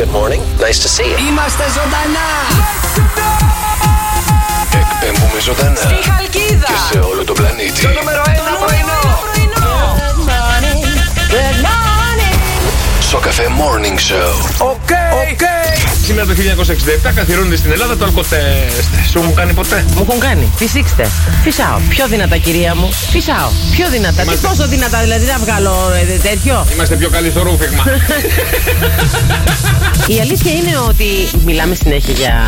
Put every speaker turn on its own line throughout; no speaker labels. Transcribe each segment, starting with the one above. Good morning. Nice to see you.
Είμαστε ζωντανά!
Εκπέμπουμε ζωντανά
Στη Χαλκίδα.
και σε όλο τον πλανήτη.
Νούμερο 1
Πρωινό. Πρωινό.
Σοκαφέ Morning Show.
Οκ! Οκ!
Σήμερα το 1967 καθιερώνεται στην Ελλάδα το αλκοτέστ. Σου μου κάνει ποτέ.
Μου έχουν κάνει. Φυσήξτε. Φυσάω. Πιο δυνατά, κυρία μου. Φυσάω. Πιο δυνατά. Τι
Είμαστε-
πόσο δυνατά, δηλαδή να βγάλω ε, τέτοιο.
Είμαστε πιο καλοί στο ρούφιγμα.
Η αλήθεια είναι ότι μιλάμε συνέχεια για,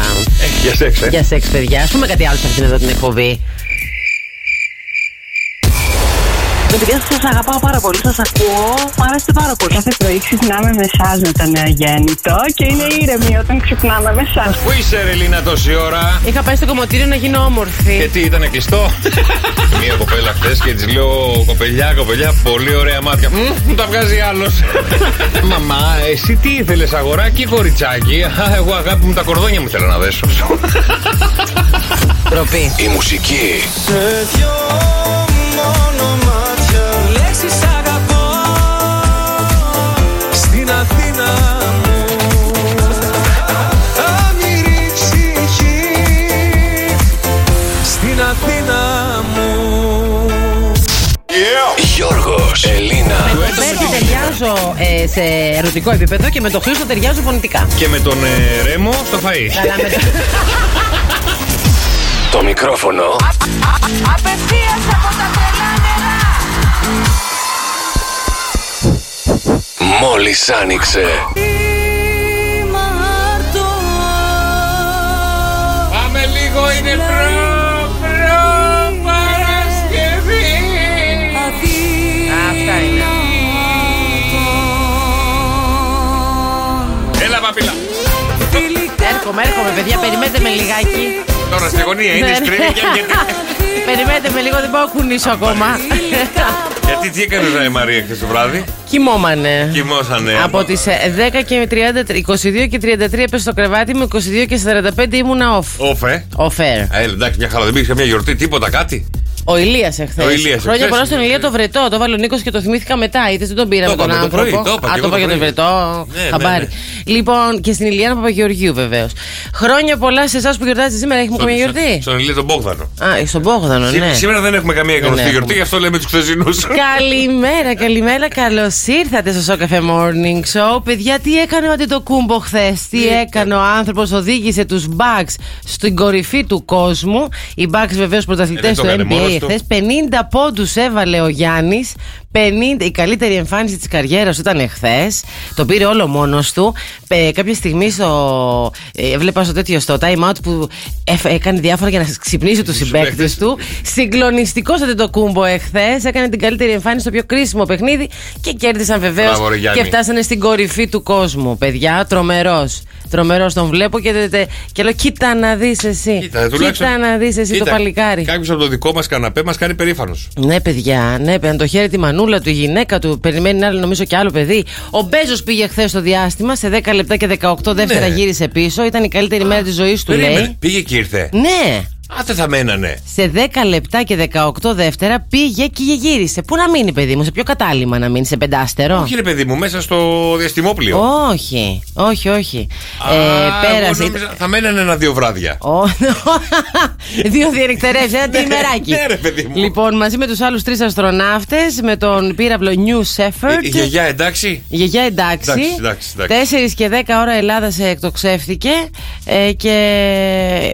Για σεξ, ε.
για σεξ, παιδιά. Ας πούμε κάτι άλλο σε αυτήν εδώ την εκπομπή.
Παιδιά, σας αγαπάω πάρα πολύ, σας ακούω. Μου αρέσετε πάρα πολύ. Κάθε πρωί ξυπνάμε με εσάς με το
ε,
νεογέννητο και είναι ήρεμη όταν ξυπνάμε με εσάς.
Πού είσαι, ρε Λίνα, τόση ώρα.
Είχα πάει στο κομμωτήριο να γίνω όμορφη.
Και τι ήταν κλειστό. Μία κοπέλα χθες και της λέω κοπελιά, κοπελιά, πολύ ωραία μάτια. «Μμμ, Μου τα βγάζει άλλος. Μαμά, εσύ τι ήθελες, αγοράκι ή κοριτσάκι. «Α, Εγώ αγάπη μου τα κορδόνια μου θέλω να δέσω.
Ντροπή.
Η μουσική
Σε δυο μόνο μάτια Λέξεις αγαπώ Στην Αθήνα μου Άμυρη ψυχή Στην Αθήνα μου
Γιώργος, Ελίνα
Το Μπέρτι ταιριάζω ε, σε ερωτικό επίπεδο και με το Χρήστο ταιριάζω πονητικά.
και με τον ε, Ρέμο στο φαΐ.
Καλά, με το-
Το μικρόφωνο
Απευθείας από τα τρελά νερά.
μόλις άνοιξε
Πάμε λίγο, είναι προ, προ, Παρασκευή.
Αυτά είναι.
Έλα, παπίλα.
Έρχομαι, έρχομαι, παιδιά. Περιμένετε με λιγάκι.
Τώρα στη γωνία είναι
Ναι.
στρίβη και έρχεται.
Περιμένετε με λίγο, δεν μπορώ να κουνήσω ακόμα.
Γιατί τι έκανε ρε Μαρία χθες το βράδυ.
Κοιμόμανε.
Κοιμώσανε.
Από τι 10 και 30, 22 και 33 έπεσε στο κρεβάτι μου, 22 και 45 ήμουνα off.
Όφε.
Off air.
Ε, εντάξει, μια χαρά. Δεν πήγες σε μια γιορτή, τίποτα, κάτι.
Ο Ηλίας εχθές.
Ο Ηλίας
Χρόνια
εχθές.
πολλά στον Ηλία το βρετό. Το βάλε ο Νίκος και το θυμήθηκα μετά. Είδε δεν τον
Το
πήραμε τον
είπαμε το
άνθρωπο.
πρωί, το είπα
Α,
και εγώ
το είπα
το
για τον
πρωί.
βρετό.
Ναι, ναι,
Χαμπάρι.
ναι.
Λοιπόν, και στην Ηλία Παπαγεωργίου βεβαίως. Χρόνια πολλά σε εσάς που γιορτάζετε σήμερα. Έχουμε καμία γιορτή.
Στον Ηλία τον Μπόγδανο.
Α, στον Πόγδανο, ναι.
Σή- Σήμερα δεν έχουμε καμία γνωστή
έχουμε.
γιορτή, γι' αυτό λέμε τους χθεσινούς.
Καλημέρα, καλημέρα. Καλώς ήρθατε στο Σοκαφέ Morning Show. Παιδιά, τι έκανε ο Αντιτοκούμπο χθες. Τι έκανε ο άνθρωπος, οδήγησε τους Bucks στην κορυφή του κόσμου. Οι Bucks βεβαίως πρωταθλητέ
Ε, δεν το
του
έκανε μόνος
NBA
του.
χθε. 50 πόντους έβαλε ο Γιάννης. 50, η καλύτερη εμφάνιση της καριέρας του ήταν εχθές. Το πήρε όλο μόνος του. Ε, κάποια στιγμή στο, ε, έβλεπα στο τέτοιο στο time out που έφε- έκανε διάφορα για να ξυπνήσει τους συμπαίκτες
συμπαίκτες.
του. Συγκλονιστικός δεν το κούμπο εχθές. Έκανε την καλύτερη εμφάνιση στο πιο κρίσιμο παιχνίδι και κέρδισαν βεβαίως
Μπράβο, ρε Γιάννη.
και φτάσανε στην κορυφή του κόσμου. Παιδιά, τρομερός. Τρομερός τον βλέπω και, δε- δε- και λέω: Κοίτα να δεις εσύ. Κοίτα να δεις εσύ το παλικάρι.
Κάποιος από το δικό μας καναπέ μας κάνει περήφανος.
Ναι, παιδιά, ναι, παιδιά, το χέρι τη μανούλα του, η γυναίκα του, περιμένει άλλο, νομίζω και άλλο παιδί. Ο Μπέζος πήγε χθες στο διάστημα, σε 10 λεπτά και 18 δεύτερα
Ναι.
γύρισε πίσω. Ήταν η καλύτερη μέρα της ζωής του, λέει.
Πήγε και ήρθε.
Ναι,
Α, δεν θα μένανε.
σε 10 λεπτά και 18 δεύτερα πήγε και γύρισε. Πού να μείνει, παιδί μου, σε ποιο κατάλημα να μείνει, σε πεντάστερο.
Όχι, ρε παιδί μου, μέσα στο διαστημόπλιο.
όχι, όχι. όχι. Ε,
Α, εγώ νόμιζα Θα μένανε ένα-δύο βράδια.
Ω, Δύο διενυκτερεύσει, ένα τριημεράκι.
Ναι, ρε, παιδί μου.
Λοιπόν, μαζί με τους άλλους τρεις αστροναύτες, με τον πύραυλο New Shepherd.
Η- Η Ε, γιαγιά, εντάξει.
Η γιαγιά εντάξει.
Εντάξει, εντάξει, εντάξει.
4 και 10 ώρα Ελλάδα σε εκτοξεύτηκε ε, και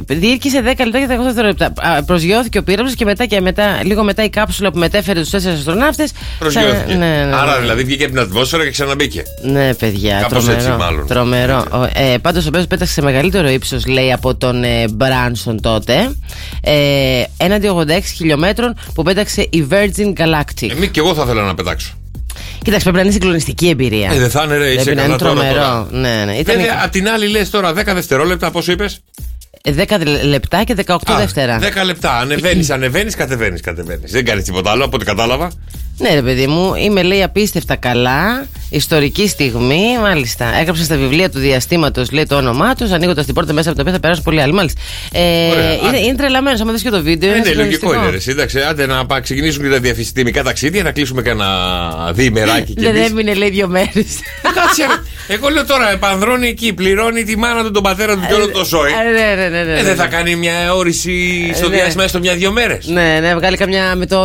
διήρκησε 10 λεπτά και 18 δευτερόλεπτα. Α, Προσγειώθηκε ο πύραυλος και μετά και μετά, λίγο μετά η κάψουλα που μετέφερε τους 4 αστροναύτε.
Προσγειώθηκε.
Ναι, ναι, ναι.
Άρα δηλαδή βγήκε από την ατμόσφαιρα και ξαναμπήκε.
Ναι, παιδιά,
Κάπως
τρομερό.
έτσι μάλλον.
τρομερό. Ο- Ε, Πάντως, ο οποίο πέταξε σε μεγαλύτερο ύψος, λέει, από τον ε, Μπράνσον τότε. Ε, έναντι 86 χιλιόμετρων που πέταξε η Virgin Galactic.
Εμεί Ε, και εγώ θα ήθελα να πετάξω.
Κοίταξε, πρέπει να είναι συγκλονιστική εμπειρία.
Ε, δεν θα είναι, ρε, είσαι
Πρέπει να
καλά
είναι
τώρα,
τρομερό.
τώρα.
Ναι, ναι. Ήταν
Βέβαια, απ' την άλλη λες τώρα 10 δευτερόλεπτα, πώ είπε.
10 λεπτά και 18 δεύτερα.
10 λεπτά. Ανεβαίνεις, ανεβαίνεις, κατεβαίνεις, κατεβαίνεις. Δεν κάνεις τίποτα άλλο από ό,τι κατάλαβα.
Ναι, ρε παιδί μου, είμαι λέει απίστευτα καλά. Ιστορική στιγμή, μάλιστα. Έγραψε στα βιβλία του διαστήματος, λέει το όνομά τους, ανοίγοντας την πόρτα μέσα από την οποία θα περάσουν πολλοί άλλοι. Μάλιστα. Ε,
Ωραία,
είναι,
άντε.
είναι τρελαμένος, άμα δεις και το βίντεο.
Είναι Ε, ναι, λογικό,
συγκλονιστικό.
είναι ρε. Σύνταξε, άντε να πά- ξεκινήσουν και τα διαφημιστικά ταξίδια, να κλείσουμε κανένα διημεράκι και
Ναι, Δεν
εμείς. Ε,
έμεινε, λέει, δύο μέρες.
Κάτσε. ρε. Εγώ λέω τώρα, επανδρώνει εκεί, πληρώνει τη μάνα του, τον πατέρα του και όλο το σόι.
Ναι, ναι, ναι. ναι,
Ε,
ναι.
δεν θα κάνει μια όρηση στο
Ε, ναι.
διάστημα έστω μια-δυο μέρες.
Ναι, ναι, βγάλει καμιά με το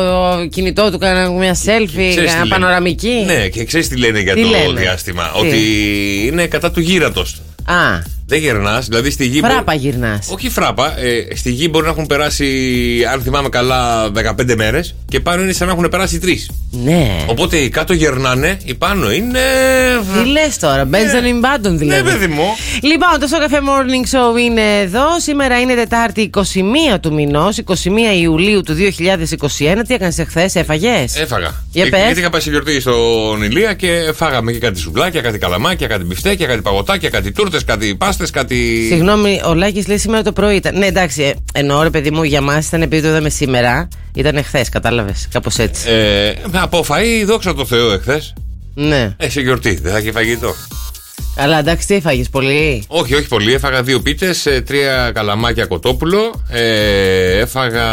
κινητό του, κάνα μια selfie, κάνα Ε, πανοραμική.
Ναι, και ξέρεις τι λένε για
Τι
το
λένε?
διάστημα.
Τι?
Ότι είναι κατά του γύρατος.
Α,
Δεν γερνά, δηλαδή στη γη.
φράπα
μπορεί-
γυρνάς.
Όχι φράπα. Ε, στη γη μπορεί να έχουν περάσει, αν θυμάμαι καλά, 15 μέρες και πάνω είναι σαν να έχουν περάσει 3.
Ναι.
Οπότε οι κάτω γερνάνε, οι πάνω είναι.
Τι λες τώρα, Benjamin Button
Ναι,
δηλαδή.
παιδί μου.
Λοιπόν, το Σοκαφέ Morning Show είναι εδώ. Σήμερα είναι Τετάρτη 21 του μηνός, 21 Ιουλίου του 2021. Τι έκανες εχθές, έφαγες.
Έφαγα.
Για
Ε,
πες.
Γιατί είχα πάει σε γιορτή στον Ηλία και φάγαμε και κάτι σουβλάκια, κάτι καλαμάκια, κάτι μπιφτέκια, κάτι παγωτάκια, κάτι τούρτες, κάτι πάστε, κάτι.
Συγγνώμη, ο Λάκης λέει σήμερα το πρωί ήταν. Ναι, εντάξει, ε, εννοώ ρε παιδί μου, για μας ήταν επειδή το είδαμε σήμερα. Ήταν εχθές, κατάλαβες, κάπως έτσι.
Ε, από φαΐ, δόξα τω Θεώ, εχθές.
Ναι.
Ε, σε γιορτή, δεν θα έχει φαγητό.
Αλλά εντάξει, τι έφαγες, πολύ.
Όχι, όχι πολύ. Έφαγα δύο πίτες, τρία καλαμάκια κοτόπουλο. Ε, έφαγα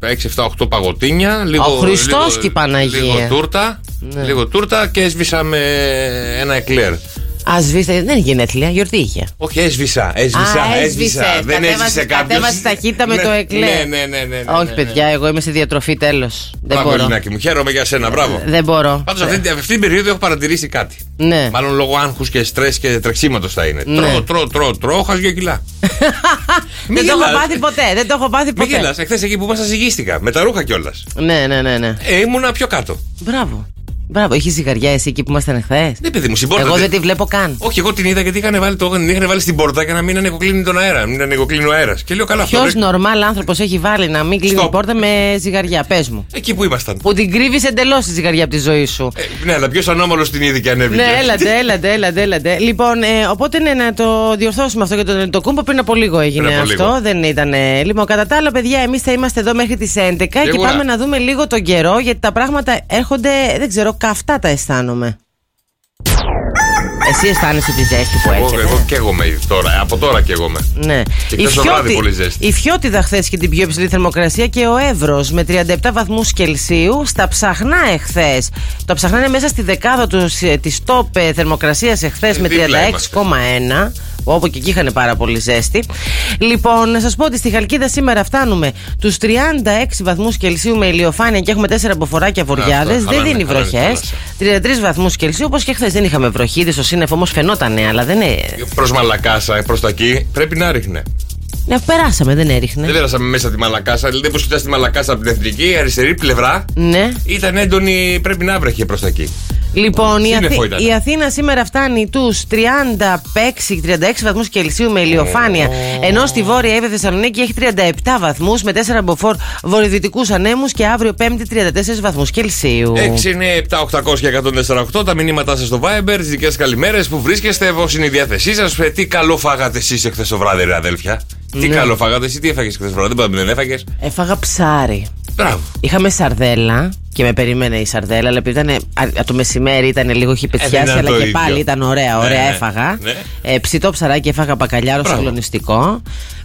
6-7-8 παγωτίνια. Λίγο,
Ο Χριστός
λίγο-
και η Παναγία. Ναι.
Λίγο τούρτα, λίγο τούρτα και έσβησα με ένα εκλέρ.
Α σβήστε, δεν είναι γενέθλια, γιορτή είχε.
Όχι, έσβησα, έσβησα,
Α,
έσβησα.
έσβησες.
ε, Δεν
Κατέβασες-
έσβησε κάποιος.
κατέβασες ταχύτητα με το εκλέρ.
Ναι, ναι, ναι. ναι, ναι,
Όχι,
ναι.
παιδιά, εγώ είμαι στη διατροφή τέλος. Δεν
Μπράβο,
μπορώ. Ναι.
Ελληνάκι μου. Χαίρομαι για σένα, μπράβο.
Δεν μπορώ.
Πάντως αυτή, αυτή την περίοδο έχω παρατηρήσει κάτι.
Ναι.
Μάλλον λόγω άγχους και στρες και τρεξίματος θα είναι.
Ναι.
Τρώω, τρώω, τρώω, τρώω, χάζω δύο κιλά.
Δεν το έχω
γελάς.
πάθει ποτέ. Δεν το έχω πάθει
Μην
ποτέ.
γελάς, εχθές εκεί που ήμασταν ζυγίστηκα. Με τα ρούχα κιόλας.
Ναι, ναι, ναι, ναι.
Ε, ήμουνα πιο κάτω.
Μπράβο. Μπράβο, είχε ζυγαριά εσύ εκεί που ήμασταν χθες.
Ναι, παιδί μου, στην πόρτα.
Εγώ δεν τη βλέπω καν.
Όχι, εγώ την είδα γιατί είχαν βάλει, το... την είχαν βάλει στην πόρτα για να μην ανεκοκλίνει τον αέρα. Μην ανεκοκλίνει ο αέρας. Και λέω καλά, αυτό.
Ποιος
ρε.
νορμάλ άνθρωπος έχει βάλει να μην κλείνει
Stop.
την πόρτα με ζυγαριά, πες μου.
Εκεί που ήμασταν.
Που την κρύβεις εντελώς τη ζυγαριά από τη ζωή σου.
Ε, ναι, αλλά ποιος ανώμαλος την είδε και ανέβηκε.
Ναι, έλατε, έλατε, έλατε, έλατε. Λοιπόν, ε, οπότε ναι, να το διορθώσουμε αυτό για τον Ελληνοκούμπο. Πριν από λίγο έγινε
Πριν από
αυτό.
λίγο.
Δεν ήταν. ε, λοιπόν, κατά τα άλλα, παιδιά, εμείς θα είμαστε εδώ μέχρι τις 11 και
Σίγουρα.
πάμε να δούμε λίγο τον καιρό γιατί τα πράγματα έρχονται, δεν ξέρω, καυτά τα αισθάνομαι. Εσύ αισθάνεσαι τη ζέστη που
Εγώ,
έρχεται.
εγώ καίγομαι τώρα. Από τώρα καίγομαι.
Ναι.
Και χθες το βράδυ πολύ ζέστη.
η Φιώτιδα χθες και την πιο υψηλή θερμοκρασία και ο Εύρος με 37 βαθμούς Κελσίου στα ψαχνά εχθέ. Τα ψαχνά είναι μέσα στη δεκάδα τη top ε, θερμοκρασίας εχθές με
Ε, δίπλα είμαστε.
36,1. Όπου και εκεί είχαν πάρα πολύ ζέστη. Λοιπόν, να σας πω ότι στη Χαλκίδα σήμερα φτάνουμε τους 36 βαθμούς Κελσίου με ηλιοφάνεια και έχουμε 4 μποφοράκια βοριάδε.
Αυτό,
Δεν
χαλάνε,
δίνει
χαλάνε τη
βροχέ. 33 βαθμούς Κελσίου, όπως και χθες δεν είχαμε βροχή. Είδες στο σύννεφο όμως φαινότανε, αλλά δεν. ε,
Προς Μαλακάσα, προς τα εκεί, πρέπει να ρίχνε.
Ναι, περάσαμε, δεν έριχνε.
Δεν πέρασαμε μέσα από τη Μαλακάσα, δηλαδή όπως κοιτάς τη Μαλακάσα από την εθνική, η αριστερή πλευρά
Ναι.
ήταν έντονη, πρέπει να βρέχει προς τα εκεί.
Λοιπόν, η,
Σύννεφο
Αθή-
ήταν.
η Αθήνα σήμερα φτάνει τους 36-36 βαθμούς Κελσίου με ηλιοφάνεια. Ενώ στη βόρεια Εύη Θεσσαλονίκη έχει 37 βαθμούς με 4 μποφόρ βορειοδυτικούς ανέμους και αύριο Πέμπτη 34 βαθμούς Κελσίου.
6, 9, 7, 800 και 148 τα μηνύματά σας στο Viber, τι δικέ καλημέρες που βρίσκεστε, πώ είναι η διάθεσή σας. Τι καλό φάγατε εσείς εχθές το βράδυ, ρε αδέλφια. Τι καλό φάγατε εσύ, τι έφαγες χθες το βράδυ, δεν πάμε, δεν έφαγες.
Έφαγα ψάρι.
Μπράβο.
Είχαμε σαρδέλα και με περίμενε η σαρδέλα, αλλά επειδή ήταν από το μεσημέρι ήταν λίγο είχε
Ε, δεν
πετιάσει,
ήταν
αλλά
το
και
ίδιο.
πάλι ήταν ωραία,
Ναι,
ωραία,
ναι,
έφαγα.
ναι.
Ε, ψητό ψαράκι έφαγα μπακαλιάρο
Μπράβο.
συγκλονιστικό.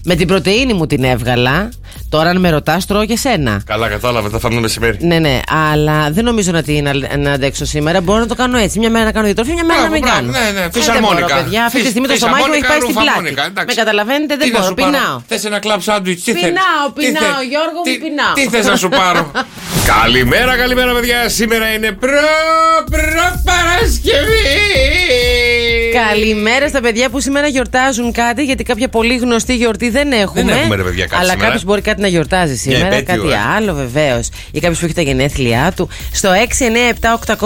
Με την πρωτεΐνη μου την έβγαλα. Τώρα, αν με ρωτάς, τρώω και σένα.
Καλά, κατάλαβα, θα φάμε το μεσημέρι.
Ναι, ναι, αλλά δεν νομίζω να την αλ- να αντέξω σήμερα. Μπορώ να το κάνω έτσι. Μια μέρα να κάνω διατροφή, μια μέρα
Μπράβο,
να μην
μπράβο,
κάνω.
ναι, ναι,
Ε,
φυσαρμόνικα.
Δεν μπορώ, παιδιά. Αυτή τη
Φυσ-
στιγμή το στομάχι μου έχει πάει στην
φυσαρμόνικα,
πλάτη.
εντάξει.
Με καταλαβαίνετε, δεν
Τι να
μπορώ.
σου πάρω,
Πεινάω.
Θες ένα κλαμπ σάντουιτ, τι θες.
Πεινάω,
Τι
πεινάω,
θες,
Γιώργο μου,
τι-
πεινάω.
Τι θες να σου πάρω. καλημέρα, καλημέρα, παιδιά. Σήμερα είναι προ, προ Παρασκευή.
Καλημέρα στα παιδιά που σήμερα γιορτάζουν κάτι, γιατί κάποια πολύ γνωστή γιορτή δεν έχουμε.
έχουμε, ρε παιδιά, κάτι
Αλλά
σήμερα.
κάποιος μπορεί κάτι να γιορτάζει σήμερα,
επέτειο,
κάτι
ε.
άλλο βεβαίως. Ή κάποιος που έχει τα γενέθλιά του. Στο 697-800-1048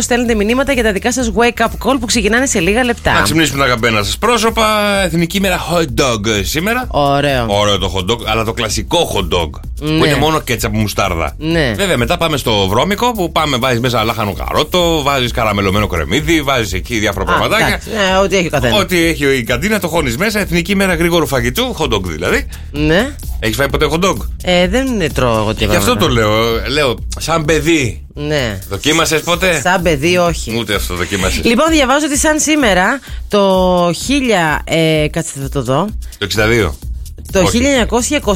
στέλνετε μηνύματα για τα δικά σας wake up call που ξεκινάνε σε λίγα
Να
λεπτά.
ξυπνήσουμε τα αγαπημένα σας πρόσωπα. Εθνική μέρα hot dog σήμερα.
Ωραίο.
Ωραίο το hot dog, αλλά το κλασικό hot dog. Που
Ναι.
είναι μόνο κέτσαπ μουστάρδα.
Ναι.
Βέβαια, μετά πάμε στο βρώμικο που πάμε, βάζεις μέσα λάχανο καρότο, βάζεις καραμελωμένο κρεμμύδι, βάζεις εκεί διάφορα
Α,
πραγματάκια.
εντάξει. Ε, Ό,τι έχει ο καθένας.
Ό,τι έχει η καντίνα το χώνεις μέσα. Εθνική μέρα γρήγορου φαγητού, hot dog δηλαδή.
Ναι.
Έχεις φάει ποτέ hot dog.
Ε, δεν τρώω εγώ
Γι'
τίποτα.
αυτό το λέω. ε, Λέω, σαν παιδί.
Ναι.
Δοκίμασες ποτέ.
Σαν παιδί, όχι.
Ούτε αυτό δοκίμασες.
Λοιπόν, διαβάζω ότι σαν σήμερα το 1000. Ε, κάτσε θα το δω.
Το 62.
Το
Όχι.
1928,
Α, το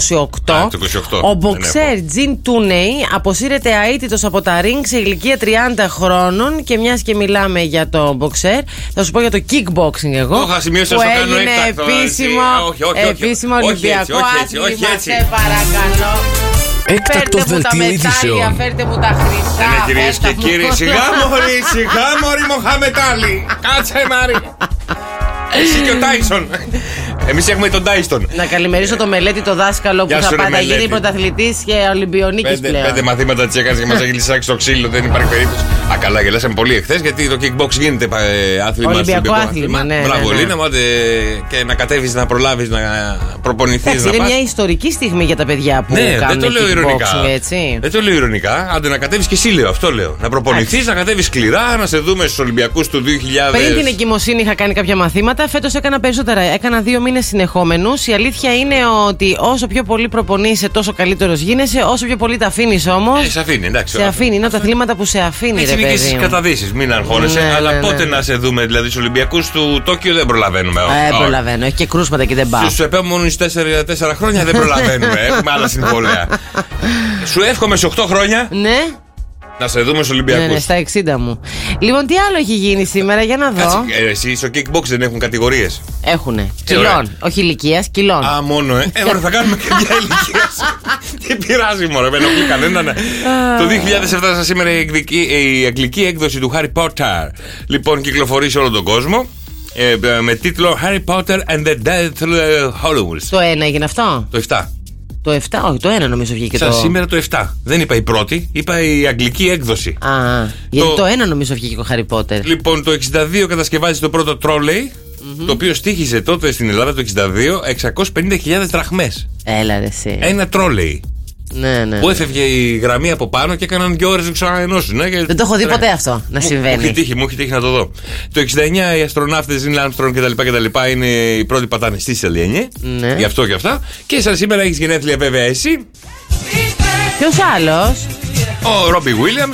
28.
ο
Δεν
μποξέρ Τζιν Τούνεϊ αποσύρεται αίτητος από τα ring σε ηλικία 30 χρόνων και μιας και μιλάμε για το μποξέρ, θα σου πω για το kickboxing εγώ
Το είχα σημειώσει
που
να το κάνω
έγινε
έκτακτο,
επίσημο,
έτσι. Όχι, όχι, όχι.
επίσημο
Όχι έτσι,
ολυμπιακό
όχι έτσι, όχι
άθλημα,
έτσι.
σε παρακαλώ.
Έκτακτος
Φέρτε μου τα
δελτίο
μετάλλια,
ειδήσεων.
φέρτε μου τα χρυσά.
Ναι, κυρίε
φέρτε
και
μου.
κύριοι, σιγά μωρή, σιγά μωρή Μοχαμετάλη. Κάτσε, Μάρι. Εσύ και ο Τάισον. Εμείς έχουμε τον Τάιστον.
Να καλημερίσω το μελέτη, το δάσκαλο που
Γεια σου,
θα
ρε
πάντα
Μελέτη.
γίνει πρωταθλητής και ολυμπιονίκης
Πέντε,
πλέον.
πέντε μαθήματα τη έκανε και μας έχει λησάξει το ξύλο, δεν υπάρχει περίπτωση. Α, καλά, γελάσαμε πολύ εχθές γιατί το kickbox γίνεται ε, άθλημα.
Ολυμπιακό
στο
άθλημα, ναι,
Μπράβο,
ναι, ναι.
Λίνα, μάτε, και να κατέβεις, να προλάβεις, να προπονηθείς.
Εντάξει,
να
είναι
πας.
μια ιστορική στιγμή για τα παιδιά που
Ναι, δεν
κάνουν
το λέω Ε,
kickboxing,
ηρωνικά.
έτσι.
Δεν το λέω ηρωνικά. Άντε να κατέβεις και εσύ, λέω. Αυτό λέω. Να προπονηθείς, να κατέβεις σκληρά, να σε δούμε στους Ολυμπιακούς του 2000.
Πριν την εγκυμοσύνη είχα κάνει κάποια μαθήματα. Φέτος έκανα περισσότερα. Έκανα δύο μήνες συνεχόμενου. Η αλήθεια είναι ότι όσο πιο πολύ προπονείσαι, τόσο καλύτερος γίνεσαι. Όσο πιο πολύ τα αφήνεις όμως.
Ε, σε Ε, αφήνει, εντάξει.
σε αφήνει. Είναι από τα αθλήματα που σε αφήνει,
Έτσι είναι
ρε
και
παιδί.
στις
μου.
καταδύσεις, μην αγχώνεσαι.
Ναι,
αλλά
ναι, ναι.
πότε να σε δούμε, δηλαδή στους Ολυμπιακούς του Τόκιο δεν προλαβαίνουμε.
Ε,
Όχι.
προλαβαίνω. Έχει και κρούσματα και δεν πάω.
Στους επόμενους 4, 4 χρόνια δεν προλαβαίνουμε. Έχουμε άλλα συμβόλαια. Σου εύχομαι σε 8 χρόνια
Ναι,
να σε δούμε στους
ναι,
Ολυμπιακούς.
ναι, στα 60 μου. Λοιπόν, τι άλλο έχει γίνει σήμερα, για να δω.
ε, Εσύ στο kickbox δεν έχουν κατηγορίες.
Έχουνε.
Τι ωραία.
Κιλών. Όχι ηλικίας, κιλών.
Α, μόνο, ε. Ε, ωραία, θα κάνουμε και μια ηλικίας. Τι πειράζει, μωρέ, με ενοχλεί κανέναν. ε. Το 2007 σαν σήμερα η, εκδική- ε, η αγγλική έκδοση του Harry Potter. Λοιπόν, κυκλοφορεί σε όλο τον κόσμο. ε, με τίτλο Harry Potter and the Deathly Hollows.
Το 1 έγινε αυτό.
Το 7.
Το 7, όχι, το 1 νομίζω βγήκε
Σαν
το.
σήμερα το 7. Δεν είπα η πρώτη, είπα η αγγλική έκδοση.
Α, γιατί
Το-
το 1 νομίζω βγήκε ο Χάρι Πότερ.
Λοιπόν, το 62 κατασκευάζει το πρώτο τρόλεϊ, το οποίο στήχησε τότε στην Ελλάδα το 62 650.000 δραχμές.
Έλα ρε εσύ.
Ένα τρόλεϊ.
Ναι, ναι.
Που έφευγε η γραμμή από πάνω και έκαναν δύο ώρες να ξαναενώσουν. ε, και-
Δεν το έχω δει
Τρέχα.
ποτέ αυτό να
Μου- Μου
συμβαίνει.
έχει τύχει, μου έχει τύχει να το δω. Το 69 οι αστροναύτες Νίλ Άρμστρον κτλ. είναι οι πρώτοι πατανιστέ στη Ελένη.
Ναι.
Γι' αυτό και αυτά. Και σαν σήμερα έχεις γενέθλια βέβαια εσύ.
Ποιος άλλος.
Ο Ρόμπι Βίλιαμ.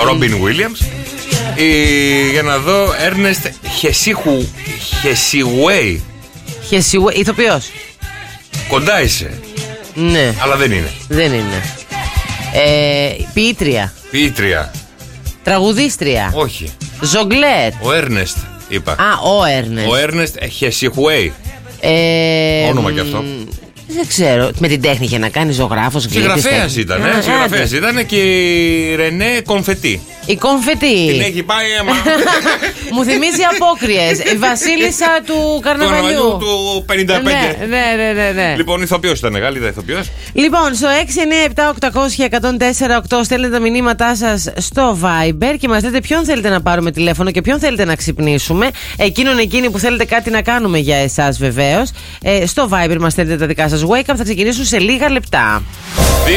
Ο Ρόμπιν Βίλιαμ. Για να δω, Έρνεστ Χεσίχου. Χεσιουέι.
Χεσιουέ, ηθοποιός.
Κοντά είσαι.
Ναι,
Αλλά δεν είναι.
δεν είναι. Ε, ποιήτρια.
Ποιήτρια.
Τραγουδίστρια.
Όχι.
Ζογκλέρ.
Ο Έρνεστ είπα.
Α, ναι. ο Έρνε.
Ο Έρνεστ Χεσιχουέι.
Ε,
Όνομα κι
μ,
αυτό.
Δεν ξέρω. Με την τέχνη για να κάνει ζωγράφος.
Συγγραφέα ήταν, ε, συγγραφέα ήταν και η Ρενέ Κομφετή.
Η κομφετή.
Την έχει πάει αίμα.
Μου θυμίζει απόκριες. Η βασίλισσα του
Του
καρναβαλιού.
Αναβαλιού του
Ναι,
55.
ναι, ναι, ναι, ναι.
Λοιπόν, ηθοποιός ήταν, Γάλλιδα ηθοποιός.
Λοιπόν, στο 697-800-1048 στέλνετε τα μηνύματά σας στο Viber και μας λέτε ποιον θέλετε να πάρουμε τηλέφωνο και ποιον θέλετε να ξυπνήσουμε. Εκείνον εκείνη που θέλετε κάτι να κάνουμε για εσάς βεβαίως. Ε, στο Viber μας στέλνετε τα δικά σας wake up, θα ξεκινήσουν σε λίγα λεπτά.
2-10-300-1048.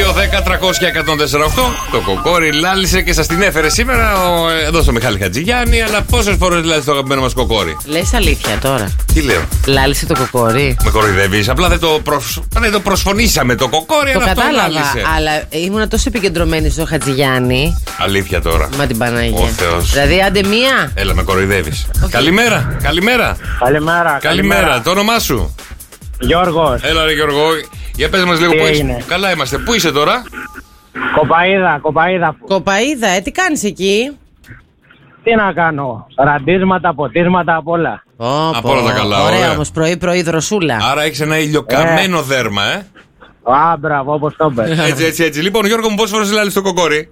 Το κοκόρι λάλησε και σας την έφερε σήμερα ο, ε, εδώ στο Μιχάλη Χατζηγιάννη. Αλλά πόσες φορές λάλησε το αγαπημένο μας κοκόρι.
Λες αλήθεια τώρα.
Τι λέω.
Λάλησε το κοκόρι.
Με κοροϊδεύεις. Απλά δεν το, προσ... δεν το προσφωνήσαμε το κοκόρι,
Το
αλλά Ε, αυτό
κατάλαβα,
λάλησε.
αλλά ήμουν τόσο επικεντρωμένη στο Χατζηγιάννη.
Αλήθεια τώρα.
Μα την Παναγία.
Ο Θεός.
Δηλαδή, άντε μία.
Έλα, με κοροϊδεύεις. Καλημέρα, καλημέρα.
Καλημέρα.
Καλημέρα, το όνομά σου.
Γιώργος,
Έλα ρε Γιώργο, για πες μας λίγο
Τι
που είσαι.
έγινε?
Καλά είμαστε, πού είσαι τώρα
κοπαίδα, κοπαίδα.
Κοπαίδα, ε, τι κάνεις εκεί.
Τι να κάνω, ραντίσματα, ποτίσματα, απ' όλα.
Πω,
Από
πω.
όλα τα καλά, ωραία.
Ωραία, όμως πρωί-πρωί δροσούλα.
Άρα έχεις ένα ηλιοκαμένο δέρμα ε.
Α, μπράβο, όπως το είπες.
Ε.
Έτσι έτσι έτσι Λοιπόν Γιώργο μου πόσες φορές λάλεις το κοκόρι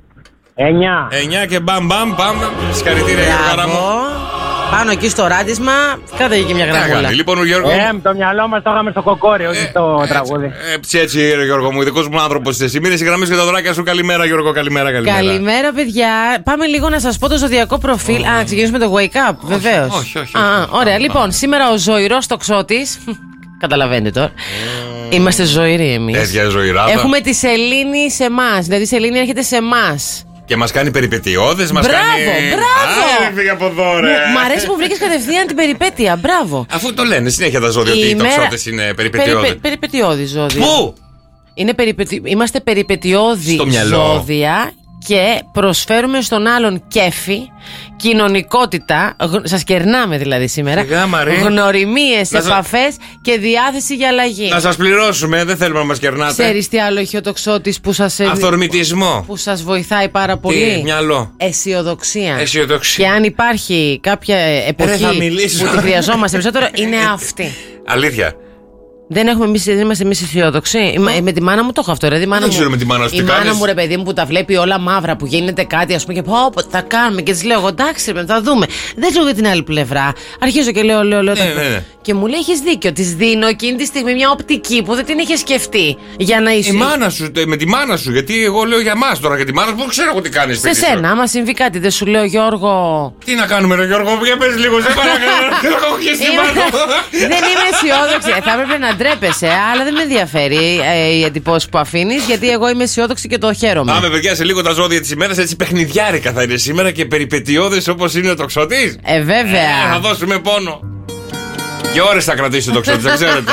Ε,
Εννιά.
9 και μπαμ μπαμ μπαμ Συγχαρητήρια Γιώργο χαρά
Μπράβο.
ε, μου
Πάνω εκεί στο ράντισμα, κάτω εκεί και μια
Τι να
γραμμούλα.
κάνει. Λοιπόν ο Γιώργος
Ε, το μυαλό μας το είχαμε στο κοκόρι,
Ε,
όχι στο τραγούδι.
Έτσι έτσι ρε Γιώργο μου Δικός μου άνθρωπος είσαι Μείνε συγγραμμής και τα δωράκια σου Καλημέρα Γιώργο καλημέρα καλημέρα
Καλημέρα, παιδιά. Πάμε λίγο να σας πω το ζωδιακό προφίλ. Α, να ξεκινήσουμε το wake up, βεβαίως.
όχι, όχι, όχι, όχι.
Ωραία, λοιπόν, σήμερα ο ζωηρός τοξότης. Καταλαβαίνετε τώρα.
Ε.
Είμαστε ζωηροί εμείς.
Τέτοια ζωηράδα
Έχουμε τη Σελήνη σε εμάς. Δηλαδή η Σελήνη έρχεται σε εμάς.
Και μας κάνει περιπετειώδες μας
Μπράβο,
κάνει...
μπράβο.
Άρε, φύγε από εδώ ρε
Μ' αρέσει που βρήκες κατευθείαν την περιπέτεια. Μπράβο.
Αφού το λένε συνέχεια τα ζώδια ότι οι τοξότες είναι περιπετειώδες
Περιπε- περιπετειώδη ζώδιο.
Πού
Είναι περιπετι... Είμαστε περιπετειώδη
Στο μυαλό.
ζώδια και προσφέρουμε στον άλλον κέφι, κοινωνικότητα, σας κερνάμε δηλαδή σήμερα,
Σιγά, μαρέ.
γνωριμίες,
Να σας-
επαφές και διάθεση για αλλαγή.
Να σας πληρώσουμε, δεν θέλουμε να μας κερνάτε.
Ε. Ξέρεις τι άλλο έχει ο τοξότης που σας, ε,
Αυθορμητισμό.
που σας βοηθάει πάρα πολύ. Ε.
Τι, μυαλό.
Αισιοδοξία.
Αισιοδοξία.
Και αν υπάρχει κάποια
Δεν θα
εποχή
μιλήσω.
που τη χρειαζόμαστε περισσότερο, είναι αυτή.
Αλήθεια.
Ε. Δεν, έχουμε εμείς, δεν είμαστε εμείς αισιοδοξοί. Η μα- ε, Με τη μάνα μου το έχω αυτό. Ρε, η μάνα
Δεν
μου,
ξέρω με τη μάνα σου
Η
τι
μάνα
κάνεις.
μου, ρε παιδί μου, που τα βλέπει όλα μαύρα, που γίνεται κάτι, ας πούμε, και πω, «Ω, τα κάνουμε. Και της λέω, «Εγώ, εντάξει, ρε, θα δούμε. Δεν λέω για την άλλη πλευρά. Αρχίζω και λέω, λέω, λέω.
Ναι,
τα-
ναι, ναι.
Και μου λέει, έχεις δίκιο. Της δίνω εκείνη τη στιγμή μια οπτική που δεν την είχε σκεφτεί. Για να είσαι.
Η μάνα σου, τε- με τη μάνα σου, γιατί εγώ λέω για μας τώρα, για τη μάνα σου, που ξέρω εγώ τι κάνεις.
Σε σένα, άμα συμβεί κάτι, δεν σου λέω, Γιώργο.
Τι να κάνουμε, ρε Γιώργο, για πες λίγο, σε παρακαλώ. Έχω και στη
Είμαι-
μάνα
Ε, δεν είμαι αισιόδοξη. Ε, Θα έπρεπε να ντρέπεσαι, αλλά δεν με ενδιαφέρει ε, η εντυπώση που αφήνεις, γιατί εγώ είμαι αισιόδοξη και το χαίρομαι.
Πάμε, παιδιά, σε λίγο τα ζώδια της ημέρας. Έτσι παιχνιδιάρικα θα είναι σήμερα και περιπετειώδες όπως είναι ο τοξότη.
Ε,
Θα
βέβαια.
δώσουμε πόνο. Και ώρες θα κρατήσει το τοξότη, δεν ξέρετε.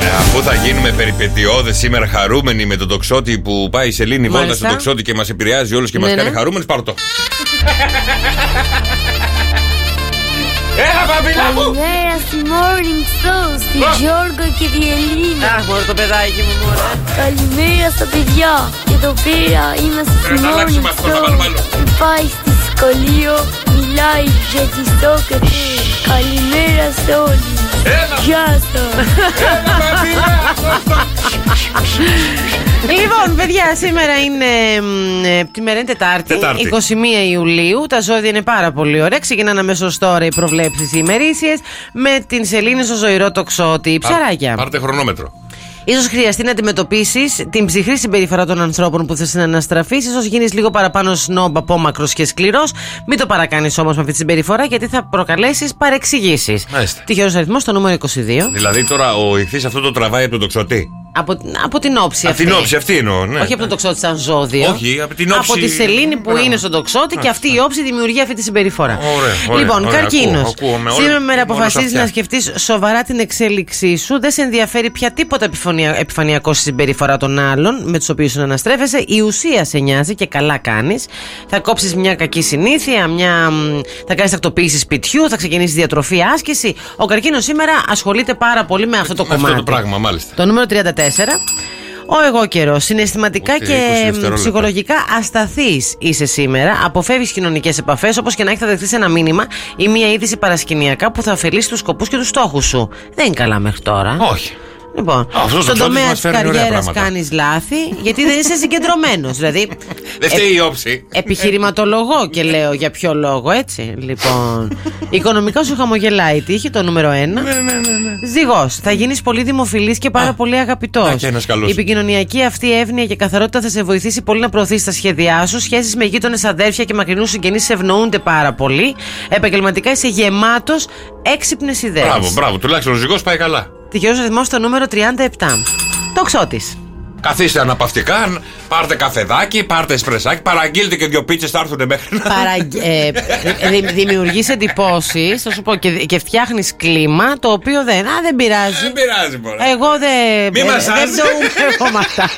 Ε, αφού θα γίνουμε περιπετειώδες σήμερα, χαρούμενοι με τον τοξότη που πάει η Σελήνη βόλτα
Μάλιστα.
στον τοξότη και μας επηρεάζει όλους και μας
Ναι, ναι.
κάνει χαρούμενους, πάρω το. Έλα, παπίλα μου!
Καλημέρα στη Morning Show, στη Γιώργο και τη Ελίνα.
Αχ, μόνο το παιδάκι μου, μωρέ.
Καλημέρα στα παιδιά και το πήρα. Είμαστε στη
Πρέπει να Ε, αλλάξουμε
Morning
αυτό, να
Show.
βάλουμε άλλο.
Πάει στη σχολείο, μιλάει για τη στόκε. Καλημέρα σε όλους.
Έλα.
Γεια σας.
Λοιπόν, παιδιά, σήμερα είναι. μ, ε, Τι μέρα είναι, Τετάρτη,
Τετάρτη.
21 Ιουλίου. Τα ζώδια είναι πάρα πολύ ωραία. Ξεκινάνε αμέσως τώρα οι προβλέψεις ημερήσιες με την Σελήνη στο ζωηρό τοξότη. Ψαράκια.
Πάρτε χρονόμετρο.
Ίσως χρειαστεί να αντιμετωπίσεις την ψυχρή συμπεριφορά των ανθρώπων που θες να αναστραφείς. ίσως γίνεις λίγο παραπάνω σνόμπ, απόμακρο και σκληρός. Μην το παρακάνεις όμως με αυτή τη συμπεριφορά, γιατί θα προκαλέσεις παρεξηγήσεις.
Μάλιστα.
Τυχερό αριθμό, το νούμερο 22.
Δηλαδή τώρα ο ηχθή αυτό το τραβάει από τον τοξότη.
Από, από την όψη
Από
αυτή.
την όψη αυτή εννοώ, ναι.
Όχι από τον τοξότη σαν ζώδιο.
Όχι, από την όψη-
Από τη σελήνη που
Μπράβο.
είναι στον τοξότη και αυτή η όψη δημιουργεί αυτή τη συμπεριφορά.
Ωραία, ωραία,
λοιπόν,
ωραία, ακούω,
καρκίνος.
ακούω με όλα- με όλα
Σήμερα αποφασίζει
αυτιά.
να σκεφτείς σοβαρά την εξέλιξή σου. Δεν σε ενδιαφέρει πια τίποτα επιφωνια- επιφανειακό στη συμπεριφορά των άλλων με τους οποίους αναστρέφεσαι. Η ουσία σε νοιάζει και καλά κάνεις. Θα κόψεις μια κακή συνήθεια, μια... μ, θα κάνεις τακτοποίηση σπιτιού, θα ξεκινήσεις διατροφή, άσκηση. Ο καρκίνος σήμερα ασχολείται πάρα πολύ με αυτό το
Με
κομμάτι.
Ναι, Αυτό το πράγμα, μάλιστα.
Το νούμερο 34. Ο εγώ καιρός. Συναισθηματικά
Ούτε 20
και
δευτερόλεπτα.
ψυχολογικά ασταθή είσαι σήμερα. Αποφεύγεις κοινωνικές επαφές, όπως και να έχεις θα δεχτείς ένα μήνυμα ή μία είδηση παρασκηνιακά που θα ωφελήσει τους σκοπούς και τους στόχους σου. Δεν είναι καλά μέχρι τώρα.
Όχι.
Λοιπόν,
αυτός ο
στον
Τσότσης
τομέα
μας
της
φέρνει ωραία
καριέρας
πράγματα.
κάνεις λάθη, γιατί δεν είσαι συγκεντρωμένος. δηλαδή,
Δεν φταίει η όψη.
Επιχειρηματολογώ και λέω για ποιο λόγο, έτσι. Λοιπόν, οικονομικά σου χαμογελάει η τύχη, το νούμερο 1.
Ναι,
Ζυγός, θα γίνεις πολύ δημοφιλής και πάρα πολύ αγαπητός.
Α, και ένας καλός.
Η επικοινωνιακή αυτή εύνοια και καθαρότητα θα σε βοηθήσει πολύ να προωθήσεις τα σχέδιά σου. Σχέσεις με γείτονες, αδέρφια και μακρινούς συγγενείς σε ευνοούνται πάρα πολύ. Επαγγελματικά είσαι γεμάτος έξυπνες ιδέες.
Μπράβο, μπράβο. Τουλάχιστον ο ζυγός πάει καλά.
Τυχερό αριθμό στο νούμερο 37. Τοξότη.
Καθίστε αναπαυτικά, πάρτε καφεδάκι, πάρτε σπρεσάκι, παραγγείλτε και δύο πίτσες θα έρθουν μέχρι να.
ε, Δημιουργεί εντυπώσεις, θα σου πω, και, και φτιάχνεις κλίμα το οποίο δεν. Α, δεν πειράζει.
Δεν πειράζει μόνο.
Εγώ δεν.
Μη
ε,
μας
Δεν
άρεσε.
το κόμματα.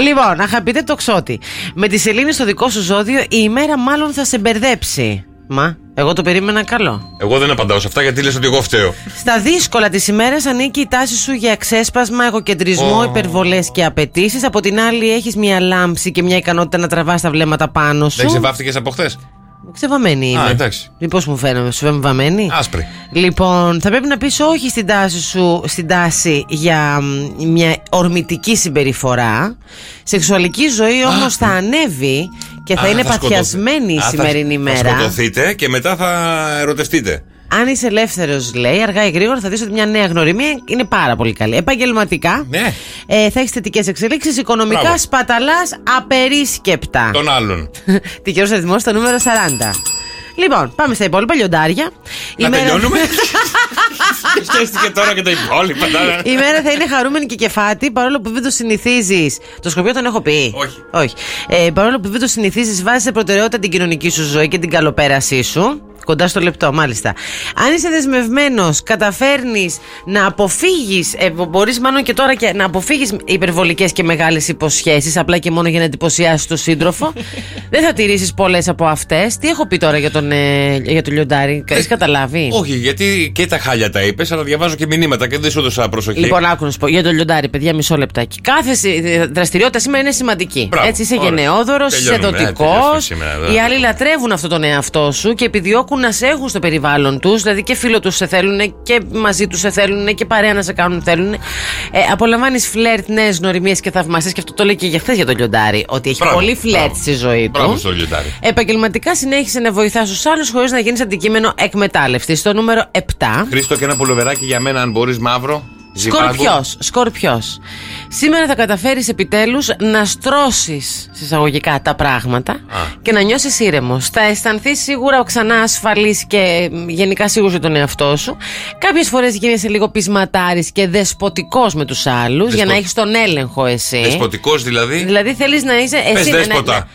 Λοιπόν, αγαπητέ τοξότη, με τη σελήνη στο δικό σου ζώδιο η ημέρα μάλλον θα σε μπερδέψει. Μα, εγώ το περίμενα καλό.
Εγώ δεν απαντάω σε αυτά γιατί λες ότι εγώ φταίω.
Στα δύσκολα της ημέρας ανήκει η τάση σου για ξέσπασμα, εγωκεντρισμό,
Ω.
υπερβολές και απαιτήσεις. Από την άλλη, έχεις μια λάμψη και μια ικανότητα να τραβάς τα βλέμματα πάνω σου.
Δεν ξεβάφτηκες από χθες.
Ξεβαμμένη είμαι.
Α, εντάξει.
Λοιπόν, πώς μου φαίνομαι, σου φαίνομαι βαμμένη.
Άσπρη.
Λοιπόν, θα πρέπει να πεις όχι στην τάση σου, στην τάση για μ, μια ορμητική συμπεριφορά. Σεξουαλική ζωή όμως θα ανέβει και θα
Α,
είναι
σκοτωθεί-
παθιασμένη η
Α, θα-
σημερινή
Θα
μέρα.
σκοτωθείτε και μετά θα ερωτευτείτε.
Αν είσαι ελεύθερος, λέει, αργά ή γρήγορα θα δεις ότι μια νέα γνωριμία είναι πάρα πολύ καλή. Επαγγελματικά
Ναι.
ε, θα έχεις θετικές εξελίξεις.
Μπράβο.
Οικονομικά σπαταλάς απερίσκεπτα.
Τον άλλον.
Τυχερό αριθμό στο νούμερο 40. Λοιπόν, πάμε στα υπόλοιπα λιοντάρια.
Να
μέρα-
τελειώνουμε. Σκέφτηκε τώρα και τα υπόλοιπα. τα-
Η μέρα θα είναι χαρούμενη και κεφάτη, παρόλο που δεν το συνηθίζεις. Το σκοπιό τον έχω πει.
Όχι.
Ε, παρόλο που δεν το συνηθίζεις, βάζεις σε προτεραιότητα την κοινωνική σου ζωή και την καλοπέρασή σου. Κοντά στο λεπτό, μάλιστα. Αν είσαι δεσμευμένος, καταφέρνεις να αποφύγεις, ε, μπορείς μάλλον και τώρα και να αποφύγεις υπερβολικές και μεγάλες υποσχέσεις, απλά και μόνο για να εντυπωσιάσεις τον σύντροφο. δεν θα τηρήσεις πολλές από αυτές. Τι έχω πει τώρα για τον, ε, για τον Λιοντάρη, έχει καταλάβει.
Όχι, γιατί και τα χάλια τα είπες, αλλά διαβάζω και μηνύματα και δεν σου έδωσα προσοχή.
Λοιπόν, άκου να σου πω για το λιοντάρι, παιδιά, μισό λεπτάκι. Κάθε συ- ε, δραστηριότητα σήμερα είναι σημαντική.
Μπράβο,
Έτσι, είσαι
ωραία.
γενναιόδωρος, είσαι
Τελειώνουμε, ε,
δοτικός.
τελειώσαμε σήμερα, δεν-
Οι άλλοι λατρεύουν αυτόν τον εαυτό σου και επιδιώκουν να σε έχουν στο περιβάλλον τους. Δηλαδή και φίλο τους σε θέλουν και μαζί τους σε θέλουν και παρέα να σε κάνουν θέλουν. Ε, Απολαμβάνεις φλερτ, νέες γνωριμίες και θαυμασίε. Και αυτό το λέει και για χθες για το λιοντάρι. Ότι έχει
Μπράβο,
πολύ φλερτ
μπράβο.
στη ζωή του.
Μπράβο στο λιοντάρι.
Επαγγελματικά συνέχισε να βοηθάς τους άλλους χωρίς να γίνεις αντικείμενο εκμετάλλευσης. Στο νούμερο 7.
Χρήστο και ένα πουλοβεράκι για μένα, αν μπορείς μαύρο. Ζιβάγκο.
Σκορπιός, σκορπιός. Σήμερα θα καταφέρεις επιτέλους να στρώσεις συσσαγωγικά τα πράγματα και να νιώσεις ήρεμος. Θα αισθανθείς σίγουρα ξανά ασφαλής και μ, γενικά σίγουρος για τον εαυτό σου. Κάποιες φορές γίνεσαι λίγο πεισματάρης και δεσποτικός με τους άλλους για
Δεσπο-
να έχεις τον έλεγχο εσύ.
Δεσποτικός δηλαδή.
Δηλαδή θέλεις να είσαι. Εσύ, να-
δέσποτα.
να-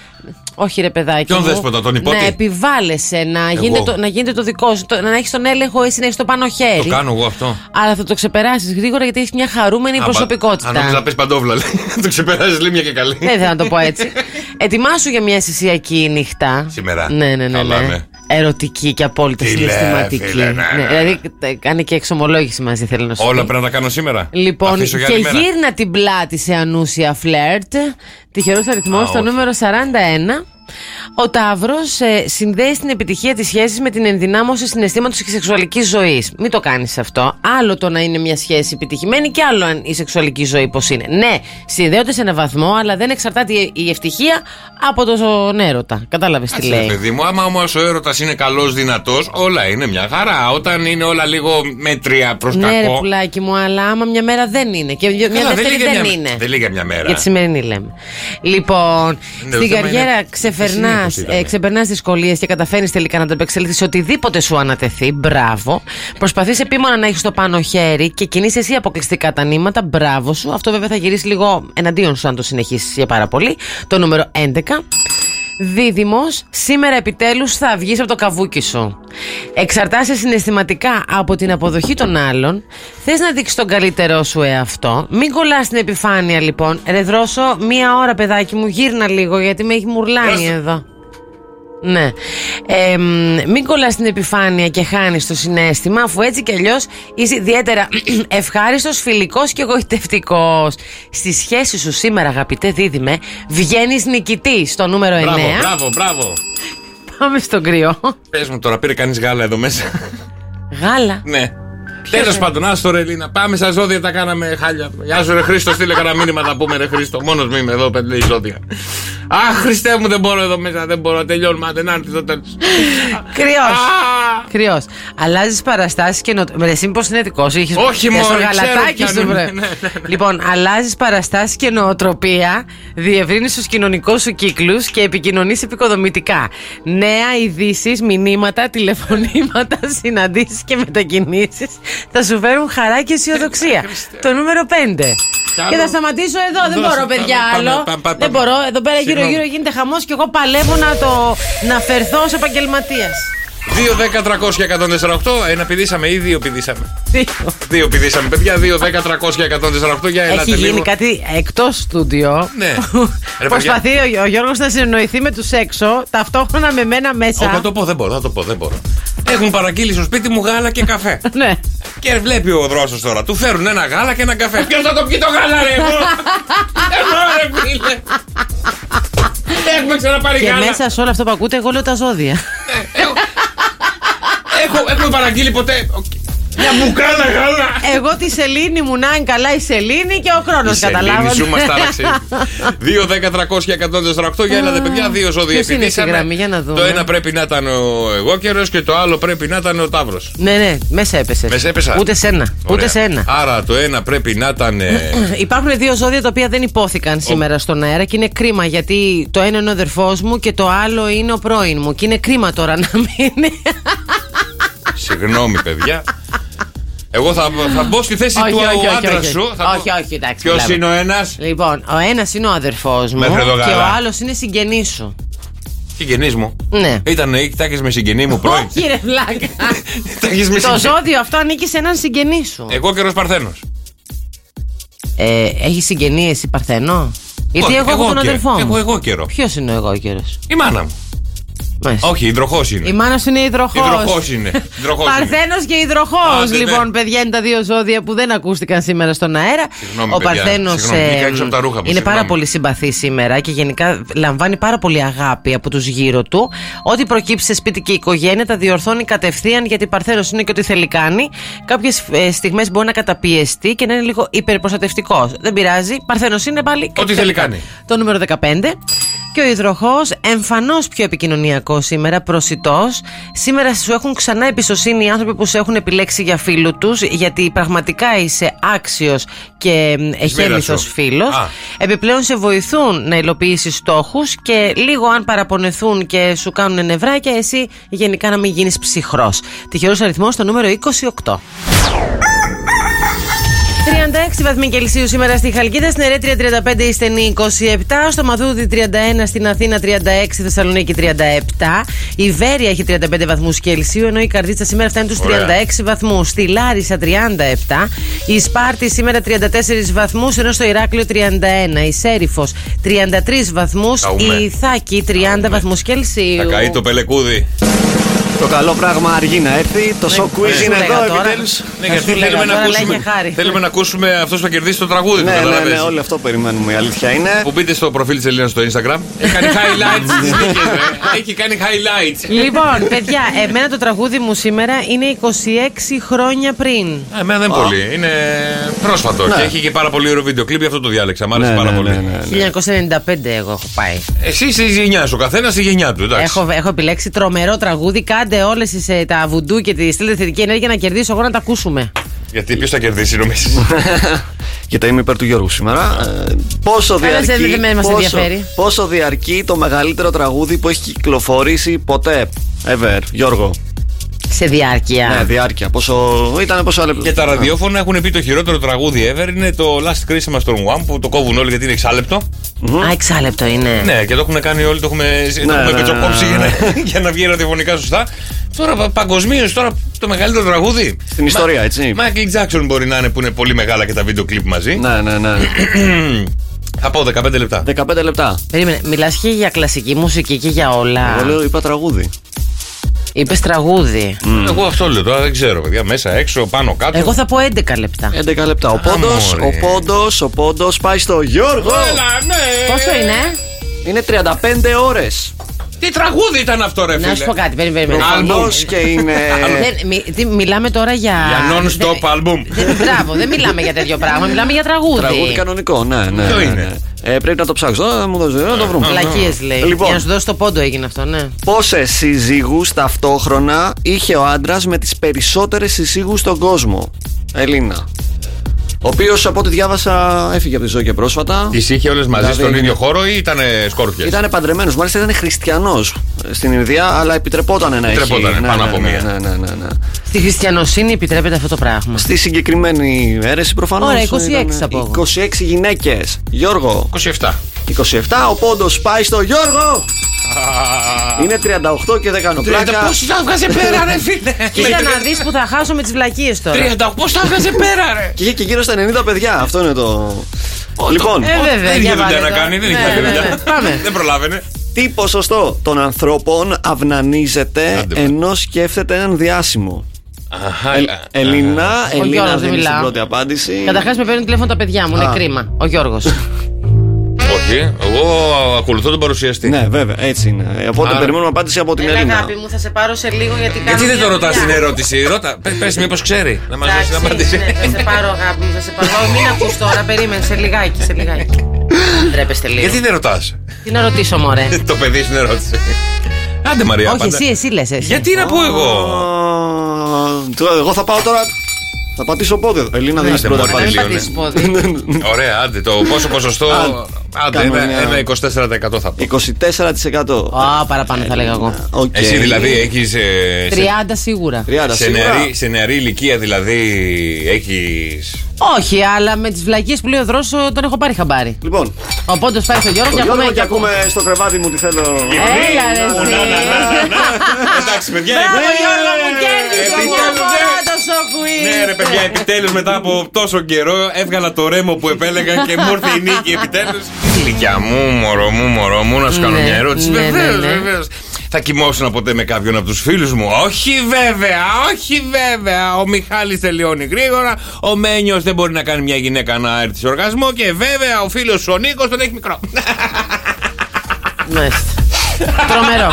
Όχι ρε παιδάκι.
Ποιον
μου.
δέσποτα, τον υπότι?
Να επιβάλλεσαι, να
Εγώ.
γίνεται, το, να γίνεται το δικό σου, το- να έχεις τον έλεγχο, εσύ να έχεις το πάνω χέρι.
Το κάνω εγώ αυτό.
Αλλά θα το ξεπεράσεις γρήγορα γιατί έχεις μια χαρούμενη
Α,
προσωπικότητα.
Αν νόμιζα να πες παντόβλα, λέει. το ξεπεράσει λίμια και καλή.
Δεν θέλω να το πω έτσι. Ετοιμάσου για μια συσιακή νύχτα.
Σήμερα.
Ναι, ναι, ναι.
Καλά,
ναι.
ναι.
Ερωτική και απόλυτα
Τι λέει,
συναισθηματική.
φίλε, ναι, ναι.
δηλαδή, ε, κάνε και εξομολόγηση μαζί, θέλω να σου
Όλα
πω.
πρέπει να τα κάνω σήμερα.
Λοιπόν,
Αφήσω για
και
άλλη μέρα.
γύρνα την πλάτη σε ανούσια φλερτ. Τυχερός αριθμός
Α,
στο
όχι.
νούμερο 41. Ο Ταύρος συνδέει την επιτυχία της σχέσης με την ενδυνάμωση συναισθήματος και σεξουαλικής ζωής. Μην το κάνεις αυτό. Άλλο το να είναι μια σχέση επιτυχημένη και άλλο αν η σεξουαλική ζωή πώς είναι. Ναι, συνδέονται σε έναν βαθμό, αλλά δεν εξαρτάται η- η ευτυχία από τον έρωτα. Κατάλαβες τι
Κάτσε, ρε
λέει.
παιδί μου, άμα όμως ο έρωτας είναι καλός, δυνατός, όλα είναι μια χαρά. Όταν είναι όλα λίγο μέτρια προς
Ναι, ρε
κακό.
πουλάκι μου, αλλά άμα μια μέρα δεν είναι και μια
Καλά,
δεύτερη
λέει για
δεν
μια-
είναι.
Δεν λέει για μια μέρα.
Για τη σημερινή λέμε. Λοιπόν,
Ναι, το
στην
θέμα
καριέρα
είναι
ξεφερνά
τι συνήθως ήταν.
δυσκολίες και καταφέρνει τελικά να ανταπεξέλθει σε οτιδήποτε σου ανατεθεί. Μπράβο. Προσπαθείς επίμονα να έχεις το πάνω χέρι και κινείς εσύ αποκλειστικά τα νήματα. Μπράβο σου. Αυτό βέβαια θα γυρίσει λίγο εναντίον σου αν το συνεχίσεις για πάρα πολύ. Το νούμερο 11. Δίδυμος, σήμερα επιτέλους θα βγεις από το καβούκι σου. Εξαρτάσαι συναισθηματικά από την αποδοχή των άλλων. Θες να δείξεις τον καλύτερό σου εαυτό. Μην κολλάς στην επιφάνεια λοιπόν. Ρε δρόσο, μία ώρα παιδάκι μου, γύρνα λίγο γιατί με έχει μουρλάνει
Δρόσο.
εδώ. Ναι. Ε, μ, μην κολλάς στην επιφάνεια και χάνεις το συνέστημα, αφού έτσι κι αλλιώς είσαι ιδιαίτερα ευχάριστος, φιλικός και εγωιτευτικό. Στη σχέση σου σήμερα, αγαπητέ Δίδυμε, βγαίνεις νικητής στο νούμερο 9.
Μπράβο, μπράβο, μπράβο.
Πάμε στον κρυό.
Πες μου τώρα, πήρε κανείς γάλα εδώ μέσα.
Γάλα.
ναι. Τέλος πάντων, άστο ρε Ελίνα. Πάμε στα ζώδια, τα κάναμε χάλια. Γεια σου, ρε Χρήστο, στείλε κανένα μήνυμα να πούμε, ρε Χρήστο. Μόνος μου είμαι εδώ, πέντε ζώδια. Αχ, Χριστέ μου, δεν μπορώ εδώ μέσα, δεν μπορώ. Τελειώνουμε, άντε να έρθει το τέλος.
Κρυός. Κρυός. Αλλάζεις παραστάσεις και νοτροπίε. Εσύ μήπως είναι δικός σου, είχε
Όχι, μωρέ,
γαλατάκι
ξέρω
σου,
ποιον
βρε.
είναι. Ναι, ναι, ναι.
Λοιπόν, αλλάζεις παραστάσεις και νοοτροπία, διευρύνεις τους κοινωνικούς σου κύκλους και επικοινωνείς επικοδομητικά. Νέα ειδήσεις, μηνύματα, τηλεφωνήματα, συναντήσεις και μετακινήσεις θα σου φέρουν χαρά και αισιοδοξία. το νούμερο 5. Και θα σταματήσω εδώ, δεν
Δώσε,
μπορώ,
πάμε,
παιδιά,
πάμε,
άλλο.
πάμε, πάμε,
Δεν
πάμε.
μπορώ, εδώ πέρα
Συγγνώμη.
γύρω-γύρω γίνεται χαμός και εγώ παλεύω να, το, να φερθώ ως επαγγελματίας.
2, 10, 300 και 148. Ένα πηδήσαμε ή δύο πηδήσαμε. Δύο πηδήσαμε, παιδιά. 2, 10, 300 και 148. Για ελάτε
Έχει γίνει
λίγο.
κάτι εκτός στούντιο.
Ναι. Ρε,
Προσπαθεί ο, ο Γιώργος να συνοηθεί με τους έξω, ταυτόχρονα με μένα μέσα.
Όπα, το πω, δεν μπορώ, θα το πω, δεν μπορώ. Έχουν παραγγείλει στο σπίτι μου γάλα και καφέ.
Ναι.
και βλέπει ο δρόσος τώρα. Του φέρουν ένα γάλα και ένα καφέ. Ποιος θα το πιει το γάλα, ρε, εγώ. εγώ, ρε, φίλε. Έχουμε ξαναπάρει
Και
γάλα.
μέσα σε όλο αυτό που ακούτε, εγώ λέω τα ζώδια.
Έχω... Έχω... Έχουμε παραγγείλει ποτέ. Οκ. Μια μπουκάλα γάλα.
εγώ τη Σελήνη μου, να είναι καλά η Σελήνη και ο χρόνος, καταλάβατε.
Σελήνη σου μας τα άλλαξε. 2, 10, 300 και 148 για έλατε παιδιά, δύο ζώδια
Ποιος είναι στη
επιδίσαμε.
γραμμή, για να δούμε.
Το ένα πρέπει να ήταν ο εγώ καιρός και το άλλο πρέπει να ήταν ο Ταύρος.
Ναι, ναι, μέσα έπεσε.
Μέσα έπεσα.
Ούτε σένα. Ούτε σένα.
Άρα το ένα πρέπει να ήταν. ε,
Υπάρχουν δύο ζώδια τα οποία δεν υπόθηκαν σήμερα στον αέρα και είναι κρίμα γιατί το ένα είναι ο αδερφός μου και το άλλο είναι ο πρώην μου. Και είναι κρίμα τώρα να μείνει.
Συγγνώμη, παιδιά. Εγώ θα, θα μπω στη θέση
Όχι,
του
όχι, όχι,
άντρας
όχι.
σου.
Όχι, όχι, εντάξει,
Ποιος
μπράβο.
είναι ο ένας.
Λοιπόν, ο ένας είναι ο αδερφός μου
Μέχρι εδώ
και ο
καλά.
άλλος είναι συγγενής σου.
και γενεί μου.
Ναι.
Ήταν ή κοιτάκες με συγγενή μου πρωί.
Όχι, ρε βλάκα.
Κοιτάκες με
Το
συγγενή.
ζώδιο αυτό ανήκει σε έναν συγγενή σου.
Εγώ καιρός Παρθένος.
Ε, έχει συγγενή εσύ Παρθενό. Γιατί
Όχι,
εγώ έχω τον
καιρο.
αδερφό μου.
Έχω εγώ καιρό.
Ποιος είναι ο εγώ καιρο.
Η μάνα μου. Όχι, υδροχός είναι.
Η μάνας σου είναι υδροχός.
Υδροχός είναι. Υδροχός είναι.
Παρθένος και υδροχός.
Α, ναι, ναι.
λοιπόν, παιδιά, είναι τα δύο ζώδια που δεν ακούστηκαν σήμερα στον αέρα.
Συγγνώμη,
ο
παιδιά.
Παρθένος
Συγγνώμη, βγήκα έξω από τα ρούχα μου,
είναι πάρα
συγγνώμη.
πολύ συμπαθή σήμερα και γενικά λαμβάνει πάρα πολύ αγάπη από τους γύρω του. Ό,τι προκύψει σε σπίτι και οικογένεια τα διορθώνει κατευθείαν γιατί Παρθένος είναι και ό,τι θέλει κάνει. Κάποιες στιγμές μπορεί να καταπιεστεί και να είναι λίγο υπερπροστατευτικός. Δεν πειράζει. Παρθένος είναι πάλι. κάτι
θέλει κάνει.
το νούμερο 15. Και ο υδροχός, εμφανώς πιο επικοινωνιακός σήμερα, προσιτός. Σήμερα σου έχουν ξανά εμπιστοσύνη οι άνθρωποι που σε έχουν επιλέξει για φίλου τους, γιατί πραγματικά είσαι άξιος και εχέληθο
σου.
φίλος.
Α.
Επιπλέον σε βοηθούν να υλοποιήσεις στόχους και λίγο αν παραπονεθούν και σου κάνουν νευράκια, εσύ γενικά να μην γίνεις ψυχρός. Τυχερός αριθμός το νούμερο 28. 36 βαθμοί Κελσίου σήμερα στη Χαλκίδα, στην Ερέτρια 35 η Στενή 27, στο Μαδούδι 31, στην Αθήνα 36, Θεσσαλονίκη 37, η Βέρεια έχει 35 βαθμούς Κελσίου, ενώ η Καρδίτσα σήμερα φτάνει τους 36
Ωραία.
βαθμούς, στη Λάρισα 37, η Σπάρτη σήμερα 34 βαθμούς, ενώ στο Ηράκλειο 31, η Σέριφος 33 βαθμούς,
Καούμε.
η Ιθάκη 30 βαθμούς Κελσίου.
Θα καεί το πελεκούδι.
Το καλό πράγμα αργεί να έρθει. Το show quiz
σου
είναι
λέγα
εδώ
τώρα.
επιτέλους.
Ναι,
Θα
γιατί
σου λέγα
θέλουμε να,
τώρα, λέγε
ακούσουμε,
χάρη.
θέλουμε να ακούσουμε αυτός που θα κερδίσει το τραγούδι.
Ναι,
το
ναι, ναι,
καταλαβαίνεις.
όλο αυτό περιμένουμε. Η αλήθεια είναι. Ναι.
Που μπείτε στο προφίλ της Ελίνα στο Instagram. Έχει κάνει highlights. στις νίκες, ρε. Έχει κάνει highlights.
Λοιπόν, παιδιά, εμένα το τραγούδι μου σήμερα είναι 26 χρόνια πριν.
Α, Ε, Εμένα δεν πολύ. Είναι πρόσφατο. Και έχει και πάρα πολύ ωραίο βίντεο κλειπ, γι' αυτό το διάλεξα. Μ' άρεσε
Ναι,
πάρα
ναι,
πολύ.
ναι, ναι, ναι.
1995 εγώ έχω πάει.
Εσύ είσαι η γενιάς σου, καθένα στη γενιά του. Εντάξει.
Έχω, έχω επιλέξει τρομερό τραγούδι. Κάντε όλε τα βουντού και τη στείλτε θετική ενέργεια να κερδίσω εγώ να τα ακούσουμε.
Γιατί ποιος θα κερδίσει, νομίζεις.
Κοίτα, είμαι υπέρ του Γιώργου σήμερα. Ε, Πόσο
Καλά, σε
διαρκεί,
δεν- δεν μας
πόσο,
ενδιαφέρει.
πόσο διαρκεί το μεγαλύτερο τραγούδι που έχει κυκλοφορήσει ποτέ. Ever, Γιώργο.
Σε διάρκεια.
Ναι, διάρκεια. Πόσο ήταν, πόσο λεπτό.
Και τα ραδιόφωνα έχουν πει το χειρότερο τραγούδι ever είναι το Last Christmas των One που το κόβουν όλοι γιατί είναι εξάλεπτο.
Α, εξάλεπτο είναι.
Ναι, και το έχουν κάνει όλοι, το έχουμε, το
Ναι,
έχουμε
ναι,
πετσοκόψει
ναι,
για,
ναι.
να, για να βγει ραδιοφωνικά σωστά. Τώρα παγκοσμίως, τώρα το μεγαλύτερο τραγούδι.
Στην ιστορία, έτσι.
Μάικλ Τζάξον μπορεί να είναι που είναι πολύ μεγάλα και τα βίντεο κλιπ μαζί.
Ναι, ναι, ναι.
Θα πω 15 λεπτά.
15 λεπτά.
Περίμενε, μιλάς και για κλασική μουσική και για όλα.
Εγώ λέω, είπα τραγούδι.
Είπες τραγούδι.
Ναι.
Ε, Εγώ αυτό λέω τώρα, δεν ξέρω, παιδιά. Μέσα, έξω, πάνω, κάτω.
Εγώ θα πω 11 λεπτά.
11 λεπτά. Ο πόντος,
μωρέ.
ο πόντος, ο πόντος πάει στο Γιώργο.
Έλα, ναι.
Πόσο είναι,
Είναι 35 ώρες.
Τι τραγούδι ήταν αυτό, ρε φίλε.
Να σου πω κάτι, περίμενε. περίμενε. Ε,
Προφανώς
Album.
και είναι.
Δεν- μι- τι, μιλάμε τώρα για.
Για non-stop
Δεν-
album.
δεν- Μπράβο, δεν μιλάμε για τέτοιο πράγμα, μιλάμε για τραγούδι.
Τραγούδι κανονικό, ναι, ναι.
Ποιο
ναι,
είναι?
ναι. Ε, πρέπει να το ψάξω. Να μου δώσει, να το βρούμε.
Βλακίες λέει.
Λοιπόν.
Για να σου δώσει το πόντο έγινε αυτό, ναι.
Πόσες συζύγους ταυτόχρονα είχε ο άντρας με τις περισσότερες συζύγους στον κόσμο. Ελίνα. Ο οποίος από ό,τι διάβασα έφυγε από τη ζωή και πρόσφατα.
Τις είχε όλες μαζί
Δηλαδή,
στον
είναι-
ίδιο χώρο ή ήταν σκόρπια.
Ήταν παντρεμένος, μάλιστα ήταν χριστιανός στην Ινδία, αλλά επιτρεπόταν να έχει.
Επιτρεπότανε,
ναι,
πάνω
ναι,
από
ναι,
μία.
ναι, ναι, ναι, ναι.
Στη χριστιανοσύνη επιτρέπεται αυτό το πράγμα.
Στη συγκεκριμένη αίρεση προφανώς.
Ωραία, 26 θα πω εγώ.
26 γυναίκες. Γιώργο.
27.
27, ο πόντος πάει στο Γιώργο! Είναι 38 και δεν κάνω πλάκα.
Πώ τα βγάζε πέρα, ρε φίλε.
Κοίτα να δεις που θα χάσω με τις βλακίες τώρα.
30, πώ τα βγάζε πέρα, ρε.
Και είχε και γύρω στα 90 παιδιά. Αυτό είναι το. Λοιπόν,
Ε, βέβαια.
Δεν
για
είχε
βάλε
δουλειά να
τώρα.
κάνει, δεν
Ναι,
είχε άλλη
ναι, ναι.
δουλειά.
Πάμε.
Δεν προλάβαινε.
τι ποσοστό των ανθρώπων αυνανίζεται
Άντε,
ενώ σκέφτεται έναν διάσημο.
Αχα,
Ε, Ελίνα, Ελίνα
Γιώργος
δεν
δεν
είναι στην
μιλάω.
πρώτη απάντηση.
Καταρχάς με παίρνουν τηλέφωνο τα παιδιά μου, είναι κρίμα. Ο Γιώργος.
Όχι, εγώ ακολουθώ τον παρουσιαστή.
Ναι, βέβαια, έτσι είναι. Ε, Οπότε
Άρα-
περιμένουμε απάντηση από την
Έλα,
Ελίνα.
Ε, αγάπη μου, θα σε πάρω σε λίγο γιατί κάνω.
Γιατί δεν
μια
το ρωτάς την
δουλειά.
ερώτηση, ρώτα. Πε μήπω ξέρει να μας δώσει την
Εντάξει, ναι,
απάντηση.
θα σε πάρω αγάπη μου, θα σε πάρω. Μην ακούς τώρα, περίμενε σε λιγάκι, σε λιγάκι. Τρέπεστε λίγο.
Γιατί δεν ρωτάς.
Τι να ρωτήσω, μωρέ.
Το παιδί στην ερώτηση. Άντε Μαρία,
Όχι,
απάντα.
εσύ, εσύ λες.
Γιατί να πω εγώ.
Α, τώρα Εγώ θα πάω τώρα. Θα
Ναι,
πατήσω πότε. Ελίνα δεν είναι στην
Άντε,
πρώτη
μωρέ,
απάντηση. Ναι,
τελείωνε.
Πατήσεις πόδι.
Ωραία, άντε το πόσο ποσοστό Άντε,
Κάνουμε
ένα,
μια-
ένα 24% θα πω.
24%.
Α, παραπάνω θα λέγα εγώ.
Οκ.
Εσύ
ε,
δηλαδή έχει.
30 σίγουρα.
30
Σε
σίγουρα.
νεαρή, σε νεαρή ηλικία δηλαδή έχεις...
Όχι, αλλά με τις βλακίες που λέει ο Δρόσος τον έχω πάρει χαμπάρι.
Λοιπόν,
Οπότε τους πάει στο Γιώργο και
τον Γιώργο
ακούμε.
και ακούμε στο κρεβάτι μου τι θέλω.
Λοιπόν,
Έλα ρε εσύ. Ε,
Εντάξει παιδιά,
Μπράβο
επιτέλους-
Γιώργο μου κέρδισε μια
επιτέλους,
φορά
ναι.
το σοκουί.
Ναι ρε παιδιά, επιτέλους μετά από τόσο καιρό έβγαλα το ρέμο που επέλεγα και μου ήρθε η νίκη επιτέλους. Γλυκιά μου, μωρό μου, μωρό μου, να σου κάνω
Ναι,
μια ερώτηση.
ναι, ναι,
Βεβαίως,
ναι.
βεβαίως. Θα κοιμόσουν ποτέ με κάποιον από τους φίλους μου. Όχι βέβαια, όχι βέβαια. Ο Μιχάλης τελειώνει γρήγορα, ο Μένιος δεν μπορεί να κάνει μια γυναίκα να έρθει σε οργασμό και βέβαια ο φίλος σου ο Νίκος τον έχει μικρό.
Μάλιστα. Τρομερό.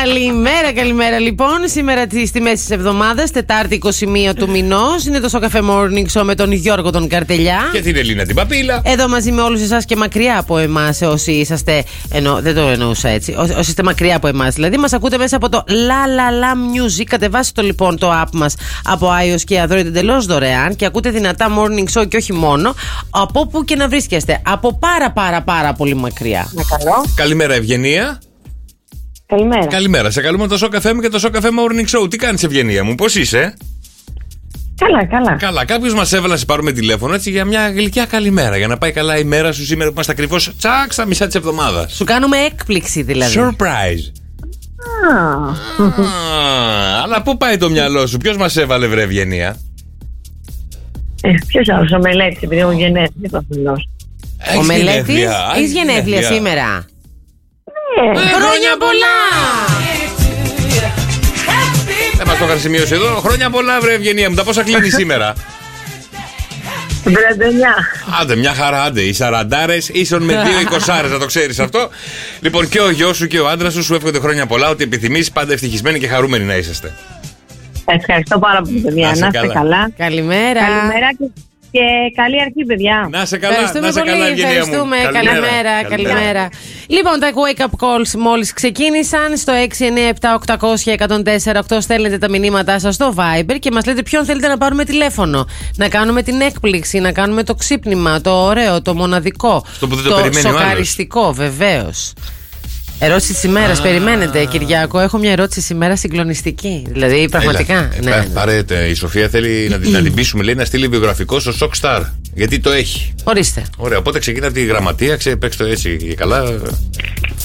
Καλημέρα, καλημέρα λοιπόν. Σήμερα τη- στη μέση της εβδομάδας, Τετάρτη 21 του μηνός, είναι το Σοκαφέ Morning Show με τον Γιώργο τον Καρτελιά.
και την Ελίνα την Παπίλα.
Εδώ μαζί με όλους εσάς και μακριά από εμάς, όσοι είσαστε. Ενώ, δεν το εννοούσα έτσι. Όσοι, όσοι είστε μακριά από εμάς. Δηλαδή, μας ακούτε μέσα από το La La La Music. Κατεβάστε το λοιπόν το app μας από iOS και Android εντελώς δωρεάν και ακούτε δυνατά morning show και όχι μόνο. Από όπου και να βρίσκεστε. Από πάρα πάρα πάρα πολύ μακριά.
Ναι. Καλημέρα, Ευγενία.
Καλημέρα.
Καλημέρα. Σε καλούμε το σοκαφέ μου και το σοκαφέ Morning Show. Τι κάνεις, Ευγενία μου, πώς είσαι.
Καλά, καλά.
Καλά, κάποιος μας έβαλε να σε πάρουμε τηλέφωνο έτσι για μια γλυκιά καλημέρα. Για να πάει καλά η μέρα σου σήμερα που είμαστε ακριβώς τσακ στα μισά της εβδομάδας.
Σου κάνουμε έκπληξη δηλαδή.
Surprise. Α, Αλλά πού πάει το μυαλό σου, ποιος μας έβαλε, βρε Ευγενία.
Ποιος άλλος Ε, ο μελέτης, επειδή έχω γενέθλια προφανώ.
Ο
Έχεις
μελέτης
γενέθλια,
έχει
έχεις
γενέθλια σήμερα.
Ε,
Ναι. Χρόνια πολλά!
Δεν μας Ε, το είχαν σημειώσει εδώ. Χρόνια πολλά, βρε Ευγενία μου. Τα πόσα κλείνει σήμερα.
39.
Άντε, μια χαρά, άντε. Οι σαραντάρες ίσον με δύο εικοσάρες, να το ξέρεις αυτό. Λοιπόν, και ο γιος σου και ο άντρας σου σου εύχονται χρόνια πολλά. Ό,τι επιθυμείς, πάντα ευτυχισμένοι και χαρούμενοι να είσαστε.
Ευχαριστώ πάρα πολύ, παιδιά.
Να
Να
είστε
είστε
καλά.
καλά.
Καλημέρα.
Καλημέρα και, και καλή αρχή, παιδιά.
Να σε καλά,
Ευχαριστούμε
να σε
πολύ.
καλά, Ευγενία μου.
Ευχαριστούμε. Καλημέρα. Καλημέρα. Λοιπόν, τα wake up calls μόλις ξεκίνησαν. Στο 697-800-1048 στέλνετε τα μηνύματά σας στο Viber και μας λέτε ποιον θέλετε να πάρουμε τηλέφωνο. Να κάνουμε την έκπληξη, να κάνουμε το ξύπνημα, το ωραίο, το μοναδικό.
Αυτό που δεν το περιμένει ο άλλος.
σοκαριστικό, βεβαίως. Ερώτηση της ημέρας, περιμένετε, Κυριάκο. Έχω μια ερώτηση σήμερα συγκλονιστική. Δηλαδή, πραγματικά.
Έλα,
ναι.
ε, Πάρετε, η Σοφία θέλει να, την- να την πείσουμε, λέει, να στείλει βιογραφικό στο Shockstar. Γιατί το έχει.
Ορίστε.
Ωραία, οπότε ξεκινά από τη γραμματεία, ξέρει, παίξ το έτσι και καλά.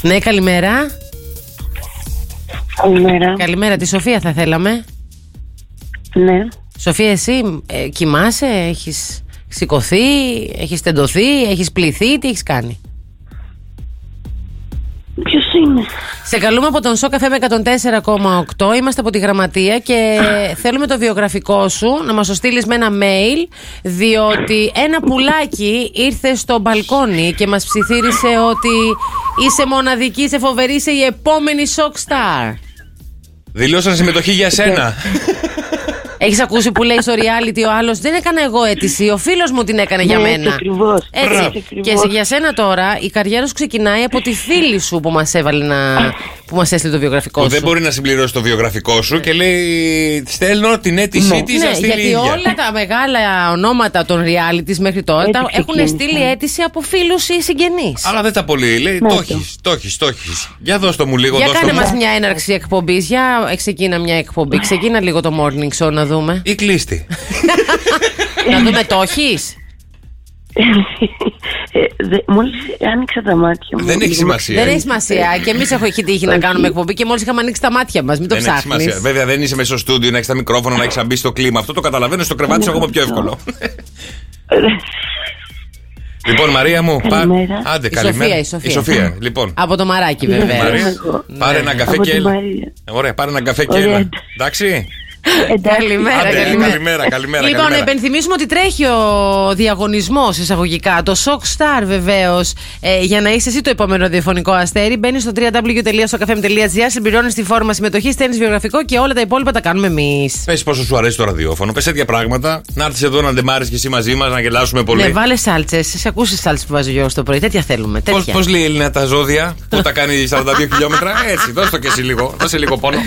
Ναι, καλημέρα.
Καλημέρα.
Καλημέρα, τη Σοφία θα θέλαμε.
Ναι.
Σοφία, εσύ ε, κοιμάσαι, έχεις σηκωθεί, έχεις τεντωθεί, έχεις πληθεί, τι έχεις κάνει.
Ποιος είναι.
Σε καλούμε από τον ΣΟΚΑΦΕ με 104,8. Είμαστε από τη γραμματεία και θέλουμε το βιογραφικό σου να μας το στείλεις με ένα mail, διότι ένα πουλάκι ήρθε στο μπαλκόνι και μας ψιθύρισε ότι είσαι μοναδική, είσαι φοβερή, είσαι η επόμενη shock star.
Δηλώσαν συμμετοχή για σένα.
Ναι. Έχεις ακούσει που λέει στο reality ο άλλος Δεν έκανα εγώ αίτηση, ο φίλος μου την έκανε για
Ναι,
μένα.
έτσι ακριβώς.
Έτσι.
Έτσι ακριβώς.
Και σε- για σένα τώρα η καριέρα σου ξεκινάει από τη φίλη σου που μας έβαλε να. που μας έστειλε το βιογραφικό
Που
σου.
δεν μπορεί να συμπληρώσει το βιογραφικό σου και λέει: Στέλνω την αίτησή τη να
ναι,
στείλει η
γιατί
ίδια».
όλα τα μεγάλα ονόματα των reality μέχρι τώρα
Έτσι
τα έχουν
ξεκίνησαν.
στείλει αίτηση από φίλους ή συγγενείς
Αλλά δεν τα πολύ. Λέει, το έχεις, το έχεις, το έχεις. Για δώστε μου λίγο,
Ναι, Για
δώστε
κάνε
μου.
μας μια έναρξη εκπομπής Για ε, ξεκίνα μια εκπομπή. Ξεκίνα λίγο το morning show να δούμε.
Ή κλείστη.
να δούμε το έχεις.
Μόλις άνοιξα τα μάτια μου.
δεν έχει σημασία. ε.
Δεν έχει σημασία. Και εμείς έχουμε έχει τύχει να κάνουμε εκπομπή και μόλις είχαμε ανοίξει τα μάτια μας. Μην το
Δεν έχει
ψάχνεις.
σημασία. Βέβαια, δεν είσαι μέσα στο στούντιο να έχεις τα μικρόφωνα, να έχεις μπεις στο κλίμα. Αυτό το καταλαβαίνω στο κρεβάτι
Ναι.
σου ακόμα πιο εύκολο. λοιπόν, Μαρία μου, πάρε.
Καλημέρα.
Άντε,
Η
καλημέρα.
Σοφία, η Σοφία.
Λοιπόν,
Από το μαράκι, βέβαια.
Μαρία, πάρε
Ναι.
ένα καφέ
Από
και
τη
έλα.
Μαρία.
Ωραία, πάρε ένα καφέ και
Ωραία.
έλα. Εντάξει.
Ε, Καλημέρα,
Άντε,
καλημέρα.
καλημέρα, καλημέρα,
Λοιπόν,
καλημέρα.
επενθυμίσουμε ότι τρέχει ο διαγωνισμός εισαγωγικά. Το Shock Star βεβαίως. Ε, για να είσαι εσύ το επόμενο ραδιοφωνικό αστέρι, μπαίνεις στο www.sokafem.gr, συμπληρώνεις τη φόρμα συμμετοχής, στέλνεις βιογραφικό και όλα τα υπόλοιπα τα κάνουμε εμείς.
Πες πόσο σου αρέσει το ραδιόφωνο, πες τέτοια πράγματα. Να έρθεις εδώ να ντεμάρεις και εσύ μαζί μας, να γελάσουμε
Ναι,
πολύ.
βάλε σάλτσες. Σε ακούσεις σάλτσες που βάζει ο Γιώργος το πρωί. Τέτοια θέλουμε.
Πώς
Τέτοια.
πώς λέει η Έλληνα τα ζώδια που τα κάνει 42 χιλιόμετρα. Έτσι, δώσ' το και εσύ λίγο. Δώσε λίγο πόνο.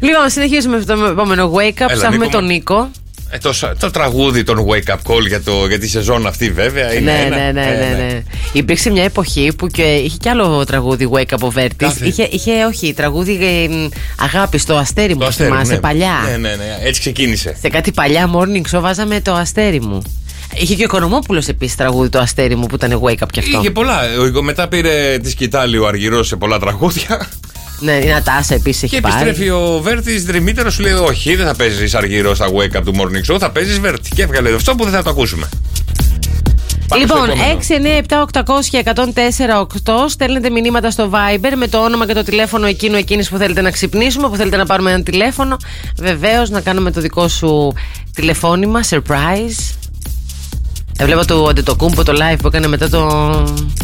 Λοιπόν, συνεχίζουμε με το επόμενο Wake Up.
Έλα,
Ψάχνουμε
Νίκο μου.
τον Νίκο.
Ε, το, σα- το τραγούδι των Wake Up Call για, το, για τη σεζόν αυτή βέβαια είναι
Ναι,
ένα.
ναι, ναι,
Ε,
ναι, ναι. Υπήρξε μια εποχή που και είχε κι άλλο τραγούδι Wake Up Overtis.
Κάθε.
Είχε, είχε, όχι, τραγούδι ε, μ, αγάπη στο αστέρι μου,
Το αστέρι,
θυμάσαι,
ναι.
παλιά.
Ναι, ναι, ναι, έτσι ξεκίνησε.
Σε κάτι παλιά morning show βάζαμε το αστέρι μου. Είχε και ο Οικονομόπουλος επίσης τραγούδι το αστέρι μου που ήταν wake up κι αυτό.
Είχε πολλά. Ο Ιγκο- Μετά πήρε τη σκητάλη ο Αργυρός σε πολλά τραγούδια.
Ναι, η Νατάσα επίσης
Και
έχει πάρει.
επιστρέφει ο Βέρτης δρυμύτερο, σου λέει: Όχι, δεν θα παίζεις Αργυρό στα Wake Up του Morning Show, θα παίζεις Βέρτη. Και έβγαλε αυτό που δεν θα το ακούσουμε. Πάμε στο
Λοιπόν,
επόμενο.
697-800-1048 στέλνετε μηνύματα στο Viber με το όνομα και το τηλέφωνο εκείνο εκείνης που θέλετε να ξυπνήσουμε, που θέλετε να πάρουμε ένα τηλέφωνο. Βεβαίως, να κάνουμε το δικό σου τηλεφώνημα, surprise. Ε, βλέπω το αντιτοκούμπο το live που έκανε μετά το.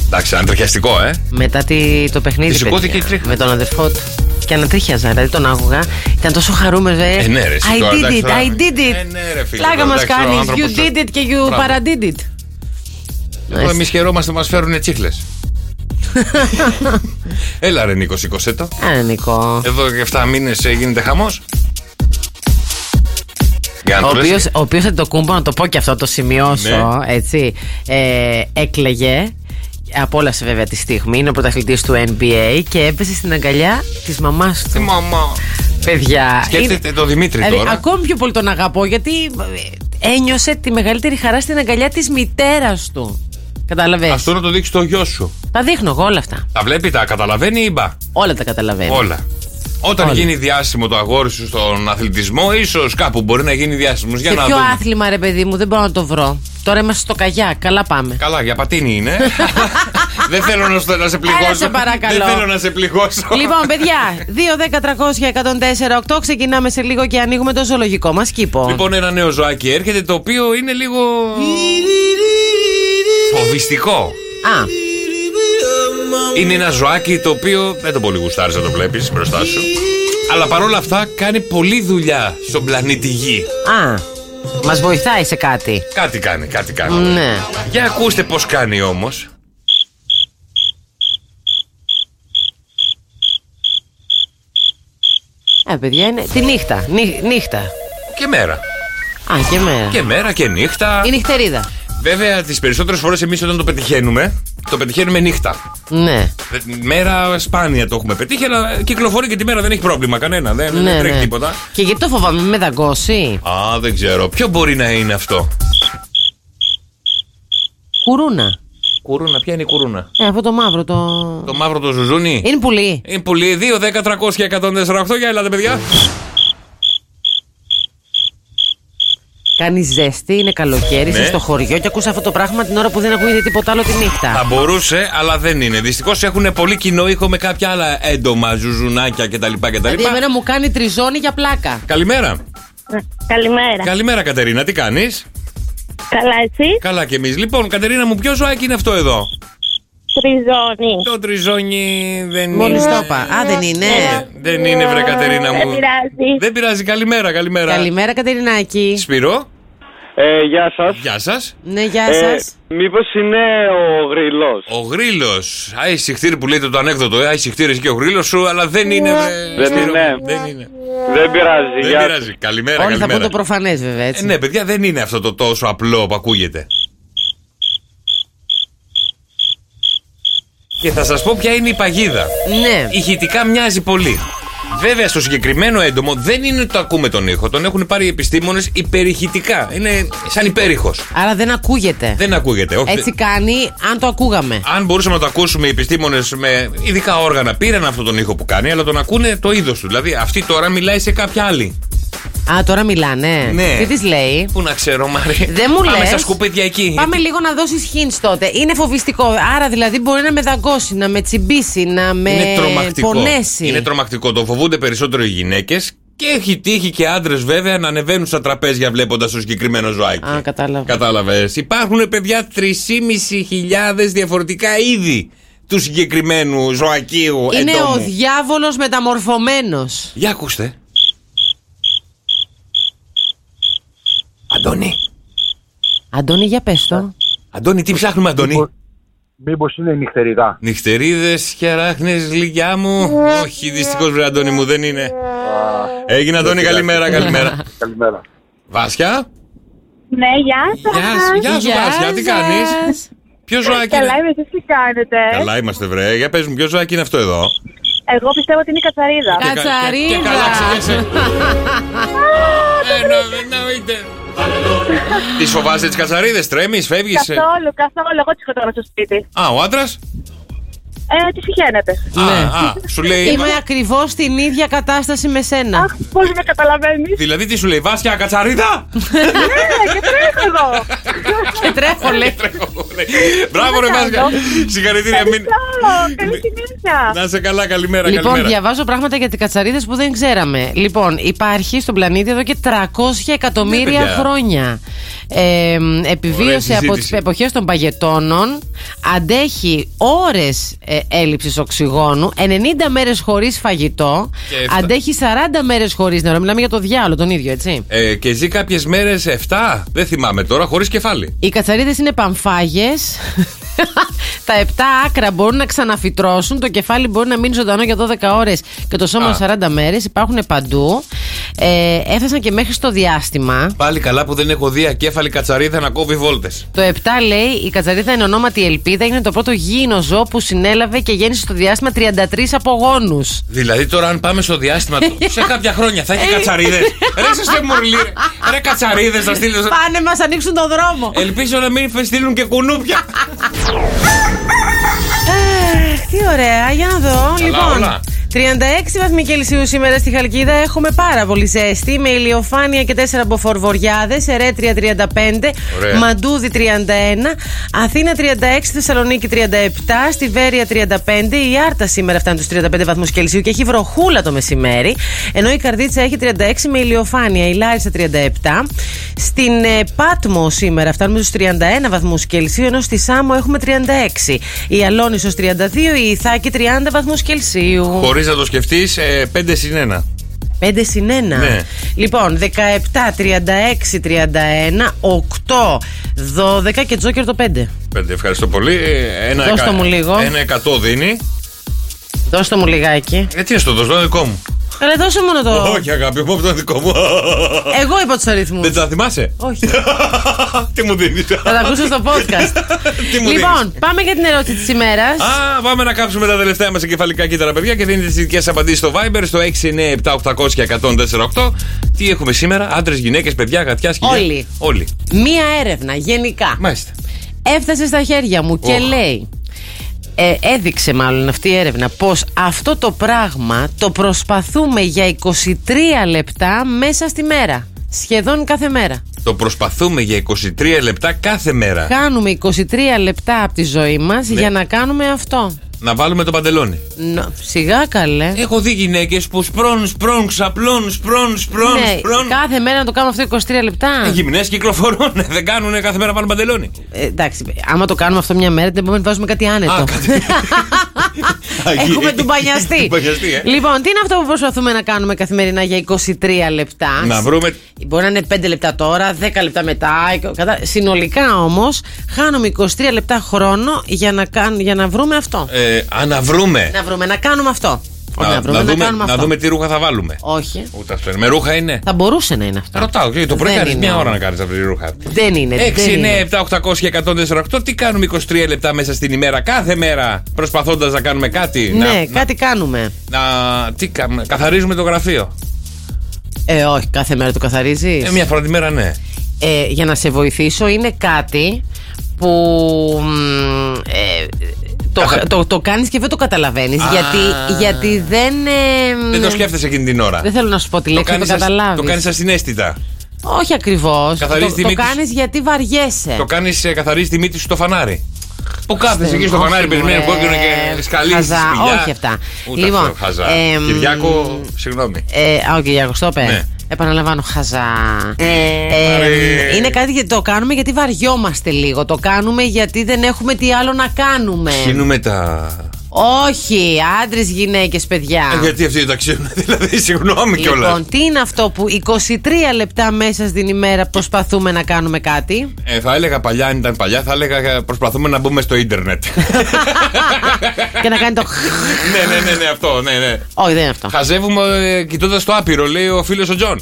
Εντάξει, αντριχιαστικό, ε.
μετά τη, το παιχνίδι.
Τη σηκώθηκε
παιδιά,
η τρίχα.
Με τον αδερφό του. Και ανατρίχιαζα, δηλαδή τον άκουγα. Ήταν τόσο χαρούμενο, ε.
Ε, ναι, ρε, εσύ
I
τώρα,
did
εντάξει,
it,
τώρα.
I did
Ε,
it.
ναι, ρε, φίλε,
Πλάκα
τώρα,
μας
εντάξει, τώρα, ο
κάνεις. You
άνθρωπος-
did it και you
Μπράβο.
paradid it.
Εδώ εμείς χαιρόμαστε, μας φέρουν τσίχλες. Έλα ρε Νίκος, σήκωσέ το.
Άρα, Νικό.
Εδώ και 7 μήνε γίνεται χαμός. Ε,
Ο οποίος, ο οποίος θα το κούμπο, να το πω και αυτό, το σημειώσω,
Ναι.
έτσι, ε, έκλεγε, απόλαυσε βέβαια τη στιγμή, είναι ο πρωταθλητής του NBA και έπεσε στην αγκαλιά της μαμάς του.
Μαμά.
Παιδιά,
Σκέφτεται
είναι-
το Δημήτρη
δηλαδή,
τώρα.
ακόμη πιο πολύ τον αγαπώ γιατί ε, ένιωσε τη μεγαλύτερη χαρά στην αγκαλιά της μητέρας του. Κατάλαβες.
Αυτό να το δείξει το γιο σου.
Τα δείχνω εγώ όλα αυτά.
Τα βλέπει, τα καταλαβαίνει ή μπα.
Όλα τα καταλαβαίνω.
Όλα. Όταν
Ε, Όλα.
γίνει διάσημο το αγόρι σου στον αθλητισμό, ίσως κάπου μπορεί να γίνει διάσημος. Για
Σε
να
ποιο
δούμε.
άθλημα ρε παιδί μου, δεν μπορώ να το βρω. Τώρα είμαστε στο καγιά, καλά πάμε.
Καλά, για πατίνι είναι. Δεν θέλω να, στο- να σε πληγώσω.
Έλα, σε παρακαλώ.
Δεν θέλω να σε πληγώσω.
Λοιπόν, παιδιά, 2-10-300-1048 ξεκινάμε σε λίγο και ανοίγουμε το ζωολογικό μας κήπο.
Λοιπόν, ένα νέο ζωάκι έρχεται το οποίο είναι λίγο. φοβιστικό.
Α,
Είναι ένα ζωάκι το οποίο δεν το πολύ γουστάρεις να το βλέπεις μπροστά σου. Αλλά παρόλα αυτά κάνει πολλή δουλειά στον πλανήτη Γη.
α, μας βοηθάει σε κάτι.
Κάτι κάνει, κάτι κάνει.
Ναι.
Για ακούστε πώς κάνει όμως.
Ε, παιδιά, είναι τη νύχτα. νύ- νύχτα.
Και μέρα.
Α, και μέρα.
Και μέρα και νύχτα.
Η νυχτερίδα.
Βέβαια, τις περισσότερες φορές εμείς όταν το πετυχαίνουμε, το πετυχαίνουμε νύχτα.
Ναι.
Δε- Μέρα σπάνια το έχουμε πετύχει, αλλά κυκλοφορεί και τη μέρα δεν έχει πρόβλημα κανένα. Δεν, δεν
ναι,
τρέχει
ναι.
τίποτα.
Και γιατί το φοβάμαι, με δαγκώσει.
Α, δεν ξέρω. Ποιο μπορεί να είναι αυτό.
Κουρούνα.
Κουρούνα, ποια είναι η κουρούνα.
Ε, αυτό το μαύρο το.
Το μαύρο το ζουζούνι.
Είναι πουλί.
Είναι πολύ. 2, 10, 300 και 148. Για ελάτε, παιδιά.
Κάνει ζέστη, είναι καλοκαίρι, είσαι
Ναι.
στο χωριό και ακούς αυτό το πράγμα την ώρα που δεν ακούγεται τίποτα άλλο τη
Θα
νύχτα.
μπορούσε, αλλά δεν είναι. Δυστυχώς έχουν πολύ κοινό ήχο με κάποια άλλα έντομα ζουζουνάκια κτλ. κτλ.
Δηλαδή, εμένα μου κάνει τριζόνι για πλάκα.
Καλημέρα.
Καλημέρα.
Καλημέρα, Κατερίνα. Τι κάνεις.
Καλά, εσύ.
Καλά κι εμείς. Λοιπόν, Κατερίνα μου, ποιο ζωάκι είναι αυτό εδώ.
Τριζώνη.
Το τριζόνι δεν
Μόλι
είναι.
το είπα. Α, δεν είναι.
Ε, Δεν είναι, βρε, Κατερίνα μου.
Δεν πειράζει.
Δεν πειράζει. Καλημέρα, καλημέρα.
Καλημέρα, Κατερινάκη.
Σπυρό,
Ε, γεια σας. Ε,
γεια σας.
Ναι,
Ε,
γεια σας.
μήπως είναι ο Γρυλός.
Ο Γρήλος. Αϊσυχτήρι που λέτε το ανέκδοτο. ε, Αϊσυχτήρι και ο Γρήλος σου, αλλά δεν είναι, βρε.
Δεν
Σπύρο.
είναι.
Δεν είναι.
Δεν πειράζει.
Δεν
γεια σας.
πειράζει. Καλημέρα,
Όλοι θα
καλημέρα.
πούν το προφανές, βέβαια.
Ε,
Έτσι.
ναι, παιδιά, δεν είναι αυτό το τόσο απλό που ακούγεται. Και θα σας πω ποια είναι η παγίδα.
Ναι.
Ηχητικά μοιάζει πολύ. Βέβαια, στο συγκεκριμένο έντομο δεν είναι ότι το ακούμε τον ήχο. Τον έχουν πάρει οι επιστήμονες υπερηχητικά. Είναι σαν υπέρηχος.
Άρα δεν ακούγεται.
Δεν ακούγεται. Όχι,
Έτσι κάνει αν το ακούγαμε.
αν μπορούσαμε να το ακούσουμε οι επιστήμονες με ειδικά όργανα, πήραν αυτόν τον ήχο που κάνει, αλλά τον ακούνε το είδος του. Δηλαδή, αυτή τώρα μιλάει σε κάποια άλλη.
Α, τώρα μιλάνε.
Ναι.
Τι τη λέει.
Πού να ξέρω, Μαρή.
Δεν μου
Πάμε
λες.
στα σκουπίδια εκεί.
Πάμε λίγο να δώσεις hints τότε. Είναι φοβιστικό. Άρα δηλαδή μπορεί να με δαγκώσει, να με τσιμπήσει, να με
είναι τρομακτικό.
πονέσει.
Είναι τρομακτικό. Το φοβούνται περισσότερο οι γυναίκες. Και έχει τύχει και άντρες βέβαια να ανεβαίνουν στα τραπέζια βλέποντας το συγκεκριμένο ζωάκι.
Α, κατάλαβα.
Κατάλαβες. Υπάρχουν παιδιά 3.500 διαφορετικά είδη του συγκεκριμένου ζωακίου
Είναι
εντόμου.
ο διάβολος μεταμορφωμένος.
Για ακούστε. Αντώνη.
Αντώνη, για πες το.
Αντώνη, τι ψάχνουμε, Αντώνη.
Μήπως είναι η νυχτεριδά.
Νυχτερίδες, χεράχνε, λιγιά μου. Όχι, δυστυχώς, βρε Αντώνη μου, δεν είναι. Έγινε, Αντώνη, καλημέρα, καλημέρα.
Καλημέρα.
Βάσια.
Ναι, γεια σας.
Γεια σου, γεια σου, Βάσια, τι κάνεις? Ποιο ζωάκι
Ε, Καλά
είναι.
είμαι, εσείς τι κάνετε.
ναι. Καλά είμαστε, βρε. Για πες μου, ποιο ζωάκι είναι αυτό εδώ.
Εγώ πιστεύω ότι είναι η Κατσαρίδα.
Και κα- Κατσαρίδα. και- και καλά Ε, ξεγέσαι. Τι φοβάσαι τι κατσαρίδε, τρέμεις, φεύγεις.
Καθόλου, καθόλου. Εγώ τη σκοτώνω στο σπίτι.
ε. Α, ο άντρας.
Ε, τη συχαίνεται.
Ναι. Σου λέει.
Ναι. Είμαι ακριβώς στην ίδια κατάσταση με σένα. Αχ,
πώς με καταλαβαίνεις.
Δηλαδή τι σου λέει, Βάσια, κατσαρίδα!
Ναι, και τρέχω εδώ.
Και τρέχω, λέει.
Μπράβο, ρε Βάσια. Συγχαρητήρια, μην.
Καλή συνέχεια.
Να σε καλά, καλημέρα,
Λοιπόν,
καλημέρα.
διαβάζω πράγματα για τις κατσαρίδες που δεν ξέραμε. Λοιπόν, υπάρχει στον πλανήτη εδώ και 300 εκατομμύρια
Ναι, παιδιά.
χρόνια. Ε, μ, επιβίωσε
Ωραία
από
συζήτηση.
τις εποχές των παγετώνων Αντέχει ώρες ε, έλλειψης οξυγόνου 90 μέρες χωρίς φαγητό
Και εφτά.
Αντέχει 40 μέρες χωρίς νερό Μιλάμε για το διάλογο τον ίδιο έτσι
Ε, και ζει κάποιες μέρες 7, δεν θυμάμαι τώρα, χωρίς κεφάλι.
Οι κατσαρίδες είναι παμφάγες Τα 7 άκρα μπορούν να ξαναφυτρώσουν. Το κεφάλι μπορεί να μείνει ζωντανό για 12 ώρες και το σώμα
Α.
40 μέρες. Υπάρχουν παντού. Ε, έφτασαν και μέχρι στο διάστημα.
Πάλι καλά που δεν έχω δει ακέφαλη κατσαρίδα να κόβει βόλτες.
Το 7 λέει η κατσαρίδα είναι ονόματι Ελπίδα. Είναι το πρώτο γήινο ζώο που συνέλαβε και γέννησε στο διάστημα 33 απογόνου.
Δηλαδή τώρα αν πάμε στο διάστημα του, σε κάποια χρόνια θα έχει κατσαρίδες. ρε σε μορλί, ρε, ρε κατσαρίδες να στείλει.
Πάνε μας ανοίξουν τον δρόμο.
Ελπίζω να μην στείλουν και κουνούπια.
Αχ, τι ωραία, για να δω. λοιπόν,
όλα.
36 βαθμοί Κελσίου σήμερα στη Χαλκίδα. Έχουμε πάρα πολύ ζέστη. Με ηλιοφάνεια και 4 μποφορβοριάδες. Ερέτρια 35.
Ωραία.
Μαντούδι 31. Αθήνα 36. Θεσσαλονίκη 37. Στη Βέρεια 35. Η Άρτα σήμερα φτάνει του 35 βαθμούς Κελσίου και έχει βροχούλα το μεσημέρι. Ενώ η Καρδίτσα έχει 36 με ηλιοφάνεια. Η Λάρισα 37. Στην ε, Πάτμο σήμερα φτάνουμε στους 31 βαθμούς Κελσίου. Ενώ στη Σάμο έχουμε 36. Η Αλόνισος 32. Η Ιθάκη 30 βαθμούς Κελσίου.
Χωρίς να το σκεφτείς, 5 συν 1.
5 συν 1.
Ναι.
Λοιπόν, 17, 36, 31, 8, 12 και τζόκερ το 5.
5, ευχαριστώ πολύ. Ε, Ένα,
Δώσ' το μου λίγο.
Ένα εκατό δίνει.
Δώστε μου λιγάκι.
Ε, τι να στο δώσω, το δικό μου.
Καλά, δώσε μόνο το.
Όχι, αγάπη μου, το δικό μου.
Εγώ είπα τους αριθμούς.
Δεν τα θυμάσαι.
Όχι.
Τι μου δίνεις.
Θα τα ακούσω στο podcast.
Τι μου
λοιπόν, πάμε για την ερώτηση της ημέρας.
Α, πάμε να κάψουμε τα τελευταία μας εγκεφαλικά κύτταρα, παιδιά, και δίνετε τις δικές απαντήσεις στο Viber στο 697-800-1048. Τι έχουμε σήμερα, άντρες, γυναίκες, παιδιά, γατιά, σκυλιά.
Όλοι.
Όλοι.
Μία έρευνα γενικά.
Μάλιστα.
Έφτασε στα χέρια μου και
Οχ.
λέει. Ε, έδειξε μάλλον αυτή η έρευνα πως αυτό το πράγμα το προσπαθούμε για 23 λεπτά μέσα στη μέρα. Σχεδόν κάθε μέρα.
Το προσπαθούμε για 23 λεπτά κάθε μέρα.
Κάνουμε 23 λεπτά από τη ζωή μας
Ναι.
για να κάνουμε αυτό.
Να βάλουμε το παντελόνι.
Νο- σιγά καλέ.
Έχω δει γυναίκες που σπρώνουν, σπρώνουν, ξαπλώνουν, σπρώνουν, σπρώνουν,
Ναι,
σπρώνουν.
κάθε μέρα να το κάνουμε αυτό 23 λεπτά.
Γυμνές κυκλοφορούν, δεν κάνουν κάθε μέρα βάλουν παντελόνι.
Ε, εντάξει, άμα το κάνουμε αυτό μια μέρα, την επόμενη βάζουμε κάτι άνετο. Έχουμε του μπανιαστεί.
Μπανιαστεί, ε.
Λοιπόν, τι είναι αυτό που προσπαθούμε να κάνουμε καθημερινά για 23 λεπτά.
Να βρούμε.
Μπορεί να είναι 5 λεπτά τώρα, 10 λεπτά μετά. κατά- Συνολικά όμως, χάνουμε 23 λεπτά χρόνο για να, κάν- για να βρούμε αυτό.
Ε, α, να βρούμε.
Να βρούμε, να κάνουμε αυτό. Να, βρούμε, να
δούμε,
κάνουμε
να
αυτό.
δούμε τι ρούχα θα βάλουμε.
Όχι.
Ούτε αυτό είναι. Με ρούχα είναι.
Θα μπορούσε να είναι αυτό.
Ρωτάω, γιατί το πρωί
Δεν
κάνεις
είναι
μια ώρα
όμως.
να κάνεις αυτή τη ρούχα.
Δεν είναι.
6,
δεν είναι.
9, 7, 800 και 148. Τι κάνουμε 23 λεπτά μέσα στην ημέρα, κάθε μέρα, προσπαθώντας να κάνουμε κάτι.
Ναι,
να,
κάτι κάνουμε.
να, τι κάνουμε, καθαρίζουμε το γραφείο.
Ε, όχι, κάθε μέρα το καθαρίζεις.
Ε, μια φορά τη μέρα, ναι.
ε, για να σε βοηθήσω είναι κάτι που μ, ε, το,
Καθα-
το, το κάνεις και δεν το καταλαβαίνεις
Α.
γιατί, γιατί δεν... ε,
Δεν το σκέφτεσαι εκείνη την ώρα.
Δεν θέλω να σου πω τη λέξη, θα το
κάνεις ασ-
καταλάβεις.
Το κάνει ασυνέστητα.
Όχι ακριβώς.
Καθαρίζεις τη
το, το
μύτη σου.
κάνεις γιατί βαριέσαι.
Το κάνεις καθαρίζεις τη μύτη σου το φανάρι. Που κάθεσαι
Στε,
εκεί στο
όχι,
φανάρι, περιμένεις
μωρέ.
κόκκινο και σκαλίζεις τη
Χαζά,
σπηλιά.
όχι αυτά.
Ούτε
Λοιπόν,
αυτό, χαζά.
εμ,
Κυριάκο, συγγνώμη.
Ε, α, ο Κυριάκος το είπε.
Ναι.
Επαναλαμβάνω, χαζά.
Μαρή.
ε, είναι κάτι γιατί το κάνουμε γιατί βαριόμαστε λίγο. Το κάνουμε γιατί δεν έχουμε τι άλλο να κάνουμε.
Ξύνουμε τα.
Όχι, άντρες, γυναίκες, παιδιά.
Ε, Γιατί αυτοί τα ξέρουν, δηλαδή, συγγνώμη κιόλα.
Λοιπόν, τι είναι αυτό που 23 λεπτά μέσα στην ημέρα προσπαθούμε να κάνουμε κάτι.
Ε, θα έλεγα παλιά, αν ήταν παλιά, θα έλεγα ε, προσπαθούμε να μπούμε στο ίντερνετ.
και να κάνει το.
ναι, ναι, ναι, ναι, αυτό, ναι, ναι.
Όχι, δεν είναι αυτό.
Χαζεύουμε ε, κοιτώντας το άπειρο, λέει ο φίλος ο Τζον.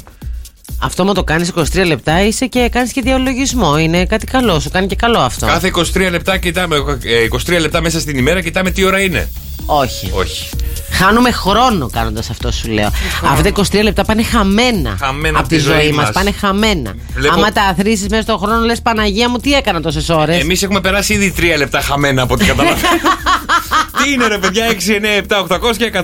Αυτό μου το κάνεις 23 λεπτά, είσαι και κάνεις και διαλογισμό. Είναι κάτι καλό, σου κάνει και καλό αυτό.
Κάθε 23 λεπτά κοιτάμε. ε, 23 λεπτά μέσα στην ημέρα κοιτάμε τι ώρα είναι. Ε,
Όχι.
Όχι.
Χάνουμε χρόνο κάνοντας αυτό, σου λέω. Αυτά τα 23 λεπτά πάνε χαμένα.
Χαμένα
από τη ζωή μα. Πάνε χαμένα.
Βλέπω-
Άμα τα αθροίσεις μέσα στον χρόνο, λες Παναγία μου, τι έκανα τόσες ώρες.
Εμείς έχουμε περάσει ήδη 3 λεπτά χαμένα από ό,τι καταλαβαίνω. Τι είναι ρε παιδιά, 6, 9, 7, 800 και 104, 8.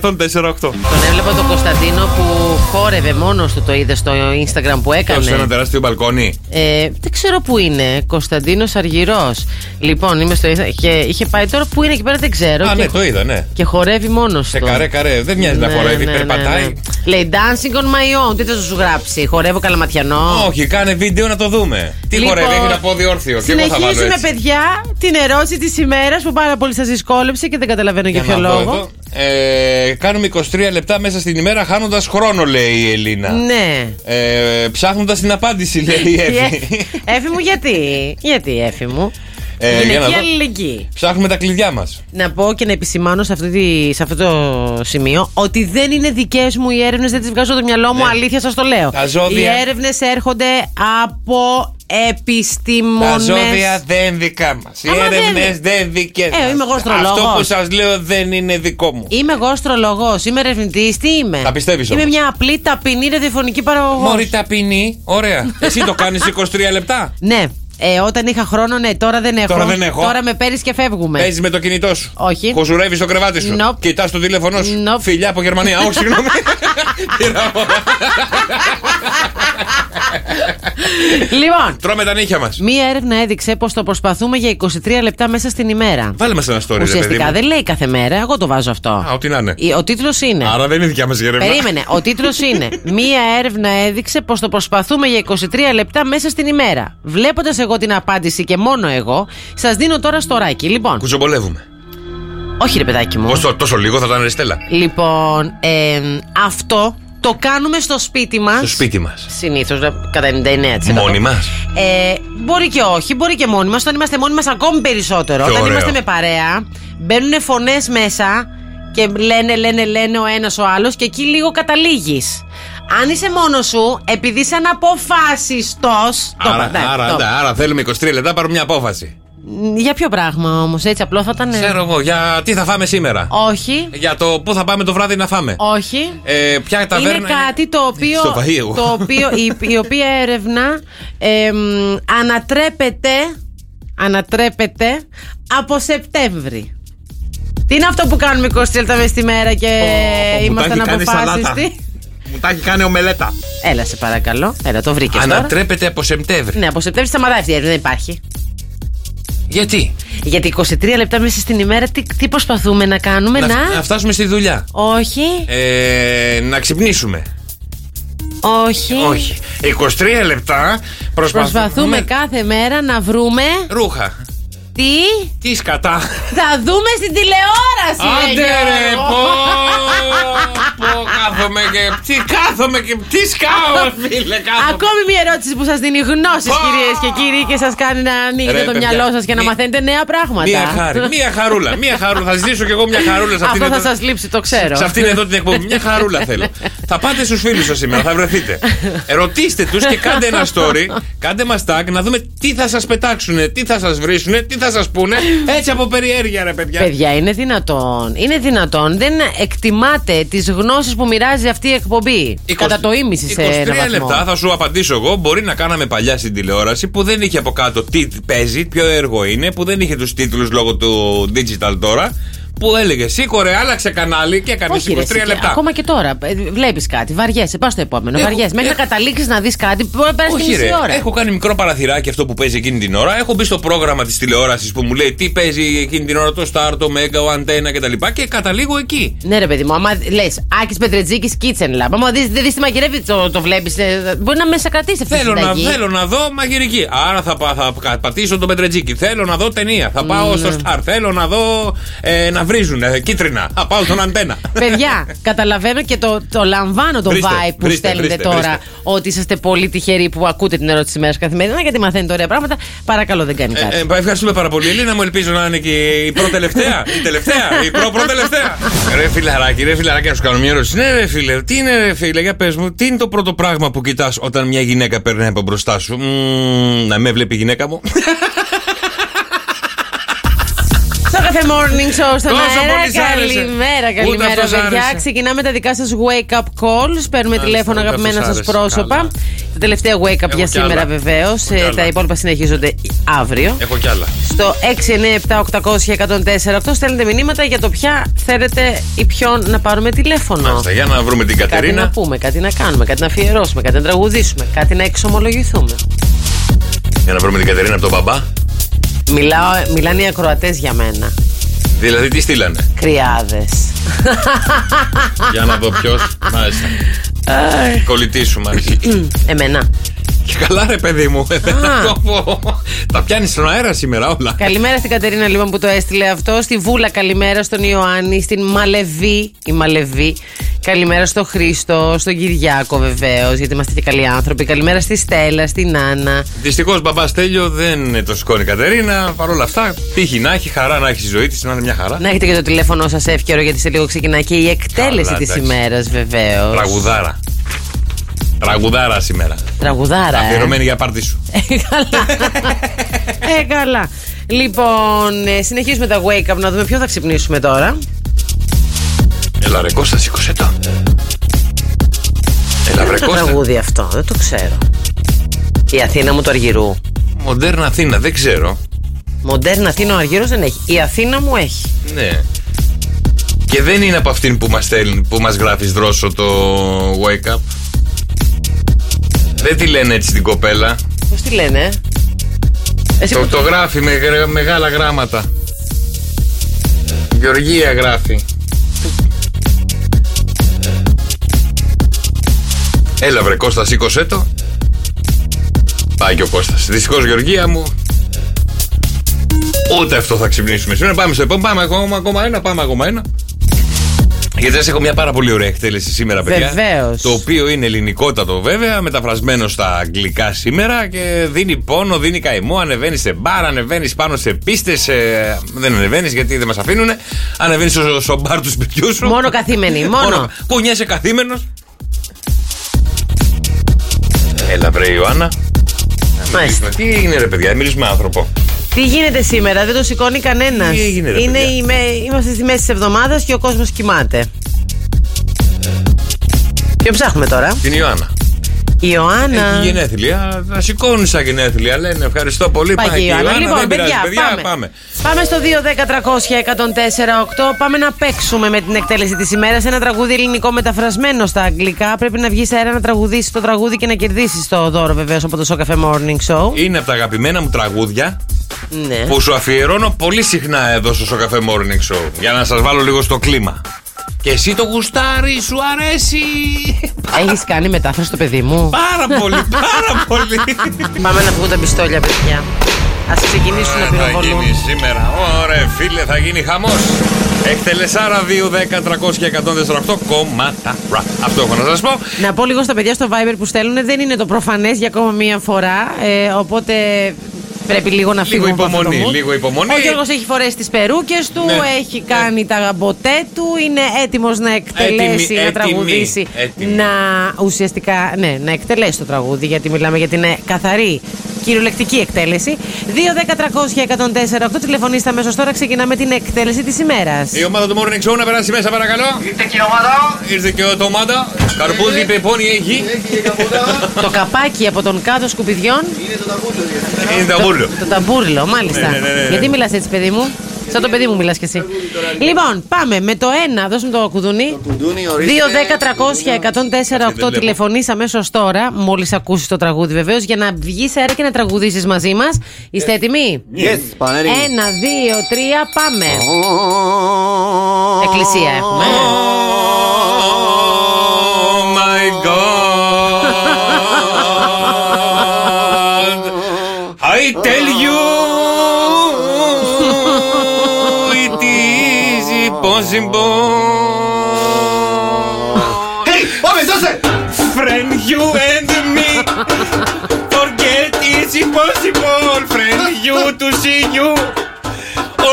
Τον έβλεπα τον Κωνσταντίνο που χόρευε μόνος του, το είδες στο Instagram που έκανε.
Σε ένα τεράστιο μπαλκόνι.
Ε, δεν ξέρω πού είναι. Κωνσταντίνος Αργυρός. Λοιπόν, είμαι στο Instagram και είχε πάει τώρα που είναι εκεί πέρα, δεν ξέρω.
Α,
και,
ναι, το είδα, ναι.
και χορεύει μόνος του.
Σε καρέ, καρέ. Δεν μοιάζει να
Ναι,
χορεύει,
ναι, ναι,
περπατάει.
ναι. Λέει dancing on my own. Τι θα σου γράψει, χορεύω καλαματιανό.
Όχι, κάνε βίντεο να το δούμε. Τι
Λοιπόν,
χορεύει, έχει να πω διόρθιο. Και εγώ θα βάλω
Συνεχίζουμε,
έτσι.
παιδιά, την ερώτηση της ημέρας που πάρα πολύ σας δυσκόλεψε και δεν καταλαβαίνω για,
Για
ποιο
να δω
λόγο.
εδώ. Ε, κάνουμε 23 λεπτά μέσα στην ημέρα χάνοντας χρόνο, λέει η Ελίνα.
Ναι.
Ε, Ψάχνοντας την απάντηση, λέει η
Η
Εύη.
Έφη- Έφη μου, γιατί. Γιατί, Έφη μου.
Ε, για να
Γυναική
δω.
αλληλεγγύη.
Ψάχνουμε τα κλειδιά μας.
Να πω και να επισημάνω σε, αυτή τη, σε αυτό το σημείο ότι δεν είναι δικές μου οι έρευνες, δεν τις βγάζω από το μυαλό μου. Αλήθεια, σας το λέω.
Ναι. Τα ζώδια.
Οι έρευνες έρχονται από επιστήμονες.
Τα ζώδια δεν είναι δικά μας. Οι
Άμα δεν
έρευνες
είναι.
δεν είναι δικές
Ε, είμαι εγώ αστρολόγος.
Αυτό που σας λέω δεν είναι δικό μου.
Είμαι εγώ αστρολογό, είμαι ερευνητής, τι είμαι.
Τα πιστεύεις
Είμαι
όμως.
μια απλή ταπεινή ραδιοφωνική παραγωγός.
Μωρή ταπεινή, ωραία. Εσύ το κάνεις 23 λεπτά.
Ναι. Ε, όταν είχα χρόνο, ναι, τώρα δεν έχω.
Τώρα δεν έχω.
Τώρα με παίρνεις και φεύγουμε.
Παίζεις με το κινητό σου.
Όχι.
Χουζουρεύει το κρεβάτι σου.
Nope.
Κοιτάς το τηλέφωνό σου.
Nope.
Φιλιά από Γερμανία. Α, Όχι, συγγνώμη. Πήρα-
λοιπόν,
Τρώμε τα νύχια μας.
μία έρευνα έδειξε πως το προσπαθούμε για 23 λεπτά μέσα στην ημέρα.
Βάλε μας ένα story, ρε παιδί
Ουσιαστικά
μου.
δεν λέει κάθε μέρα, εγώ το βάζω αυτό.
Α, ό,τι να είναι.
Ε, Ο τίτλος είναι.
Άρα δεν είναι δικιά μας γερμανία.
Περίμενε. Ο τίτλος είναι Μία έρευνα έδειξε πως το προσπαθούμε για 23 λεπτά μέσα στην ημέρα. Βλέποντας εγώ την απάντηση και μόνο εγώ, σας δίνω τώρα στοράκι. Λοιπόν,
Κουτσομπολεύουμε.
όχι ρε παιδάκι μου.
Πόσο, τόσο λίγο θα ήταν Ρεστέλα.
Λοιπόν, εμ, αυτό το κάνουμε στο σπίτι μας.
Στο σπίτι μας.
Συνήθως, κατά 99%.
Μόνοι μας.
Ε, μπορεί και όχι, μπορεί και μόνοι μας. Όταν είμαστε μόνοι μας, ακόμη περισσότερο.
Πιο
Όταν
ωραίο.
είμαστε με παρέα, μπαίνουν φωνές μέσα και λένε, λένε, λένε ο ένας ο άλλος και εκεί λίγο καταλήγεις. Αν είσαι μόνος σου, επειδή είσαι αναποφάσιστο.
Άρα,
ναι,
άρα, άρα, άρα θέλουμε 23 λεπτά, πάρουμε μια απόφαση.
Για ποιο πράγμα όμως, έτσι απλό θα ήταν. ε?
Ξέρω εγώ, για τι θα φάμε σήμερα.
Όχι,
Για το πού θα πάμε το βράδυ να φάμε.
όχι.
Ε, ποια ταβέρνα.
Είναι κάτι το οποίο,
Στο φαΐ εγώ.
το οποίο η, η οποία έρευνα εμ, ανατρέπεται, ανατρέπεται από Σεπτέμβρη. Τι είναι αυτό που κάνουμε 20 λεπτά μέσα στη μέρα και
Ω, μου τα έχει
είμαστε
κάνει
αναποφάσιστοι.
σαλάτα. Μου τα έχει κάνει ομελέτα.
Έλα σε παρακαλώ. Έλα, το βρήκες.
Ανατρέπεται από Σεπτέμβρη.
Ναι, από Σεπτέμβρη σταματάει αυτή η έρευνα, δεν υπάρχει.
Γιατί?
Γιατί 23 λεπτά μέσα στην ημέρα τι, τι προσπαθούμε να κάνουμε, να.
Να, να φτάσουμε στη δουλειά.
Όχι,
Ε, να ξυπνήσουμε.
όχι.
Ε, Όχι. 23 λεπτά προσπαθούμε.
Προσπαθούμε κάθε μέρα να βρούμε
Ρούχα.
τι
Τι σκατά.
Θα δούμε στην τηλεόραση,
Άντε ρε, πω,
Γιώργο.
πω, κάθομαι και, τι κάθομαι και, τι σκάω φίλε, κάθομαι.
Ακόμη μια ερώτηση που σας δίνει γνώση,
Πω.
κυρίες και κύριοι, και σας κάνει να ανοίγετε
Ρε,
το
παιδιά,
μυαλό σας και να
μη-
μαθαίνετε νέα πράγματα.
Μία χάρη, μία χαρούλα, μία χαρούλα. Θα ζητήσω κι εγώ μια χαρούλα σε αυτήν
Αυτό θα
εδώ.
σας λείψει, το ξέρω.
Σε αυτήν εδώ την εκπομπή. Μια χαρούλα θέλω. θα πάτε στους φίλους σας σήμερα, θα βρεθείτε. Ρωτήστε τους και κάντε ένα story. Κάντε μας tag να δούμε τι θα σας πετάξουν, τι θα σας βρίσουν, τι θα σας πούνε. Έτσι από περιέργεια, ρε παιδιά.
Παιδιά, είναι δυνατόν. Είναι δυνατόν. Δεν εκτιμάτε τις γνώσεις που μοιράζει αυτή η εκπομπή.
20
Κατά το ίμιση σε ένα
23
βαθμό.
λεπτά θα σου απαντήσω εγώ. Μπορεί να κάναμε παλιά στην τηλεόραση που δεν είχε από κάτω τι παίζει, ποιο έργο είναι, που δεν είχε τους τίτλους λόγω του digital τώρα. Που έλεγε σήκωρε, άλλαξε κανάλι και έκανε 23
Όχι, ρε, εσύ,
λεπτά.
Ακόμα και τώρα. Βλέπεις κάτι, βαριέσαι. Πας στο επόμενο.
Έχω-
Βαριέσαι. Μέχρι να
έχω-
καταλήξεις να δεις κάτι, μπορεί να πέρασε τη
Όχι,
μισή
ρε.
ώρα.
Έχω κάνει μικρό παραθυράκι αυτό που παίζει εκείνη την ώρα. Έχω μπει στο πρόγραμμα της τηλεόρασης που μου λέει τι παίζει εκείνη την ώρα το Star, το Mega, ο Antenna κτλ. Και καταλήγω εκεί.
Ναι, ρε παιδί μου, άμα λες Άκης Πετρετζίκης Kitchen Lab. Άμα δεις- δεν δει τι μαγειρεύει, το, το βλέπεις. Μπορεί να με σακρατήσει αυτή η
Θέλω να,
συνταγή.
θέλω να δω μαγειρική. Άρα
Ναι.
θα, πα- θα κα- πατήσω τον Πετρετζίκη. Θέλω να δω ταινία. Θα πάω στο Star. Θέλω να δω ε, να να βρίζουν ε, κίτρινα. Α, πάω στον αντένα.
Παιδιά, καταλαβαίνω και το, το λαμβάνω τον
Βρίστε,
vibe που
βρίστε,
στέλνετε
βρίστε,
τώρα.
βρίστε.
Ότι είσαστε πολύ τυχεροί που ακούτε την ερώτηση της μέρα καθημερινά γιατί μαθαίνετε ωραία πράγματα. Παρακαλώ, δεν κάνει κάτι.
Ε, ε, ευχαριστούμε πάρα πολύ, Ελίνα. Μου ελπίζω να είναι και η προτελευταία. η τελευταία, η προ-προτελευταία. ρε φιλαράκι, ρε φιλαράκι, να σου κάνω μια ερώτηση. Ναι, ρε φίλε, τι είναι, ρε φίλε, για πες μου, τι είναι το πρώτο πράγμα που κοιτάς όταν μια γυναίκα περνάει από μπροστά σου. Μμμ, να με βλέπει η γυναίκα μου.
Στο κάθε morning show στον
Τόσο πολύ σ'
αέρα.
άρεσε.
Καλημέρα,
Ούτε
καλημέρα,
αυτός σ'
παιδιά.
άρεσε.
Ξεκινάμε τα δικά σας wake up calls. Παίρνουμε
Μάλιστα,
τηλέφωνο
ούτε αυτό σ'
αγαπημένα σα
άρεσε.
πρόσωπα.
Καλά.
Τα τελευταία wake up
Έχω
για
κι
σήμερα
άλλα.
βεβαίως.
Έχω κι
Τα
άλλα.
υπόλοιπα συνεχίζονται αύριο.
Έχω κι άλλα.
Στο 697-800-1048 στέλνετε μηνύματα για το ποια θέλετε ή ποιον να πάρουμε τηλέφωνο.
Μάλιστα, για να βρούμε την
Κάτι να
Κατερίνα.
πούμε, κάτι να κάνουμε, κάτι να αφιερώσουμε, κάτι να τραγουδήσουμε, κάτι να εξομολογηθούμε.
Για να βρούμε την Κατερίνα από τον μπαμπά.
Μιλάω, μιλάνε οι ακροατές για μένα.
Δηλαδή, τι στείλανε.
Κρυάδες.
για να δω ποιος. Μάλιστα. Κολλητή σου, μάλιστα.
Εμένα.
Και καλά, ρε παιδί μου. εμένα, πω, πω. Τα πιάνεις στον αέρα σήμερα όλα.
Καλημέρα στην Κατερίνα λοιπόν που το έστειλε αυτό. Στη Βούλα καλημέρα στον Ιωάννη, στην Μαλεβή. Η Μαλεβή. Καλημέρα στο Χρήστο, στον Κυριάκο βεβαίως, γιατί είμαστε και καλοί άνθρωποι. Καλημέρα στη Στέλλα, στην Άννα.
Δυστυχώς μπαμπά Τέλειο δεν το σηκώνει η Κατερίνα. Παρ' όλα αυτά, τύχη να έχει, χαρά να έχει στη ζωή της, να είναι μια χαρά.
Να έχετε και το τηλέφωνό σας εύκαιρο, γιατί σε λίγο ξεκινάει και η εκτέλεση
Καλά,
της
εντάξει.
ημέρας βεβαίως.
Τραγουδάρα. Τραγουδάρα σήμερα.
Τραγουδάρα. ε.
Αφιερωμένη για πάρτι σου.
Ε, καλά. ε, καλά. Λοιπόν, ε, συνεχίζουμε τα wake up να δούμε ποιο θα ξυπνήσουμε τώρα.
Έλα ρε Κώστα, σήκωσε το. Έλα βρε
Δεν είναι το
Κώστα.
τραγούδι αυτό, δεν το ξέρω. Η Αθήνα μου του Αργυρού.
Μοντέρνα Αθήνα, δεν ξέρω.
Μοντέρνα Αθήνα ο Αργυρός δεν έχει. Η Αθήνα μου έχει.
Ναι. Και δεν είναι από αυτήν που μας στέλνει, που μας γράφεις δρόσο το wake up. Δεν τη λένε έτσι την κοπέλα.
Πώς τη λένε, ε? Εσύ
Το,
που-
το γράφει με γρα- μεγάλα γράμματα. Γεωργία γράφει. Έλα βρε Κώστας, σήκωσέ το. Πάει και ο Κώστας. Δυστυχώς Γεωργία μου. Ούτε αυτό θα ξυπνήσουμε σήμερα. Πάμε στο επόμενο. Πάμε ακόμα, ακόμα ένα, πάμε ακόμα ένα. Γιατί σας έχω μια πάρα πολύ ωραία εκτέλεση σήμερα, παιδιά.
Βεβαίως.
Το οποίο είναι ελληνικότατο βέβαια, μεταφρασμένο στα αγγλικά σήμερα και δίνει πόνο, δίνει καημό. Ανεβαίνεις σε μπαρ, ανεβαίνεις πάνω σε πίστες. Δεν ανεβαίνεις γιατί δεν μας αφήνουν. Ανεβαίνεις στο, στο μπαρ του σπιτιού σου.
Μόνο καθήμενη, μόνο.
Κουνιέσαι καθήμενος. Έλα, βρε Ιωάννα. Να
Μάλιστα.
μιλήσουμε. Τι έγινε, ρε παιδιά, μιλήσουμε με άνθρωπο.
Τι γίνεται σήμερα, δεν το σηκώνει κανένας.
Τι έγινε, ρε
Είναι
παιδιά.
η με- Είμαστε στη μέση της εβδομάδας και ο κόσμος κοιμάται. Ποιο ψάχνουμε τώρα,
Την Ιωάννα.
Η
Έχει
Ιωάννα.
γενέθλια. Θα σηκώνουν σαν γενέθλια. Λένε ευχαριστώ πολύ.
Πάει και η Ιωάννα. Λοιπόν,
δεν πειράζει,
παιδιά, πάμε. Πάμε στο 2-10-300-1048. Πάμε να παίξουμε με την εκτέλεση της ημέρας. Ένα τραγούδι ελληνικό μεταφρασμένο στα αγγλικά. Πρέπει να βγει αέρα να τραγουδήσει το τραγούδι και να κερδίσεις το δώρο βεβαίως από το Σοκαφέ Morning Show.
Είναι από τα αγαπημένα μου τραγούδια.
Ναι.
που σου αφιερώνω πολύ συχνά εδώ στο Σοκαφέ Morning Show για να σας βάλω λίγο στο κλίμα. Και εσύ το γουστάρι, σου αρέσει.
Έχεις κάνει μετάφραση στο παιδί μου.
Πάρα πολύ, πάρα πολύ.
Πάμε να βγουν τα πιστόλια, παιδιά. Ας ξεκινήσουν να
θα
πυροβολούν.
γίνει σήμερα. Ωραία, φίλε, θα γίνει χαμός. Εκτελεσάρα 2, 10, 300 και 148 κόμματα. Ρα. Αυτό έχω να σας πω.
Να πω λίγο στα παιδιά στο Viber που στέλνουν, δεν είναι το προφανές για ακόμα μία φορά. Ε, οπότε πρέπει λίγο να φύγουμε. από αυτό το
υπομονή,
mood.
λίγο υπομονή.
Ο Γιώργος έχει φορέσει τις περούκες του,
Ναι.
έχει κάνει τα μποτέ του, είναι έτοιμος να εκτελέσει,
Έτοιμη,
να
έτοιμη,
τραγουδήσει.
έτοιμη.
Να ουσιαστικά, ναι, να εκτελέσει το τραγούδι, γιατί μιλάμε για την ε, καθαρή κυριολεκτική εκτέλεση. 2-10-300-1048, τηλεφωνήστε αμέσως τώρα, ξεκινάμε την εκτέλεση της ημέρας.
Η ομάδα του Morning Show να περάσει μέσα, παρακαλώ. Ήρθε και η ομάδα. Ήρθε και η ομάδα.
Ε.
Καρπούζι, πεπόνι έχει.
το καπάκι από τον κάτω σκουπιδιών,
Είναι τα μπούλιο.
το ταμπούρλο, μάλιστα.
Ναι, ναι, ναι, ναι, ναι.
Γιατί μιλάς έτσι, παιδί μου. Σαν το παιδί μου μιλάς κι εσύ. Λοιπόν, πάμε με το ένα, δώσουμε το κουδουνί.
Κουντούνι, ορίστε.
2-10-300-1048
βλέπω.
τηλεφωνείς αμέσως τώρα, μόλις ακούσεις το τραγούδι βεβαίως, για να βγεις σε αέρα και να τραγουδήσεις μαζί μας. Είστε έτοιμοι?
Yes, πανέρι.
Ε.
Ένα, δύο, τρία, πάμε. Εκκλησία έχουμε.
Oh my God. I tell you it is
impossible.
Hey, πάμε, δώσε!
Friend, you and me. Forget it's impossible, friend. You to see you.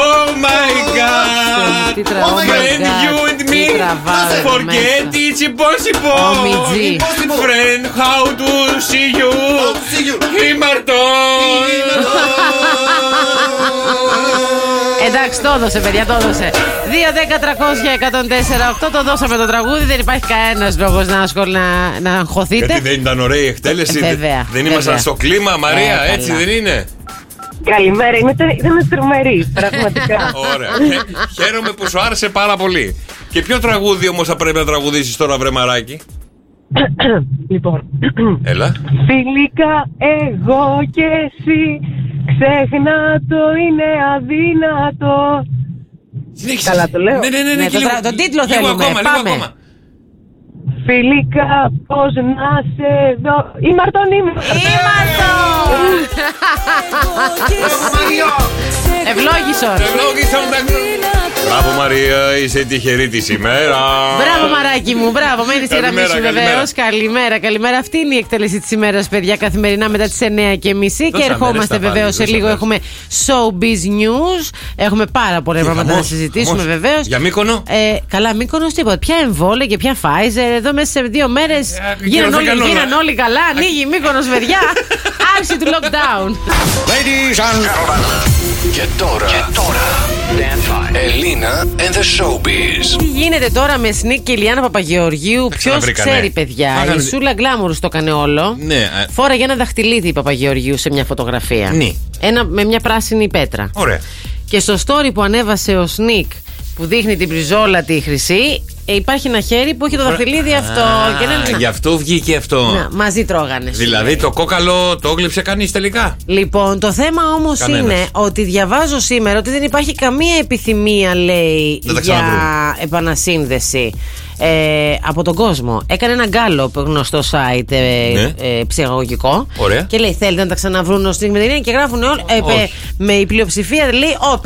Oh my god.
Τι
Oh
τραβάμε,
Friend,
God.
you and
Τι
me.
τραβάμε
Forget
μέσα.
it's impossible.
Ο Μιτζή.
Friend, how to see you. Ήμαρτον.
Εντάξει, το έδωσε, παιδιά, το έδωσε. 2, 10, 300, 104, 8 το δώσαμε το τραγούδι. Δεν υπάρχει κανένας λόγος να, ασχολ- να, να αγχωθείτε.
Γιατί δεν ήταν ωραία η εκτέλεση.
Ε, βέβαια,
δεν- δεν
βέβαια.
ήμασταν στο κλίμα, Μαρία,
Ε,
έτσι
καλά.
δεν είναι.
Καλημέρα, είμαι, τε- ήταν τρομερή, πραγματικά.
Ωραία. Χα- Χαίρομαι που σου άρεσε πάρα πολύ. Και ποιο τραγούδι όμως θα πρέπει να τραγουδήσεις τώρα, βρε μαράκι.
λοιπόν,
Έλα.
φιλικά εγώ και εσύ, ξέχνα το είναι αδύνατο. Καλά το λέω.
Ναι, ναι, ναι,
Ναι,
ναι, και
το
λίγο-
τρα- τον τίτλο
λίγο
θέλουμε.
Ακόμα, λίγο
Πάμε.
ακόμα.
Φιλικά, πώς να σε δω. Η Μαρτών είμαι.
Ευλόγησον.
Ευλόγησον τα γνω- Μπράβο Μαρία, είσαι τυχερή τη ημέρα.
Μπράβο, μαράκι μου, μπράβο. Μένει στη γραμμή
Καλημέρα,
σου,
καλημέρα.
βεβαίως. Καλημέρα, καλημέρα. Αυτή είναι η εκτέλεση της ημέρας, παιδιά, καθημερινά μετά τις 9 και μισή. Και
Δώσα μέρες
ερχόμαστε,
τα
βεβαίω,
πάλι,
σε
δώσα
λίγο.
μέρες.
Έχουμε showbiz news. Έχουμε πάρα πολλά
Τι,
πράγματα να
χαμός,
συζητήσουμε,
χαμός.
βεβαίως.
Για Μύκονο.
Ε, καλά, μην κονός τίποτα. Ποια εμβόλια και ποια Pfizer. Εδώ μέσα σε δύο μέρες
Ε,
γίναν
καιρός
όλοι,
δεν κάνω,
γίναν
ε.
όλοι καλά. Ανοίγει μήκονος, παιδιά. Άρση του lockdown.
Ladies and Και τώρα. Και τώρα. Ελίνα and the Showbiz.
Τι γίνεται τώρα με Σνίκ και Ηλιάνα Παπαγεωργίου, ποιο
ξαναβρήκανε.
ξέρει, παιδιά.
Φάγανε-
Η Σούλα Γκλάμουρους το έκανε όλο.
Ναι, ε.
Φόραγε ένα δαχτυλίδι η Παπαγεωργίου σε μια φωτογραφία.
Ναι.
Ένα, με μια πράσινη πέτρα.
Ωραία.
Και στο story που ανέβασε ο Σνίκ που δείχνει την πριζόλα τη χρυσή, ε, υπάρχει ένα χέρι που έχει το δαχτυλίδι αυτό. και Ναι. να,
Α,
να,
Γι' αυτό βγήκε αυτό.
να, μαζί τρώγανε. σου
Δηλαδή το κόκαλο το έγλειψε κανείς τελικά.
Λοιπόν, το θέμα όμως
Κανένας.
είναι ότι διαβάζω σήμερα ότι δεν υπάρχει καμία επιθυμία, λέει,
Να τα
για
ξαναβρούμε.
επανασύνδεση ε, από τον κόσμο. Έκανε ένα γκάλο γνωστό site ε,
Ναι.
ε, ψυχαγωγικό.
Ωραία.
Και λέει: Θέλετε να τα ξαναβρούν ω στιγμή και γράφουν όλοι. ε,
Όχι. Ε,
ε, με η πλειοψηφία λέει: Ω,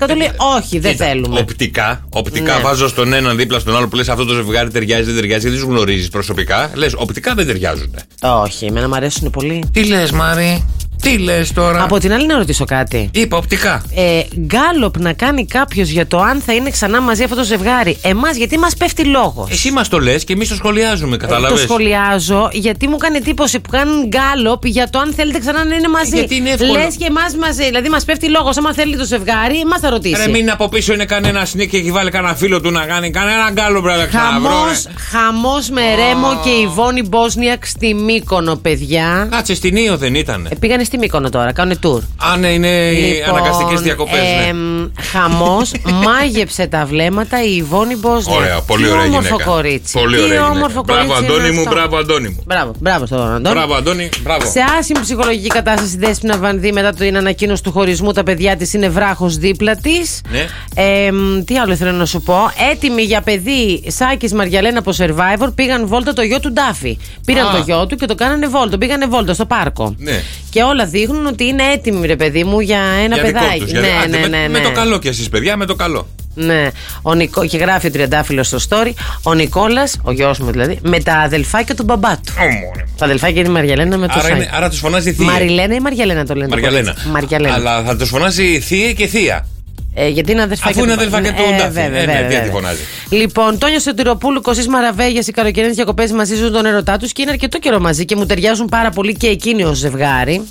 59% λέει: Όχι, δεν
Κοίτα,
Ε, θέλουμε.
Οπτικά, οπτικά
Ναι.
βάζω στον έναν δίπλα στον άλλο που λες αυτό το ζευγάρι ταιριάζει, δεν ταιριάζει, γιατί του γνωρίζεις προσωπικά. Λες, οπτικά δεν ταιριάζουν.
Όχι, εμένα μου αρέσουν πολύ.
Τι λες, Μάρι, τι λες τώρα.
Από την άλλη, να ρωτήσω κάτι.
Είπα οπτικά.
ε, γκάλωπ να κάνει κάποιος για το αν θα είναι ξανά μαζί αυτό το ζευγάρι. Εμάς, γιατί μας πέφτει λόγος.
Εσύ μας το λες και εμείς το σχολιάζουμε,
Ε, Το
κατάλαβε.
σχολιάζω γιατί μου κάνει εντύπωση που κάνουν γκάλωπ για το αν θέλετε ξανά να είναι μαζί.
Ε, γιατί είναι εύκολο.
Λες και εμάς μαζί. Δηλαδή, μας πέφτει λόγος. Άμα θέλει το ζευγάρι, μας θα ρωτήσει.
Ρε, μην είναι από πίσω είναι κανένας σνίκ και έχει βάλει κανένα φίλο του να κάνει κανένα γκάλο πρέπει να ξαναβρω,
Χαμός
ρε.
χαμός με ρέμο και η Βόνη Μπόσνιακ στη Μύκονο, παιδιά.
Κάτσε στην Ήο δεν ήταν.
Ε, Πήγανε στη Μύκονο τώρα, κάνουν tour. Λοιπόν,
Αν είναι οι αναγκαστικές διακοπές. Ε, ναι.
ε, Χαμός, μάγεψε τα βλέμματα η Ιβόνη Μπόσνια.
Ωραία, πολύ
Τι
ωραία
όμορφο
γυναίκα.
κορίτσι.
Πολύ
Τι
ωραία γυναίκα.
όμορφο
Μπράβο,
κορίτσι
Αντώνη
είναι
μου,
αυτό.
μπράβο, Αντώνη μου.
Μπράβο, μπράβο στον Αντώνη.
Μπράβο, Αντώνη, μπράβο.
Σε άσχημη ψυχολογική κατάσταση η Δέσποινα Βανδύ μετά την ανακοίνωση του χωρισμού τα παιδιά της είναι βράχος δίπλα της.
Ναι.
Ε, μ, τι άλλο θέλω να σου πω. Έτοιμοι για παιδί Σάκης Μαριαλένα από Survivor πήγαν βόλτα το γιο του Ντάφη. Πήραν
Α.
το γιο του και το κάνανε βόλτα. Το Πήγανε βόλτα στο πάρκο.
Ναι.
Και όλα δείχνουν ότι είναι έτοιμοι ρε παιδί μου για ένα
Για δικό
παιδάκι.
τους, για- άντε,
ναι, ναι,
με-
ναι, ναι.
Με το καλό κι εσείς, παιδιά, με το καλό.
Ναι. Ο Νικό... Και γράφει ο Τριαντάφυλλος στο story. Ο Νικόλας, ο γιος μου δηλαδή, με τα αδελφάκια του μπαμπά του. Τα αδελφάκια είναι η Μαριαλένα με το
Άρα,
Σάκη.
είναι, άρα τους φωνάζει θεία.
Μαριλένα ή Μαριαλένα το λένε. το
Μαριαλένα.
κορίτσι. Μαριαλένα.
Αλλά θα τους φωνάζει θεία και θεία.
Ε, γιατί είναι αδερφάκια
Αφού είναι
του-
αδελφάκια του
ε,
Ντάφη.
βέβαια,
Ε, ναι,
βέβαια,
τι
βέβαια.
τη φωνάζει.
Λοιπόν, Τόνιο Σωτηροπούλου, Κωσή Μαραβέγια, οι καλοκαιρινέ διακοπές μαζί ζουν τον ερωτά τους και είναι αρκετό καιρό μαζί και μου ταιριάζουν πάρα πολύ και εκείνοι ως ζευγάρι.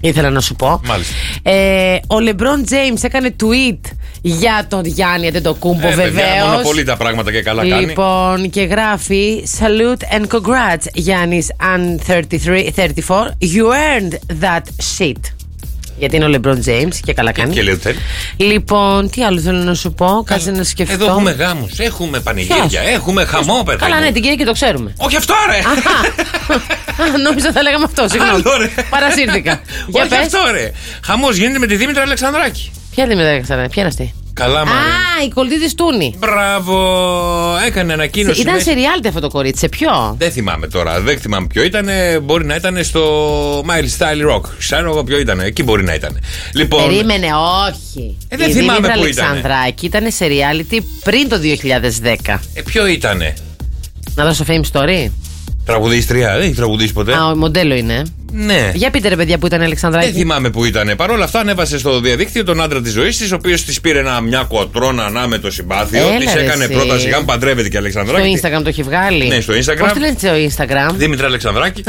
Ήθελα να σου πω.
Μάλιστα.
Ε, ο Λεμπρόν Τζέιμ έκανε tweet για τον Γιάννη Αντετοκούμπο,
Ε, παιδιά,
βεβαίως.
Μονοπολεί τα πράγματα και καλά κάνει.
Λοιπόν, και γράφει Salute and congrats, Γιάννης αν 33, 34. You earned that shit. Γιατί είναι ο Λεμπρόν Τζέιμ και καλά κάνει.
Και λέει ότι θέλει.
Λοιπόν, τι άλλο θέλω να σου πω, κάτσε να σκεφτώ.
Εδώ έχουμε γάμους, έχουμε πανηγύρια,
Ποιος?
έχουμε χαμό, παιδιά.
Καλά, ναι, την κυρία και το ξέρουμε.
Όχι αυτό, ρε!
Αχα. Α, Νόμιζα θα λέγαμε αυτό, συγγνώμη.
Άλλο, ρε.
Παρασύρθηκα. Για
Όχι
πες.
αυτό, ρε! Χαμός γίνεται με τη Δήμητρα Αλεξανδράκη.
Ποια είναι η μεταξύ, ποια είναι αυτή.
Καλά,
Α,
Μαρία.
η κολλητή της Τούνη.
Μπράβο, έκανε ανακοίνωση.
Ήταν
με-
σε reality αυτό το κορίτσι, σε ποιο.
Δεν θυμάμαι τώρα, δεν θυμάμαι ποιο ήταν. Μπορεί να ήταν στο Miley Style Rock. Ξέρω εγώ ποιο ήταν, εκεί μπορεί να ήταν. Λοιπόν,
Περίμενε, όχι.
Ε, δεν
η
θυμάμαι
Δήμητρα
που ήτανε.
Αλεξανδράκη ήταν σε reality πριν το 2010.
ε, ποιο ήτανε.
Να δώσω fame story.
Τραγουδίστρια, δεν έχει τραγουδίσει ποτέ.
Α, ο μοντέλο είναι.
Ναι.
Για πείτε ρε παιδιά που ήταν η
Δεν
Αλεξανδράκη.
θυμάμαι που ήταν. Παρ' όλα αυτά, ανέβασε στο διαδίκτυο τον άντρα της ζωής της, ο οποίος της πήρε ένα μια κοτρώνα ανά με το συμπάθειο.
Έλα
Της
ρε
έκανε
εσύ.
πρώτα σιγά, παντρεύεται και η
Στο
Αλεξανδράκη.
Instagram το έχει βγάλει.
Ναι, στο Instagram.
Πώς τη λένε στο Instagram.
Δήμητρα Αλεξανδράκη.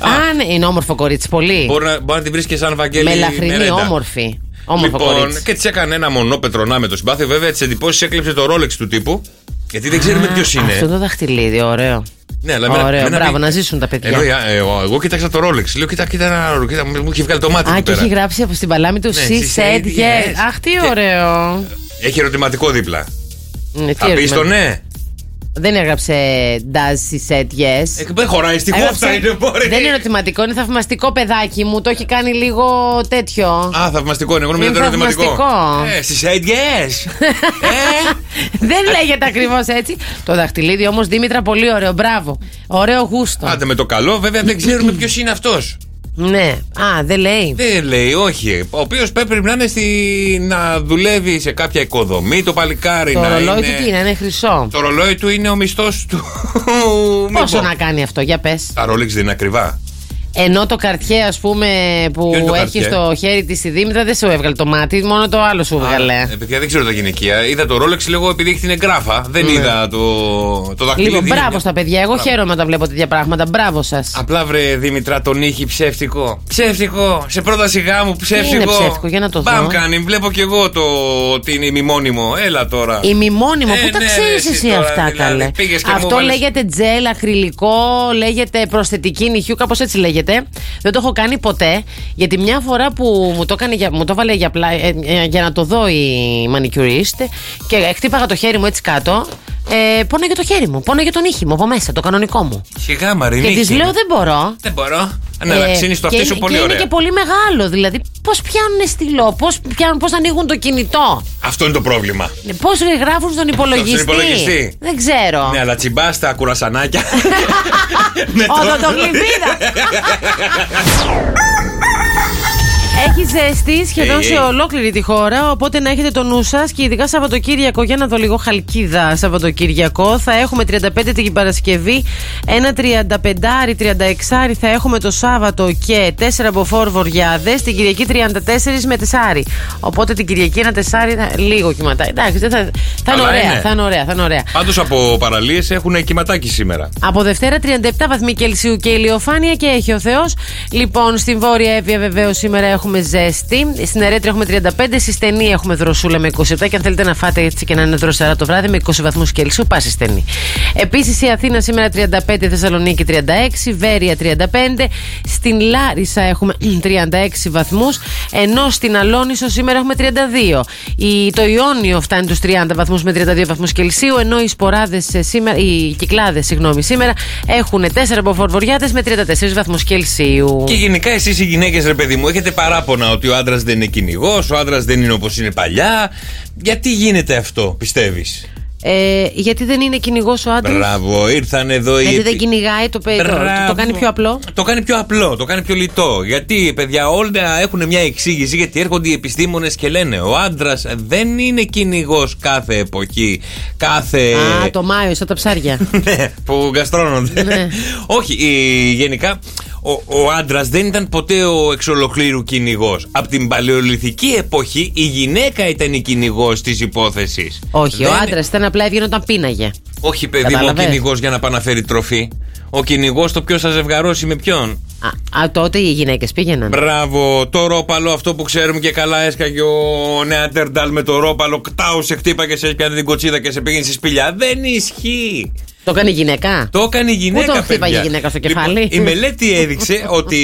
Α, ναι, είναι όμορφο κορίτσι πολύ.
Μπορεί να, μπορεί να την βρει και σαν Βαγγέλη.
Με λαχρινή,
Μερέντα.
όμορφη. Όμορφο
λοιπόν,
κορίτσι.
και της έκανε ένα μονόπετρο να με το συμπάθειο. Βέβαια, τη εντυπώσει έκλεψε το ρόλεξ του τύπου. Γιατί δεν ξέρουμε ποιος είναι.
Αυτό το δαχτυλίδι, ωραίο.
Ναι, αλλά με ένα-
Ωραίο,
με ένα
μπράβο,
πι-
να ζήσουν τα παιδιά.
Ενώ, ε, ε, εγώ, εγώ κοίταξα το ρόλεξ. Λέω, κοίτα, κοίτα, ένα- κοίτα, μου έχει βγάλει το μάτι
Α,
του
και
πέρα.
έχει γράψει από στην παλάμη του
Ναι,
She
she
said
said yes.
yes. Αχ, τι ωραίο.
Έχει ερωτηματικό δίπλα.
Ναι, τι
Θα πει
ωραίο.
το ναι.
Δεν έγραψε does she said yes.
Ε, Δεν χωράει στη
Έγραψε-
κόφτα, είναι μπορεί.
Δεν είναι ερωτηματικό, είναι θαυμαστικό παιδάκι μου. Το έχει κάνει λίγο τέτοιο.
Α, θαυμαστικό είναι. Εγώ
Είναι
νομίζω ότι ήταν ερωτηματικό.
θαυμαστικό.
Ε, στι yes.
Δεν λέγεται ακριβώς έτσι. Το δαχτυλίδι όμως Δήμητρα, πολύ ωραίο. Μπράβο. Ωραίο γούστο.
Άντε με το καλό, βέβαια δεν ξέρουμε ποιος είναι αυτός.
Ναι. Α, δεν λέει.
Δεν Ναι, λέει, όχι. Ο οποίος πρέπει να είναι στη... να δουλεύει σε κάποια οικοδομή, το παλικάρι
Το
να
ρολόι
είναι.
του τι είναι, είναι χρυσό.
Το ρολόι του είναι ο μισθός του. Λοιπόν,
Πόσο να κάνει αυτό, για πες.
Τα ρόλεξ δεν είναι ακριβά.
Ενώ το καρτιέ, ας πούμε, που
Ποιο είναι το
έχει
καρτιέ?
στο χέρι της η Δήμητρα δεν σου έβγαλε το μάτι, μόνο το άλλο σου έβγαλε.
Ε, παιδιά, δεν ξέρω τα γυναικεία. Είδα το ρόλεξ λίγο επειδή έχει την εγγράφα. Δεν
Ναι.
είδα το, το δαχτυλίδι.
Λοιπόν, μπράβο στα παιδιά. Εγώ
Μπράβο.
χαίρομαι όταν βλέπω τέτοια πράγματα. Μπράβο σας.
Απλά βρε Δήμητρα τον ήχη ψεύτικο. Ψεύτικο. Σε πρώτα σιγά μου ψεύτικο.
είναι ψεύτικο, για να το δω.
Μπαμ κάνει. Βλέπω κι εγώ το ότι είναι ημιμόνιμο. Έλα τώρα.
Η μημόνιμο,
Ε,
πού τα
ναι, ρε,
ξέρει
εσύ
εσύ,
τώρα,
αυτά,
δηλαδή,
καλέ.
πήγες και μου
Αυτό
βάλες-
λέγεται τζελ, ακριλικό, λέγεται προσθετική νυχιού, κάπως έτσι λέγεται. Δεν το έχω κάνει ποτέ, γιατί μια φορά που μου το, έκανε, για- μου το βάλε για, πλά- ε, ε, για να το δω η μανικιουρίστ και χτύπαγα το χέρι μου έτσι κάτω. Ε, πόναγε το χέρι μου, πόναγε τον ήχη μου από μέσα, το κανονικό μου.
Σιγά Μαρινή.
Και της
ήχη. Ε,
λέω δεν μπορώ. Ε,
Δεν μπορώ. Αναλαξύνει το
και
αυτί σου
είναι-
πολύ
και
ωραία.
Είναι και πολύ μεγάλο. Δηλαδή, πώς πιάνουν στυλό, πώς πώς ανοίγουν το κινητό,
Αυτό είναι το πρόβλημα.
πώ Ναι, γράφουν στον υπολογιστή.
υπολογιστή.
Δεν ξέρω.
Ναι, αλλά τσιμπάς τα κουρασανάκια. με το-
Οδοντογλυφίδα. Έχει ζεστή σχεδόν
Hey,
σε
hey.
ολόκληρη τη χώρα, οπότε να έχετε το νου σας και ειδικά Σαββατοκύριακο. Για να δω λίγο χαλκίδα Σαββατοκύριακο. Θα έχουμε 35 την Παρασκευή, ένα 35 36 θα έχουμε το Σάββατο και 4 μποφόρ βοριάδες. Την Κυριακή 34 με 4. Οπότε την Κυριακή ένα 4 θα- λίγο κυματά. Εντάξει, δεν θα, θα, είναι
Καλά
ωραία,
είναι.
θα είναι ωραία, θα είναι ωραία.
Πάντως από παραλίες έχουν κυματάκι σήμερα.
Από Δευτέρα 37 βαθμοί Κελσίου και ηλιοφάνεια και έχει ο Θεός. Λοιπόν, στην Βόρεια Εύβοια βεβαίως σήμερα έχουμε ζέστη. Στην Ερέτρια έχουμε 35, στη Στενή έχουμε δροσούλα με 27 και αν θέλετε να φάτε έτσι και να είναι δροσερά το βράδυ με 20 βαθμούς Κελσίου, πας στη Στενή. Επίσης η Αθήνα σήμερα 35, Θεσσαλονίκη 36, Βέρεια 35, στην Λάρισα έχουμε 36 βαθμούς, ενώ στην Αλόνισο σήμερα έχουμε 32. Η, το Ιόνιο φτάνει τους 30 βαθμούς με 32 βαθμούς Κελσίου, ενώ οι σποράδες σήμερα, οι κυκλάδες, συγγνώμη, σήμερα έχουν 4 αποφορβοριάδε με 34 βαθμούς Κελσίου.
Και γενικά εσείς οι γυναίκες, ρε παιδί μου, έχετε παράπονα ότι ο άντρας δεν είναι κυνηγός, ο άντρας δεν είναι όπως είναι παλιά. Γιατί γίνεται αυτό, πιστεύεις.
Ε, γιατί δεν είναι κυνηγός ο άντρας.
Μπράβο, ήρθαν εδώ οι.
Γιατί δεν
επι-
κυνηγάει το παιδί. Το,
Μπράβο.
το κάνει πιο απλό.
Το κάνει πιο απλό, το κάνει πιο λιτό. Γιατί, παιδιά, όλα έχουν μια εξήγηση. Γιατί έρχονται οι επιστήμονες και λένε Ο άντρας δεν είναι κυνηγός κάθε εποχή, κάθε.
Α, το Μάιο, σαν τα ψάρια.
Ναι, που γαστρώνονται.
Ναι.
Όχι, ε, γενικά ο, ο άντρας δεν ήταν ποτέ ο εξ ολοκλήρου κυνηγός. Από την παλαιολιθική εποχή η γυναίκα ήταν η κυνηγός της υπόθεσης.
Όχι, ο
Δεν-
άντρας ήταν απλά έβγαινε όταν πίναγε.
Όχι, παιδί μου, ο
Κατάλαβες.
κυνηγός για να πάει να φέρει τροφή. Ο κυνηγός το ποιο θα ζευγαρώσει με ποιον.
Α, α, τότε οι γυναίκες πήγαιναν.
Μπράβο, το ρόπαλο αυτό που ξέρουμε και καλά έσκαγε ο Νεάντερνταλ με το ρόπαλο. Κτάου σε χτύπα και σε έπιανε την κοτσίδα και σε πήγαινε στη σπηλιά. Δεν ισχύει.
Το έκανε η γυναίκα.
Το έκανε η γυναίκα.
Πού το χτύπαγε
παιδιά.
η γυναίκα στο
Λοιπόν,
κεφάλι.
η μελέτη έδειξε ότι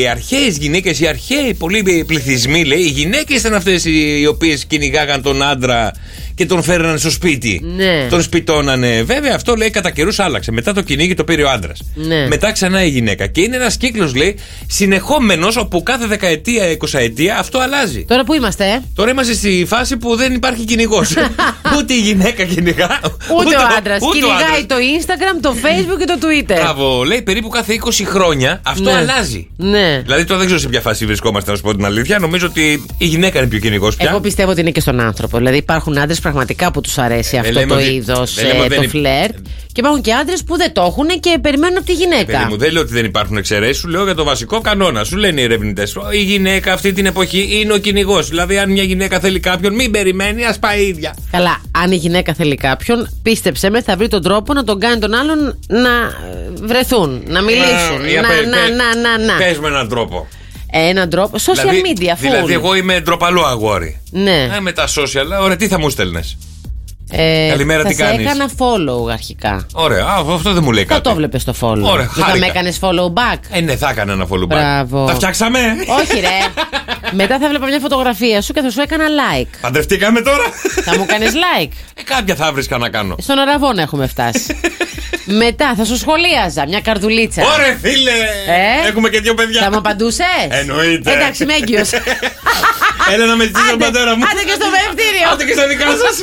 οι αρχαίες γυναίκες, οι αρχαίοι πολλοί πληθυσμοί, λέει, οι γυναίκες ήταν αυτές οι οποίες κυνηγάγαν τον άντρα και τον φέρναν στο σπίτι.
Ναι.
Τον σπιτώνανε. Βέβαια, αυτό λέει κατά καιρούς άλλαξε. Μετά το κυνήγι το πήρε ο άντρας.
Ναι.
Μετά ξανά η γυναίκα. Και είναι ένας κύκλος, λέει, συνεχόμενος όπου κάθε δεκαετία, εικοσαετία αυτό αλλάζει.
Τώρα που είμαστε, ε?
Τώρα είμαστε στη φάση που δεν υπάρχει κυνηγός. ούτε η γυναίκα κυνηγά.
Ούτε,
ούτε ο
ο άντρα.
άντρας.
Κυνηγάει το Instagram, το Facebook και το Twitter.
Μπράβο, λέει περίπου κάθε 20 χρόνια αυτό
Ναι.
αλλάζει.
Ναι.
Δηλαδή τώρα δεν ξέρω σε ποια φάση βρισκόμαστε, να σου πω την αλήθεια. Νομίζω ότι η γυναίκα είναι πιο κυνηγός πια.
Εγώ πιστεύω ότι είναι και στον άνθρωπο. Δηλαδή υπάρχουν άντρες πραγματικά που τους αρέσει αυτό
Ε, λέμε
το
ότι-
είδος,
δεν λέμε ότι δεν
το
υ-
φλερτ. Και υπάρχουν και άντρες που δεν το έχουν και περιμένουν από τη
Ε, Παιδί
γυναίκα.
μου, δεν λέω ότι δεν υπάρχουν εξαιρέσεις, σου λέω για το βασικό κανόνα. Σου λένε οι ερευνητές. Η γυναίκα αυτή την εποχή είναι ο κυνηγός. Δηλαδή, αν μια γυναίκα θέλει κάποιον, μην περιμένει, ας πάει η ίδια.
Καλά, αν η γυναίκα θέλει κάποιον, πίστεψε με, θα βρει τον τρόπο να τον κάνει τον άλλον να ε, βρεθούν, να μιλήσουν.
ε, για
Να,
πε-
να,
πε-
να, να, να.
Πες με έναν τρόπο.
Έναν τρόπο. Social
δηλαδή,
media, αφού.
Δηλαδή, εγώ είμαι ντροπαλό αγόρι.
Ναι.
Ε, με τα social, ωραία, τι θα μου στέλνες.
Ε,
καλημέρα,
θα
τι
σε
κάνεις?
έκανα follow αρχικά.
Ωραία, α, αυτό δεν μου λέει
Θα
κάτι.
το βλέπεις το follow.
Ωραία,
Δεν θα με
χάρηκα.
έκανες follow back.
Ε, ναι, θα έκανα ένα follow back.
Μπράβο.
Τα φτιάξαμε.
Όχι, ρε. Μετά θα βλέπα μια φωτογραφία σου και θα σου έκανα like.
Παντρευτήκαμε τώρα.
Θα μου κάνεις like.
Ε, κάποια θα βρίσκα να κάνω.
Στον αραβόνα έχουμε φτάσει. Μετά θα σου σχολίαζα μια καρδουλίτσα.
Ωρε φίλε!
Ε?
Έχουμε και δύο παιδιά.
Θα μου απαντούσες.
Εννοείται.
Εντάξει, με έγκυο.
Έλα να με ζητήσει τον πατέρα μου.
Άντε και στο βεπτήριο.
Άντε και στα δικά σας.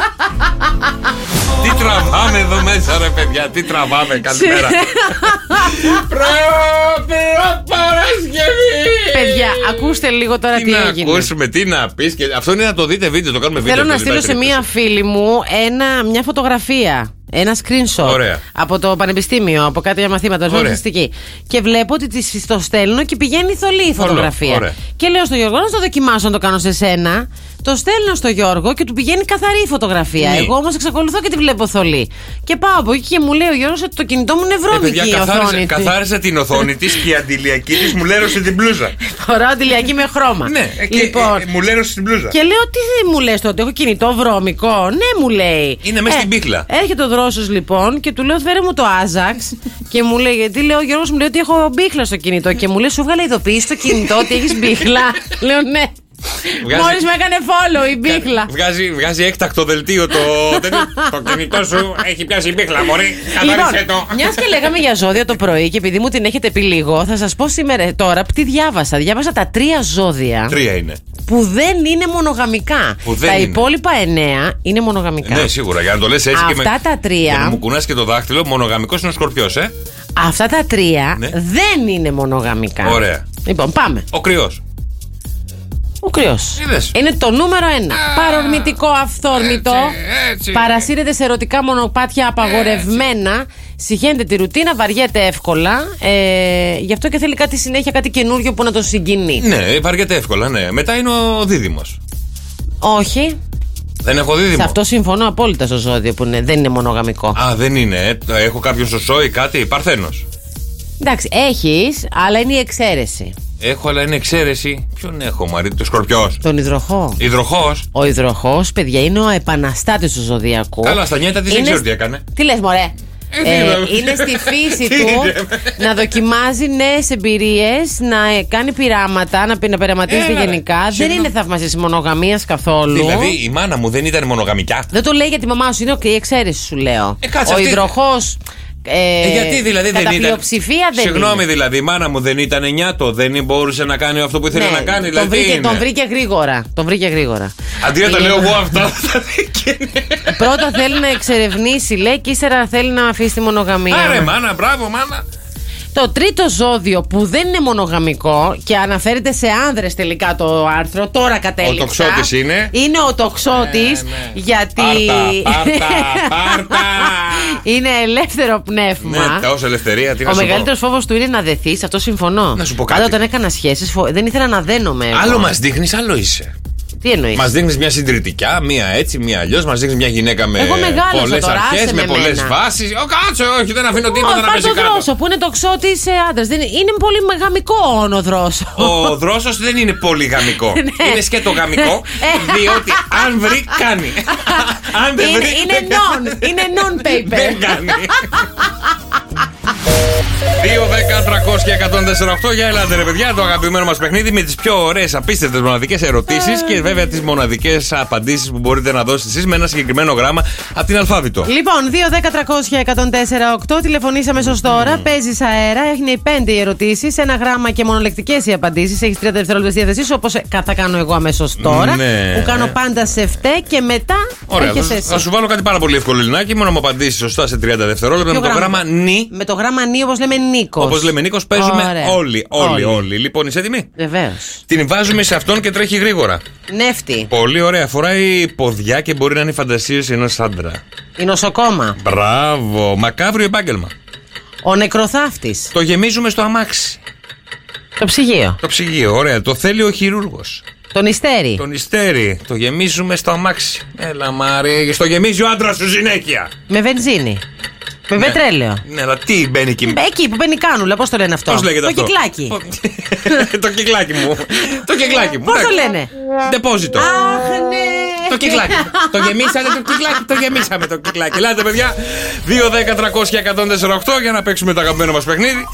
Τι τραβάμε εδώ μέσα, ρε παιδιά, τι τραβάμε. Καλημέρα.
Παιδιά, ακούστε λίγο τώρα τι
να
έγινε.
ακούσουμε, τι να πεις. Και... Αυτό είναι να το δείτε βίντεο, το κάνουμε βίντεο.
Θέλω να
το
στείλω σε
ζητάτε.
μία φίλη μου ένα, μια φωτογραφία. Ένα screenshot
Ωραία.
από το πανεπιστήμιο, από κάτι για μαθήματα,
Ωραία.
ζωοστιστική. Και βλέπω ότι τη το στέλνω και πηγαίνει θολή η
Θολό,
φωτογραφία.
ωραία.
Και λέω στον Γιώργο, να το δοκιμάσω να το κάνω σε σένα. Το στέλνω στο Γιώργο και του πηγαίνει καθαρή η φωτογραφία.
Ναι.
Εγώ όμως εξακολουθώ και τη βλέπω θολή. Και πάω από εκεί και μου λέει ο Γιώργος ότι το κινητό μου είναι
Ε,
βρώμικη
παιδιά,
η
καθάρισα,
οθόνη. της.
καθάρισα την οθόνη της και η αντιλιακή της μου λέρωσε την μπλούζα.
Φοράω τηλιακή με χρώμα.
ναι, ε, και,
λοιπόν,
ε, ε, μου λέρωσε την μπλούζα.
Και λέω, τι μου λες τότε, έχω κινητό βρώμικο. Ναι, μου λέει.
Είναι μέσα στην πίχλα.
Έρχεται ο δρόσο λοιπόν και του λέω, φέρε μου το Άζαξ. και μου λέει, γιατί λέω, ο Γιώργος μου λέει ότι έχω μπίχλα στο κινητό. Και μου λέει, σου βγάλε ειδοποίηση στο κινητό ότι έχεις μπίχλα. λέω, ναι.
Βγάζει-
Μόλις με έκανε follow η μπίχλα.
Βγάζει, βγάζει έκτακτο δελτίο το. τέτοιο. το κινητό σου έχει πιάσει μπίχλα, Μωρή. Καθάρισε το.
Λοιπόν, μιας και λέγαμε για ζώδια το πρωί και επειδή μου την έχετε πει λίγο, θα σας πω σήμερα τώρα τι διάβασα. Διάβασα τα τρία ζώδια
Τρία είναι.
που δεν είναι μονογαμικά.
Που δεν
τα
είναι.
υπόλοιπα εννέα είναι μονογαμικά.
Ναι, σίγουρα. Για να το λες έτσι και με.
Αυτά τα τρία.
και να μου κουνάς και το δάχτυλο, μονογαμικός είναι ο σκορπιός, ε.
Αυτά τα τρία
Ναι.
δεν είναι μονογαμικά.
Ωραία.
Λοιπόν, πάμε.
Ο κρυός.
Ο κρυός.
Είδες.
Είναι το νούμερο ένα. Παρορμητικό, αυθόρμητο.
έτσι.
Παρασύρεται σε ερωτικά μονοπάτια απαγορευμένα. Συχαίνεται τη ρουτίνα, βαριέται εύκολα. Ε, γι' αυτό και θέλει κάτι συνέχεια, κάτι καινούριο που να τον συγκινεί.
Ναι, βαριέται εύκολα, ναι. Μετά είναι ο δίδυμος.
Όχι.
Δεν έχω
Σε
δίδυμο.
αυτό συμφωνώ απόλυτα στο ζώδιο που είναι, δεν είναι μονογαμικό.
Α, δεν είναι. ε. Το- Έχω κάποιον σωσό ή κάτι. Παρθένος.
Εντάξει, έχεις, αλλά είναι η εξαίρεση.
Έχω, αλλά είναι εξαίρεση. Ποιον έχω, Μαρή, το σκορπιός.
Τον
Ε.
υδροχό.
Υδροχό.
Ο υδροχό, παιδιά, είναι ο επαναστάτης του ζωδιακού.
Καλά, στα νιάτα της δεν
Είναι
ξέρω
σ-
τι έκανε.
Τι λες μωρέ
τι
Ε,
να-
είναι στη φύση
Τι
του
είναι.
να δοκιμάζει νέες εμπειρίες, να ε, κάνει πειράματα, να, πει- να περαματίζεται
Έλα, ρε.
γενικά. Δεν
Συγγνώμη. είναι
θαυμασής μονογαμίας καθόλου.
Δηλαδή η μάνα μου δεν ήταν μονογαμικά.
Δεν το λέει για τη μαμά σου, είναι η εξαίρεση σου λέω.
Ε, κάτσε,
Ο
αυτή-
υδροχό.
Ε, γιατί δηλαδή δεν ήταν.
πλειοψηφία δεν
Συγγνώμη,
είναι.
δηλαδή η μάνα μου δεν ήταν νιάτο, δεν μπορούσε να κάνει αυτό που ήθελε
Ναι,
να κάνει.
τον,
δηλαδή, τι
βρήκε,
είναι.
τον βρήκε γρήγορα. Τον βρήκε γρήγορα.
Αντί να τα
Ε,
λέω εγώ αυτά.
Πρώτα θέλει να εξερευνήσει, λέει, και ύστερα θέλει να αφήσει τη μονογαμία.
Άρε, μάνα, μπράβο, μάνα.
Το τρίτο ζώδιο που δεν είναι μονογαμικό και αναφέρεται σε άνδρες τελικά το άρθρο, τώρα κατέληξα.
Ο τοξότης είναι. Ναι,
Είναι ο τοξότης γιατί...
Πάρτα, πάρτα, πάρτα.
είναι ελεύθερο πνεύμα.
Ναι, ω ελευθερία, τι να
ο
σου πω.
μεγαλύτερος φόβος του είναι να δεθείς, αυτό συμφωνώ.
Να σου πω κάτι.
Άρα όταν έκανα σχέσεις, δεν ήθελα να δένομαι. εγώ.
Άλλο μας δείχνεις, άλλο είσαι.
Τι εννοείς.
Μας δείχνεις μια συντηρητικά, μια έτσι, μια αλλιώς. Μας δείχνεις μια γυναίκα με
Εγώ μεγάλωσα
πολλές
τώρα, άσε
αρχέ, με
με
πολλές
μένα.
βάσει. Ο κάτσε, όχι, δεν αφήνω τίποτα να
Πάρ
πέσει
το
κάτω.
δρόσο που είναι το ξότι σε άντρα. Είναι πολύ μεγαμικό ο δρόσο.
Ο δρόσος δεν είναι πολύ γαμικό.
Ναι. Ε.
είναι σκέτο γαμικό, διότι αν βρει, κάνει. αν δεν
είναι,
βρει,
είναι
δεν
non, είναι non-paper.
Δεν κάνει. 2, 10, 300 και 148. Για ελάτε, ρε παιδιά, το αγαπημένο μας παιχνίδι με τις πιο ωραίες, απίστευτες μοναδικές ερωτήσεις και βέβαια τις μοναδικές απαντήσεις που μπορείτε να δώσετε εσείς με ένα συγκεκριμένο γράμμα από την αλφάβητο.
Λοιπόν, 2-10-300-1048, τηλεφωνήσαμε σω τώρα. Παίζεις αέρα, είναι οι πέντε οι ερωτήσεις, ένα γράμμα και μονολεκτικές οι απαντήσεις. Έχεις 30 δευτερόλεπτα στη διάθεσή σου, όπως κατά κάνω εγώ αμέσως τώρα.
Ναι.
Που κάνω πάντα σε φταί και μετά
Ωραία, θα,
έρχεσαι
σου-
εσύ.
θα σου βάλω κάτι πάρα πολύ εύκολο ελληνάκι. Μόνο μου απαντήσεις σωστά σε 30 δευτερόλεπτα με
Ποιο
το γράμμα νι.
Με το γράμμα νι, όπως λέμε Νίκος.
Όπως λέμε, Νίκος, παίζουμε
Ωραία.
όλοι, όλοι,
Όλοι.
όλοι. Λοιπόν, είσαι έτοιμη.
Βεβαίως.
Την βάζουμε σε αυτόν και τρέχει γρήγορα.
Νεύτη.
Πολύ ωραία. Φοράει ποδιά και μπορεί να είναι φαντασίες ενός άντρα.
Η νοσοκόμα.
Μπράβο. Μακάβριο επάγγελμα.
Ο νεκροθάφτης.
Το γεμίζουμε στο αμάξι.
Το ψυγείο.
Το ψυγείο, ωραία. Το θέλει ο χειρούργος.
Το νηστέρι.
Το νηστέρι. Το γεμίζουμε στο αμάξι. Έλα, Μαρία, στο γεμίζει ο άντρας σου συνέχεια.
Με βενζίνη. Με
Ναι.
πετρέλαιο.
Ναι, αλλά τι μπαίνει εκεί.
Εκεί που μπαίνει η κάνουλα, πώς το λένε αυτό.
Πώς λέγεται
το
αυτό?
κυκλάκι.
το κυκλάκι μου. Το κυκλάκι μου.
Πώς το
Εντάξει.
λένε.
Ντεπόζιτο.
Αχ, ναι.
Το κυκλάκι. το γεμίσατε το κυκλάκι. Το γεμίσαμε το κυκλάκι. Ελάτε, παιδιά. 2, 10, 300 και 148 για να παίξουμε το αγαπημένο μας παιχνίδι.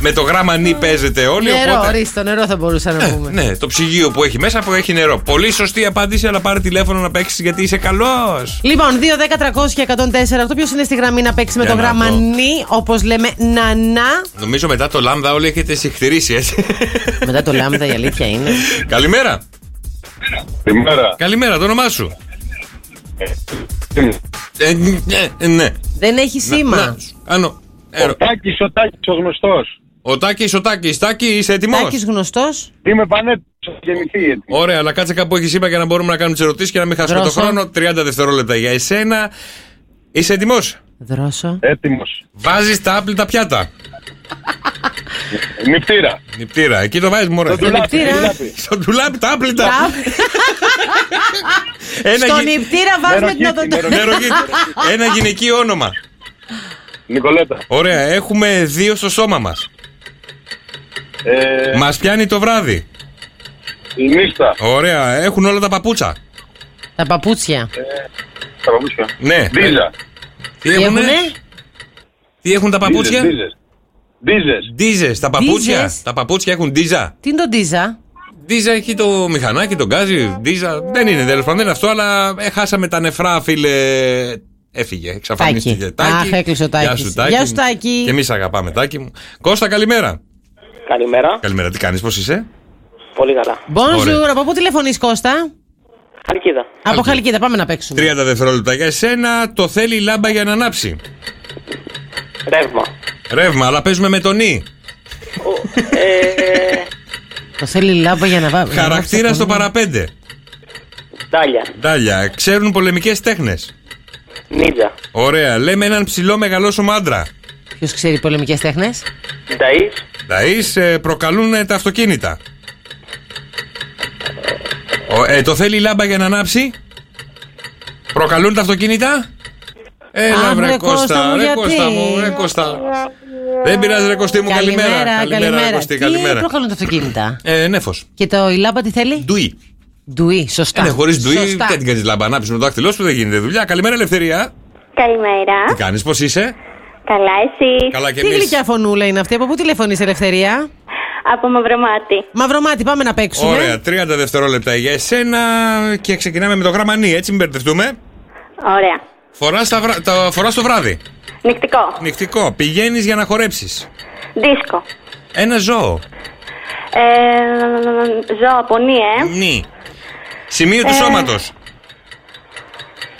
Με το γράμμα νι παίζετε όλοι.
Νερό,
οπότε-
ορίστε, το νερό θα μπορούσα να πούμε.
Ναι, το ψυγείο που έχει μέσα που έχει νερό. Πολύ σωστή απάντηση, αλλά πάρε τηλέφωνο να παίξεις γιατί είσαι καλός.
Λοιπόν, 2, 10, 300 και 104. Αυτό ποιος είναι στη γραμμή να παίξει με
Για
το
να
γράμμα
δω.
νη, όπως λέμε νανά.
Νομίζω μετά το λάμδα όλοι έχετε συχτηρίσει, έτσι.
Μετά το λάμδα η αλήθεια είναι.
Καλημέρα. Καλημέρα. Καλημέρα, το όνομά σου. Ε, ναι, ναι.
Δεν έχει σήμα.
να, Άνω. Ο Τάκης, ο Τάκης, ο γνωστός. Ο Τάκης, ο Τάκης. Τάκη, είσαι έτοιμος.
Τάκης γνωστός.
Είμαι πανέτοιμος, γεννηθεί. Ωραία, αλλά κάτσε κάπου έχεις είπα για να μπορούμε να κάνουμε τις ερωτήσεις και να μην χάσουμε
Δρόσο.
το χρόνο. 30 δευτερόλεπτα για εσένα. Είσαι έτοιμος.
Δρόσο.
Έτοιμος. Βάζεις τα άπλυτα πιάτα. Νυπτήρα. Νυπτήρα. Εκεί το βάζεις, μωρέ.
Στο ντουλάπι, Νυπτήρα. στο ντουλάπι.
Στο ντουλάπι τα άπλυτα.
Τα-
Ένα
Στον
γυ-
νηπτήρα βάζουμε την οδοντά.
Νερογίτη. Ένα γυναικείο όνομα. Νικολέτα. Ωραία, έχουμε δύο στο σώμα μας. Ε... Μας πιάνει το βράδυ. Η νύχτα. Ωραία, έχουν όλα τα παπούτσα.
Τα παπούτσια.
Τα παπούτσια. Ναι. Δίζα. Τι Ε, έχουνε? Τι έχουν τα παπούτσια? Ντίζε. Ντίζε. Τα παπούτσια.
Ντίζες.
Τα παπούτσια έχουν ντίζα.
Τι είναι το ντίζα.
Ντίζα έχει το μηχανάκι, τον γκάζι. Ντίζα. Δεν είναι τέλος πάντων, δεν είναι αυτό, αλλά ε, χάσαμε τα νεφρά, φίλε. Έφυγε, εξαφανίστηκε.
Τάκη. Αχ, έκλεισε ο Τάκης.
Γεια σου, Τάκης.
Γεια σου, Τάκη.
Και εμείς αγαπάμε, Τάκη μου. Κώστα, καλημέρα.
Καλημέρα.
Καλημέρα, τι κάνεις, πώς είσαι.
Πολύ καλά.
Bonjour,
Ωραία.
από πού τηλεφωνείς Κώστα.
Χαλκίδα.
Από Χαλκίδα, πάμε να παίξουμε.
30 δευτερόλεπτα για εσένα. Το θέλει η λάμπα για να ανάψει.
Ρεύμα.
Ρεύμα, αλλά παίζουμε με τον νι.
Το θέλει λάμπα για να βάλει.
Χαρακτήρα στο παραπέντε.
Ντάλια.
Ντάλια. Ξέρουν πολεμικές τέχνες.
Νίτζα.
Ωραία. Λέμε έναν ψηλό μεγαλόσωμο άντρα.
Ποιος ξέρει πολεμικές τέχνες.
Νταΐς.
Νταΐς ε, προκαλούν ε, τα αυτοκίνητα. Ο, ε, το θέλει η λάμπα για να ανάψει. Προκαλούν τα αυτοκίνητα. Έλα
Αχ,
βρε
ρε, Κώστα
Κώστα,
μου,
ρε
γιατί?
Κώστα μου, ρε Κώστα. Δεν πειράζει ρε Κωστή μου, καλημέρα.
καλημέρα.
Κωστή,
Τι
καλημέρα.
προκαλούν τα αυτοκίνητα.
Ε, νέφος.
Και το η λάμπα τι θέλει.
Ντουί.
Ντουί, σωστά.
Ε, ναι, χωρίς ντουί,
Σωστά.
δεν την κάνεις λάμπα ανάψεις με το δάχτυλό σου, δεν γίνεται δουλειά. Καλημέρα Ελευθερία.
Καλημέρα.
Τι κάνεις, πώς είσαι.
Καλά, εσύ.
Καλά και
Τι
εμείς.
γλυκιά φωνούλα είναι αυτή, από πού τηλεφωνείς Ελευθερία.
Από Μαυρομάτι.
Μαυρομάτι, πάμε να παίξουμε.
Ωραία, 30 δευτερόλεπτα για εσένα και ξεκινάμε με το γράμμα νη, έτσι μην μπερδευτούμε.
Ωραία.
Φοράς, τα βρα... τα... φοράς το βράδυ.
Νικτικό.
Νυχτικό. Πηγαίνεις για να χορέψεις.
Δίσκο.
Ένα ζώο.
Ε, ζω από νη, ε.
Νη. Σημείο του
Ε.
σώματος.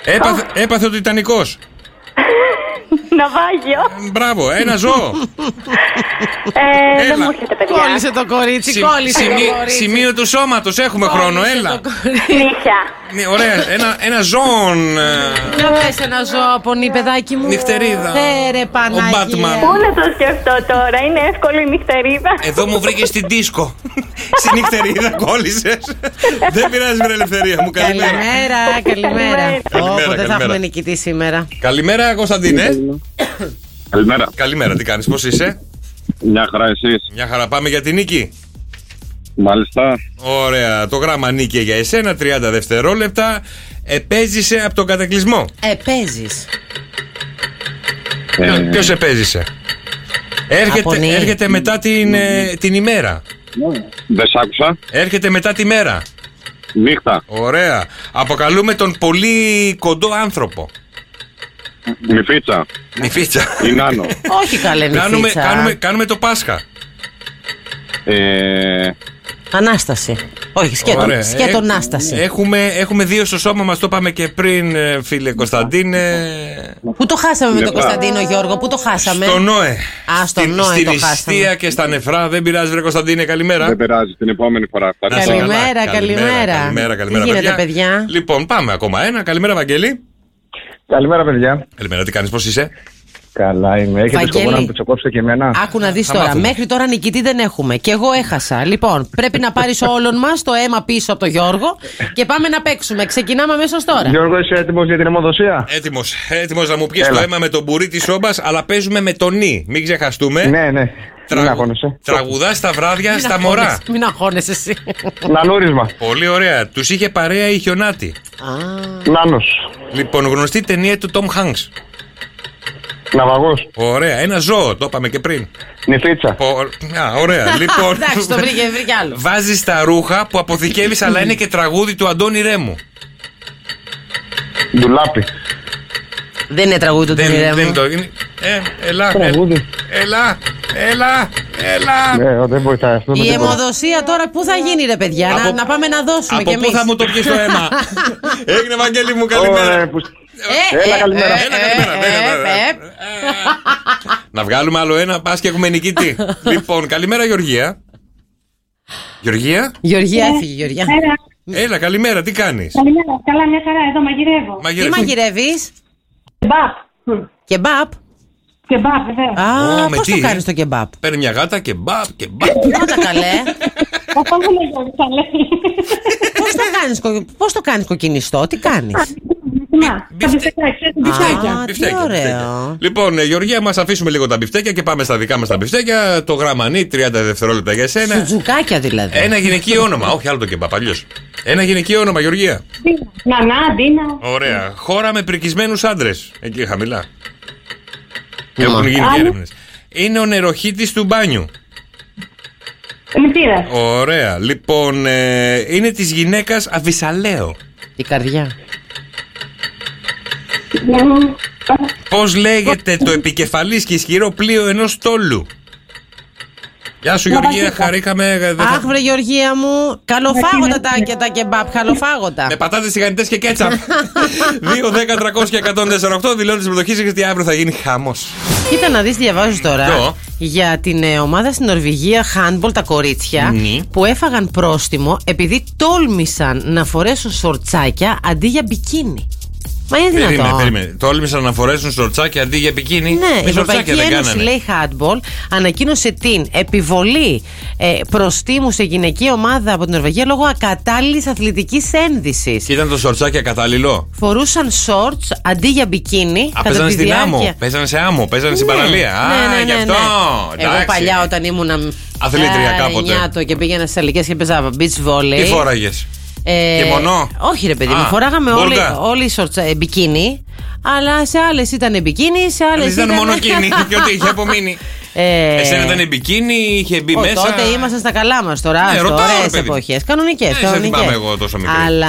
Έπαθε, έπαθε ο Τιτανικός.
Ναυάγιο.
Μπράβο, ένα ζώο.
Ε,
Έλα.
δεν μου έρχεται, παιδιά.
Κόλλησε το κορίτσι,
Συ-
κόλλησε
σημεί-
το κορίτσι.
Σημείο του σώματος, έχουμε χρόνο, έλα.
Νύχια.
Ναι, Ωραία, ένα, ένα ζώον. ε,
Να πες ένα ζώο από νη, παιδάκι μου.
Νυχτερίδα.
Ε, ρε, Παναγία.
Ο Batman.
Πού να το σκεφτώ τώρα, είναι εύκολη η νυχτερίδα.
Εδώ μου βρήκες την δίσκο. Στη νυχτερίδα κόλλησες. Δεν πειράζει, βρε ελευθερία μου. Καλημέρα.
Καλημέρα, καλημέρα. Όποτε θα
καλημέρα.
έχουμε νικητή σήμερα.
Καλημέρα, Κωνσταντίνε.
Καλημέρα.
Καλημέρα, τι κάνεις, πώς είσαι.
Μια χαρά εσείς.
Μια χαρά, πάμε για την νίκη.
Μάλιστα.
Ωραία, το γράμμα νίκη για εσένα, 30 δευτερόλεπτα. Επέζησε από τον κατακλυσμό.
Ε, παίζει.
Ε.
Ποιος επέζησε.
Από
Έρχεται,
νη.
έρχεται μετά την, ε, την ημέρα.
Ναι. Δεν σ' άκουσα.
Έρχεται μετά τη μέρα.
Νύχτα.
Ωραία. Αποκαλούμε τον πολύ κοντό άνθρωπο.
Νυφίτσα.
Νυφίτσα.
Είναι άνω.
Όχι καλέ
Κάνουμε,
νυχτίτσα.
κάνουμε, κάνουμε το Πάσχα.
Ε,
Ανάσταση. Όχι, σκέτο,
Ωραία. Ε,
σκέτο
Έχ-
ανάσταση.
Έχουμε, έχουμε δύο στο σώμα μας, το είπαμε και πριν, ε, φίλε Κωνσταντίνε.
Πού το χάσαμε με τον
Λοιπόν.
Κωνσταντίνο Γιώργο, πού το χάσαμε.
Το Νόε.
Α, στο
Στην-
Νόε
Στη
το χάσαμε.
ληστεία και στα νεφρά. Δεν πειράζει, βρε Κωνσταντίνε, καλημέρα.
Δεν πειράζει, την επόμενη φορά.
Να είσαι καλά.
Καλημέρα, καλημέρα.
Καλημέρα, καλημέρα,
Τι γίνεται, παιδιά.
Λοιπόν, πάμε ακόμα ένα. Καλημέρα, Βαγγέλη.
Καλημέρα, παιδιά.
Καλημέρα, τι κάνεις, πώς είσαι.
Καλά είμαι. Έχετε
Βαγγέλη.
σκοπό να μου τσοκόψετε και εμένα.
Άκου να δεις
θα
τώρα.
μάθουμε.
Μέχρι τώρα νικητή δεν έχουμε. Και εγώ έχασα. Λοιπόν, πρέπει να πάρεις όλων μας το αίμα πίσω από τον Γιώργο και πάμε να παίξουμε. Ξεκινάμε αμέσως τώρα.
Γιώργο, είσαι έτοιμος για την αιμοδοσία.
Έτοιμος, έτοιμος να μου πιεις
Έλα.
το αίμα με τον μπουρί της όμπας, αλλά παίζουμε με τον νι. Μην ξεχαστούμε.
Ναι, ναι. Μην αγχώνεσαι.
Τραγουδά στα βράδια
Μην
στα
αγχώνεσαι,
μωρά.
Μην αγχώνεσαι εσύ.
Λανούρισμα.
Πολύ ωραία. Τους είχε παρέα η Χιονάτη.
Νάνος.
Λοιπόν, γνωστή ταινία του Tom Hanks.
Ναυαγός.
Ωραία. Ένα ζώο, το είπαμε και πριν.
Νυφίτσα.
Πο... Α, ωραία. λοιπόν,
Εντάξει, το βρήκε, βρήκε άλλο.
βάζεις τα ρούχα που αποθηκεύεις, αλλά είναι και τραγούδι του Αντώνη Ρέμου.
Ντουλάπι.
Δεν είναι τραγούδι του
Δεν,
Τονι Ρέμου.
δεν το. είναι- Ε, ελά,
Τραγούδι.
ελά, ελά, ελά.
Ναι, δεν βοηθάει αυτό. με
Η
τίποτα.
αιμοδοσία τώρα πού θα γίνει, ρε παιδιά, να,
Από-
να πάμε να δώσουμε κι
Από
εμεί.
πού θα μου το πιεις το αίμα. Έγινε, Βαγγέλη μου, καλημέρα.
Ωραία, που-
Ε,
Έλα, καλημέρα.
Έλα, καλημέρα. ναι, ναι, ναι. Να βγάλουμε άλλο ένα, πας και έχουμε νικητή. λοιπόν, καλημέρα Γεωργία. Γεωργία,
Γεωργία, έφυγε, Γεωργία. Ναι.
έλα, καλημέρα, τι κάνεις.
Καλημέρα. Καλά, μια χαρά. Εδώ μαγειρεύω.
Τι μαγειρεύεις,
Κεμπάπ.
κεμπάπ.
Κεμπάπ, ναι. βέβαια.
Α,
Ω, με
πώς το
τι?
κάνεις το κεμπάπ.
Παίρνει μια γάτα και μπαπ και μπαπ.
Πρώτα καλέ.
Ο Παναγιώτη θα λέει.
Πώς το κάνει πώς το κάνεις κοκκινιστό, τι κάνεις.
Να, τα μπιφτεκάκια. τα μπιφτεκάκια.
Α, τι
Μπιφτέκια,
ωραίο.
Λοιπόν, ε, Γεωργία, μας αφήσουμε λίγο τα μπιφτέκια και πάμε στα δικά μας τα μπιφτέκια. Το γράμμα νη, 30 δευτερόλεπτα για εσένα.
Σουτζουκάκια δηλαδή.
Ένα γυναικείο όνομα, όχι άλλο το κεμπαπ, αλλιώ. Ένα γυναικείο όνομα, Γεωργία.
Νανά, Ντίνα.
Ωραία. Χώρα με πρικισμένους άντρες. Εκεί χαμηλά. Έχουν γίνει και
Άλλο.
έρευνες. Είναι ο νεροχύτη του μπάνιου.
Μητήρα.
Ωραία. Λοιπόν, ε, είναι της γυναίκας Αβυσαλέο.
Η καρδιά.
Πώς λέγεται το επικεφαλής και ισχυρό πλοίο ενός τόλου. Γεια σου, Γεωργία. Χαρήκαμε. δεν θα-
Αχ, βρε Γεωργία μου, καλοφάγοντα τα, και τα κεμπάπ, καλοφάγοντα.
Με πατάτες τηγανιτέ και κέτσαπ. 2, 10, 300 και 148 δηλώνει τη συμμετοχή γιατί αύριο θα γίνει χάμο.
Κοίτα να δεις, διαβάζω τώρα
Ποιο?
για την ε, ομάδα στην Νορβηγία handball τα κορίτσια
Ναι.
που έφαγαν πρόστιμο επειδή τόλμησαν να φορέσουν σορτσάκια αντί για μπικίνι. Μα είναι δυνατόν.
Περίμενε, περίμενε. Τόλμησαν να φορέσουν σορτσάκι αντί για πικίνι.
Ναι, η
Με
Ευρωπαϊκή
σορτσάκια δεν
Ένωση
κάνανε.
λέει handball ανακοίνωσε την επιβολή ε, προστίμου σε γυναική ομάδα από την Νορβηγία λόγω ακατάλληλης αθλητικής ένδυσης.
Και ήταν το σορτσάκι ακατάλληλο.
Φορούσαν shorts αντί για μπικίνι.
Α,
κατά
παίζανε
τη
στην άμμο.
διάρκεια-
Παίζανε σε άμμο. Παίζανε στην
Ναι.
παραλία. Α,
Ναι, ναι, ναι,
γι' αυτό.
ναι. Εγώ
Εντάξει.
παλιά όταν ήμουνα.
Αθλήτρια
ε,
κάποτε.
νιάτο και πήγαινα στις αλικές και παίζα beach volley.
Τι φόραγες.
Ε,
Και μονό?
Όχι, ρε παιδί μου,
Α,
φοράγαμε όλοι,
μπουργά.
όλοι σορτσα, ε, μπικίνι. Αλλά σε άλλες ήταν μπικίνι, σε άλλες.
Εμείς ήταν μόνο κίνη. Και ό,τι είχε απομείνει.
Ε,
Εσένα ήταν μπικίνι, είχε μπει
Ω,
μέσα.
Τότε ήμασταν στα καλά μας τώρα.
Ναι,
Ναι,
ρωτάω, ρε,
Ωραίε
παιδί.
εποχές. Κανονικές.
Ε, σε θυμάμαι εγώ τόσο μικρή.
Αλλά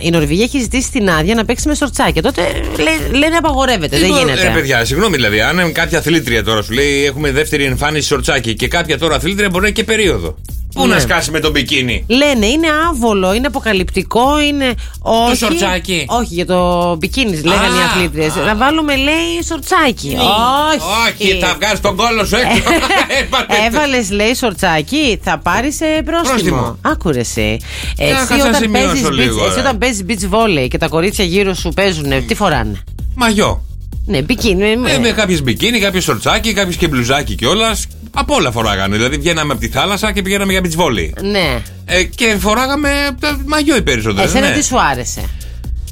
η Νορβηγία έχει ζητήσει την άδεια να παίξει με σορτσάκια. Τότε λέ- λένε απαγορεύεται.
Τι
Δεν
Ε, το-
γίνεται.
Ρε, παιδιά, συγγνώμη δηλαδή. Αν κάποια αθλήτρια τώρα σου λέει έχουμε δεύτερη εμφάνιση σορτσάκι και κάποια τώρα αθλήτρια μπορεί να έχει και περίοδο. Πού
Ναι.
να σκάσει με τον μπικίνι.
Λένε είναι άβολο, είναι αποκαλυπτικό, είναι. Όχι.
σορτσάκι.
Όχι, για το μπικίνις, λέγανε οι αθλήτριες. Να βάλουμε, λέει, σορτσάκι. Όχι.
Ναι. Όχι, θα βγάλεις τον κόλο σου έξω.
Έβαλες, λέει, σορτσάκι, θα πάρεις πρόστιμο.
Πρόστιμο.
Άκουρε εσύ.
Ε, κάτσε να
όταν
σημειώσω
παίζεις
λίγο, ε.
beach- εσύ
ρε.
όταν παίζεις beach volley και τα κορίτσια γύρω σου παίζουν, τι φοράνε.
Μαγιό.
Ναι, μπικίνι. ε,
Ε, με κάποιες μπικίνι, κάποιο σορτσάκι, κάποιος και μπλουζάκι κιόλας. Από όλα φοράγανε. Δηλαδή βγαίναμε από τη θάλασσα και πηγαίναμε για beach volley.
Ναι.
Ε, και φοράγαμε τα μαγιό οι περισσότεροι.
Εσένα
ναι.
τι σου άρεσε.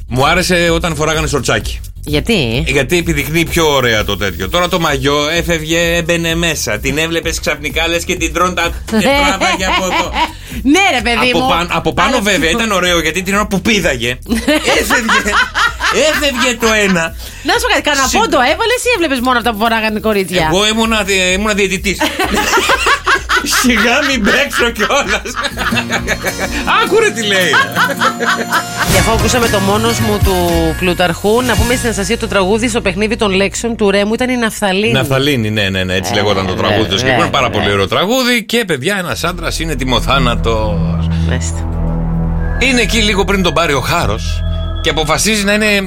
Μου άρεσε όταν φοράγανε σορτσάκι.
Γιατί.
Ε, Γιατί επιδεικνύει πιο ωραία το τέτοιο. Τώρα το μαγιό έφευγε, έμπαινε μέσα. Την έβλεπες ξαφνικά λες και την τρώνε τα Ε, και τράβαγε από εδώ.
Ναι, ρε παιδί
από,
μου.
πάνω, από πάνω
Αλλά-
βέβαια ήταν ωραίο γιατί την ώρα που πήδαγε. Έφευγε. έφευγε το ένα.
Να σου πω κάτι, κανένα πόντο έβαλες ή έβλεπες μόνο αυτά που φοράγανε κορίτσια.
Εγώ ήμουνα, ήμουνα διαιτητής. Σιγά μην παίξω κιόλας. Άκουρε τι λέει.
Και αφού ακούσαμε το μόνος μου του Πλουταρχού, να πούμε στην Αναστασία το τραγούδι στο παιχνίδι των λέξεων του Ρέμου ήταν η Ναφθαλίνη.
Ναφθαλίνη, ναι, ναι, ναι, έτσι λεγόταν το τραγούδι του συγκεκριμένο. Πάρα πολύ ωραίο τραγούδι και παιδιά, ένας άντρας είναι τιμοθάνατος. Είναι εκεί λίγο πριν τον πάρει ο χάρος και αποφασίζει να είναι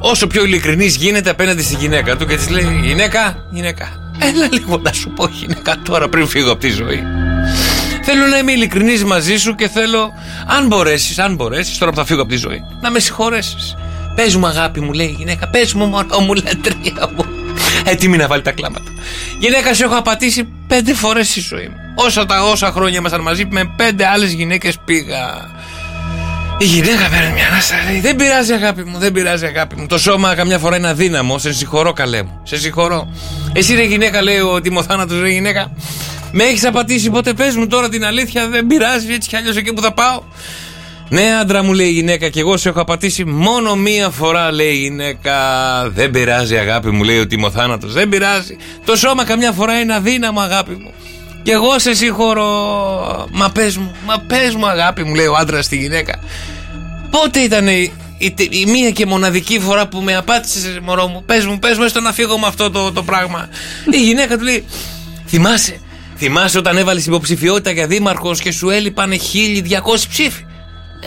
όσο πιο ειλικρινής γίνεται απέναντι στη γυναίκα του και της λέει: Γυναίκα, γυναίκα, έλα λίγο να σου πω γυναίκα τώρα πριν φύγω από τη ζωή. Θέλω να είμαι ειλικρινής μαζί σου και θέλω, αν μπορέσεις, αν μπορέσεις, τώρα που θα φύγω από τη ζωή, να με συγχωρέσεις. Πες μου, αγάπη μου, λέει η γυναίκα, πες μου, μόνο μου, λατρεία μου. Έτοιμη να βάλει τα κλάματα. Γυναίκα, σε έχω απατήσει πέντε φορές στη ζωή μου. Όσα, τα, όσα χρόνια ήμασταν μαζί, με πέντε άλλες γυναίκες πήγα. Η γυναίκα παίρνει μια ανάσα, λέει: Δεν πειράζει, αγάπη μου, δεν πειράζει, αγάπη μου. Το σώμα καμιά φορά είναι αδύναμο. Σε συγχωρώ, καλέ μου. Σε συγχωρώ. Εσύ ρε γυναίκα, λέει ο Τιμοθάνατος, ρε γυναίκα. Με έχεις απατήσει ποτέ, πες μου τώρα την αλήθεια, δεν πειράζει, έτσι κι αλλιώς εκεί που θα πάω. Ναι, άντρα μου, λέει η γυναίκα, και εγώ σε έχω απατήσει μόνο μία φορά, λέει η γυναίκα. Δεν πειράζει, αγάπη μου, λέει ο Τιμοθάνατος. Δεν πειράζει. Το σώμα καμιά φορά είναι αδύναμο, αγάπη μου. Και εγώ σε συγχωρώ. Μα πες μου, μα πες μου, αγάπη μου, λέει ο άντρας στη γυναίκα. Πότε ήταν η, η, τε- η μία και μοναδική φορά που με απάτησε, μωρό μου. Πες μου, πες μου, έστω να φύγω με αυτό το, το πράγμα. η γυναίκα του λέει, Θυμάσαι, θυμάσαι όταν έβαλες υποψηφιότητα για δήμαρχος και σου έλειπαν 1200 ψήφοι.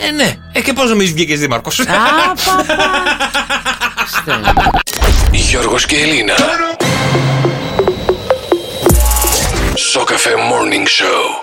Ε, ναι. Ε, και πώς νομίζεις βγήκες δήμαρχος.
Γιώργος και Ελίνα. Σοκαφέ Morning Show.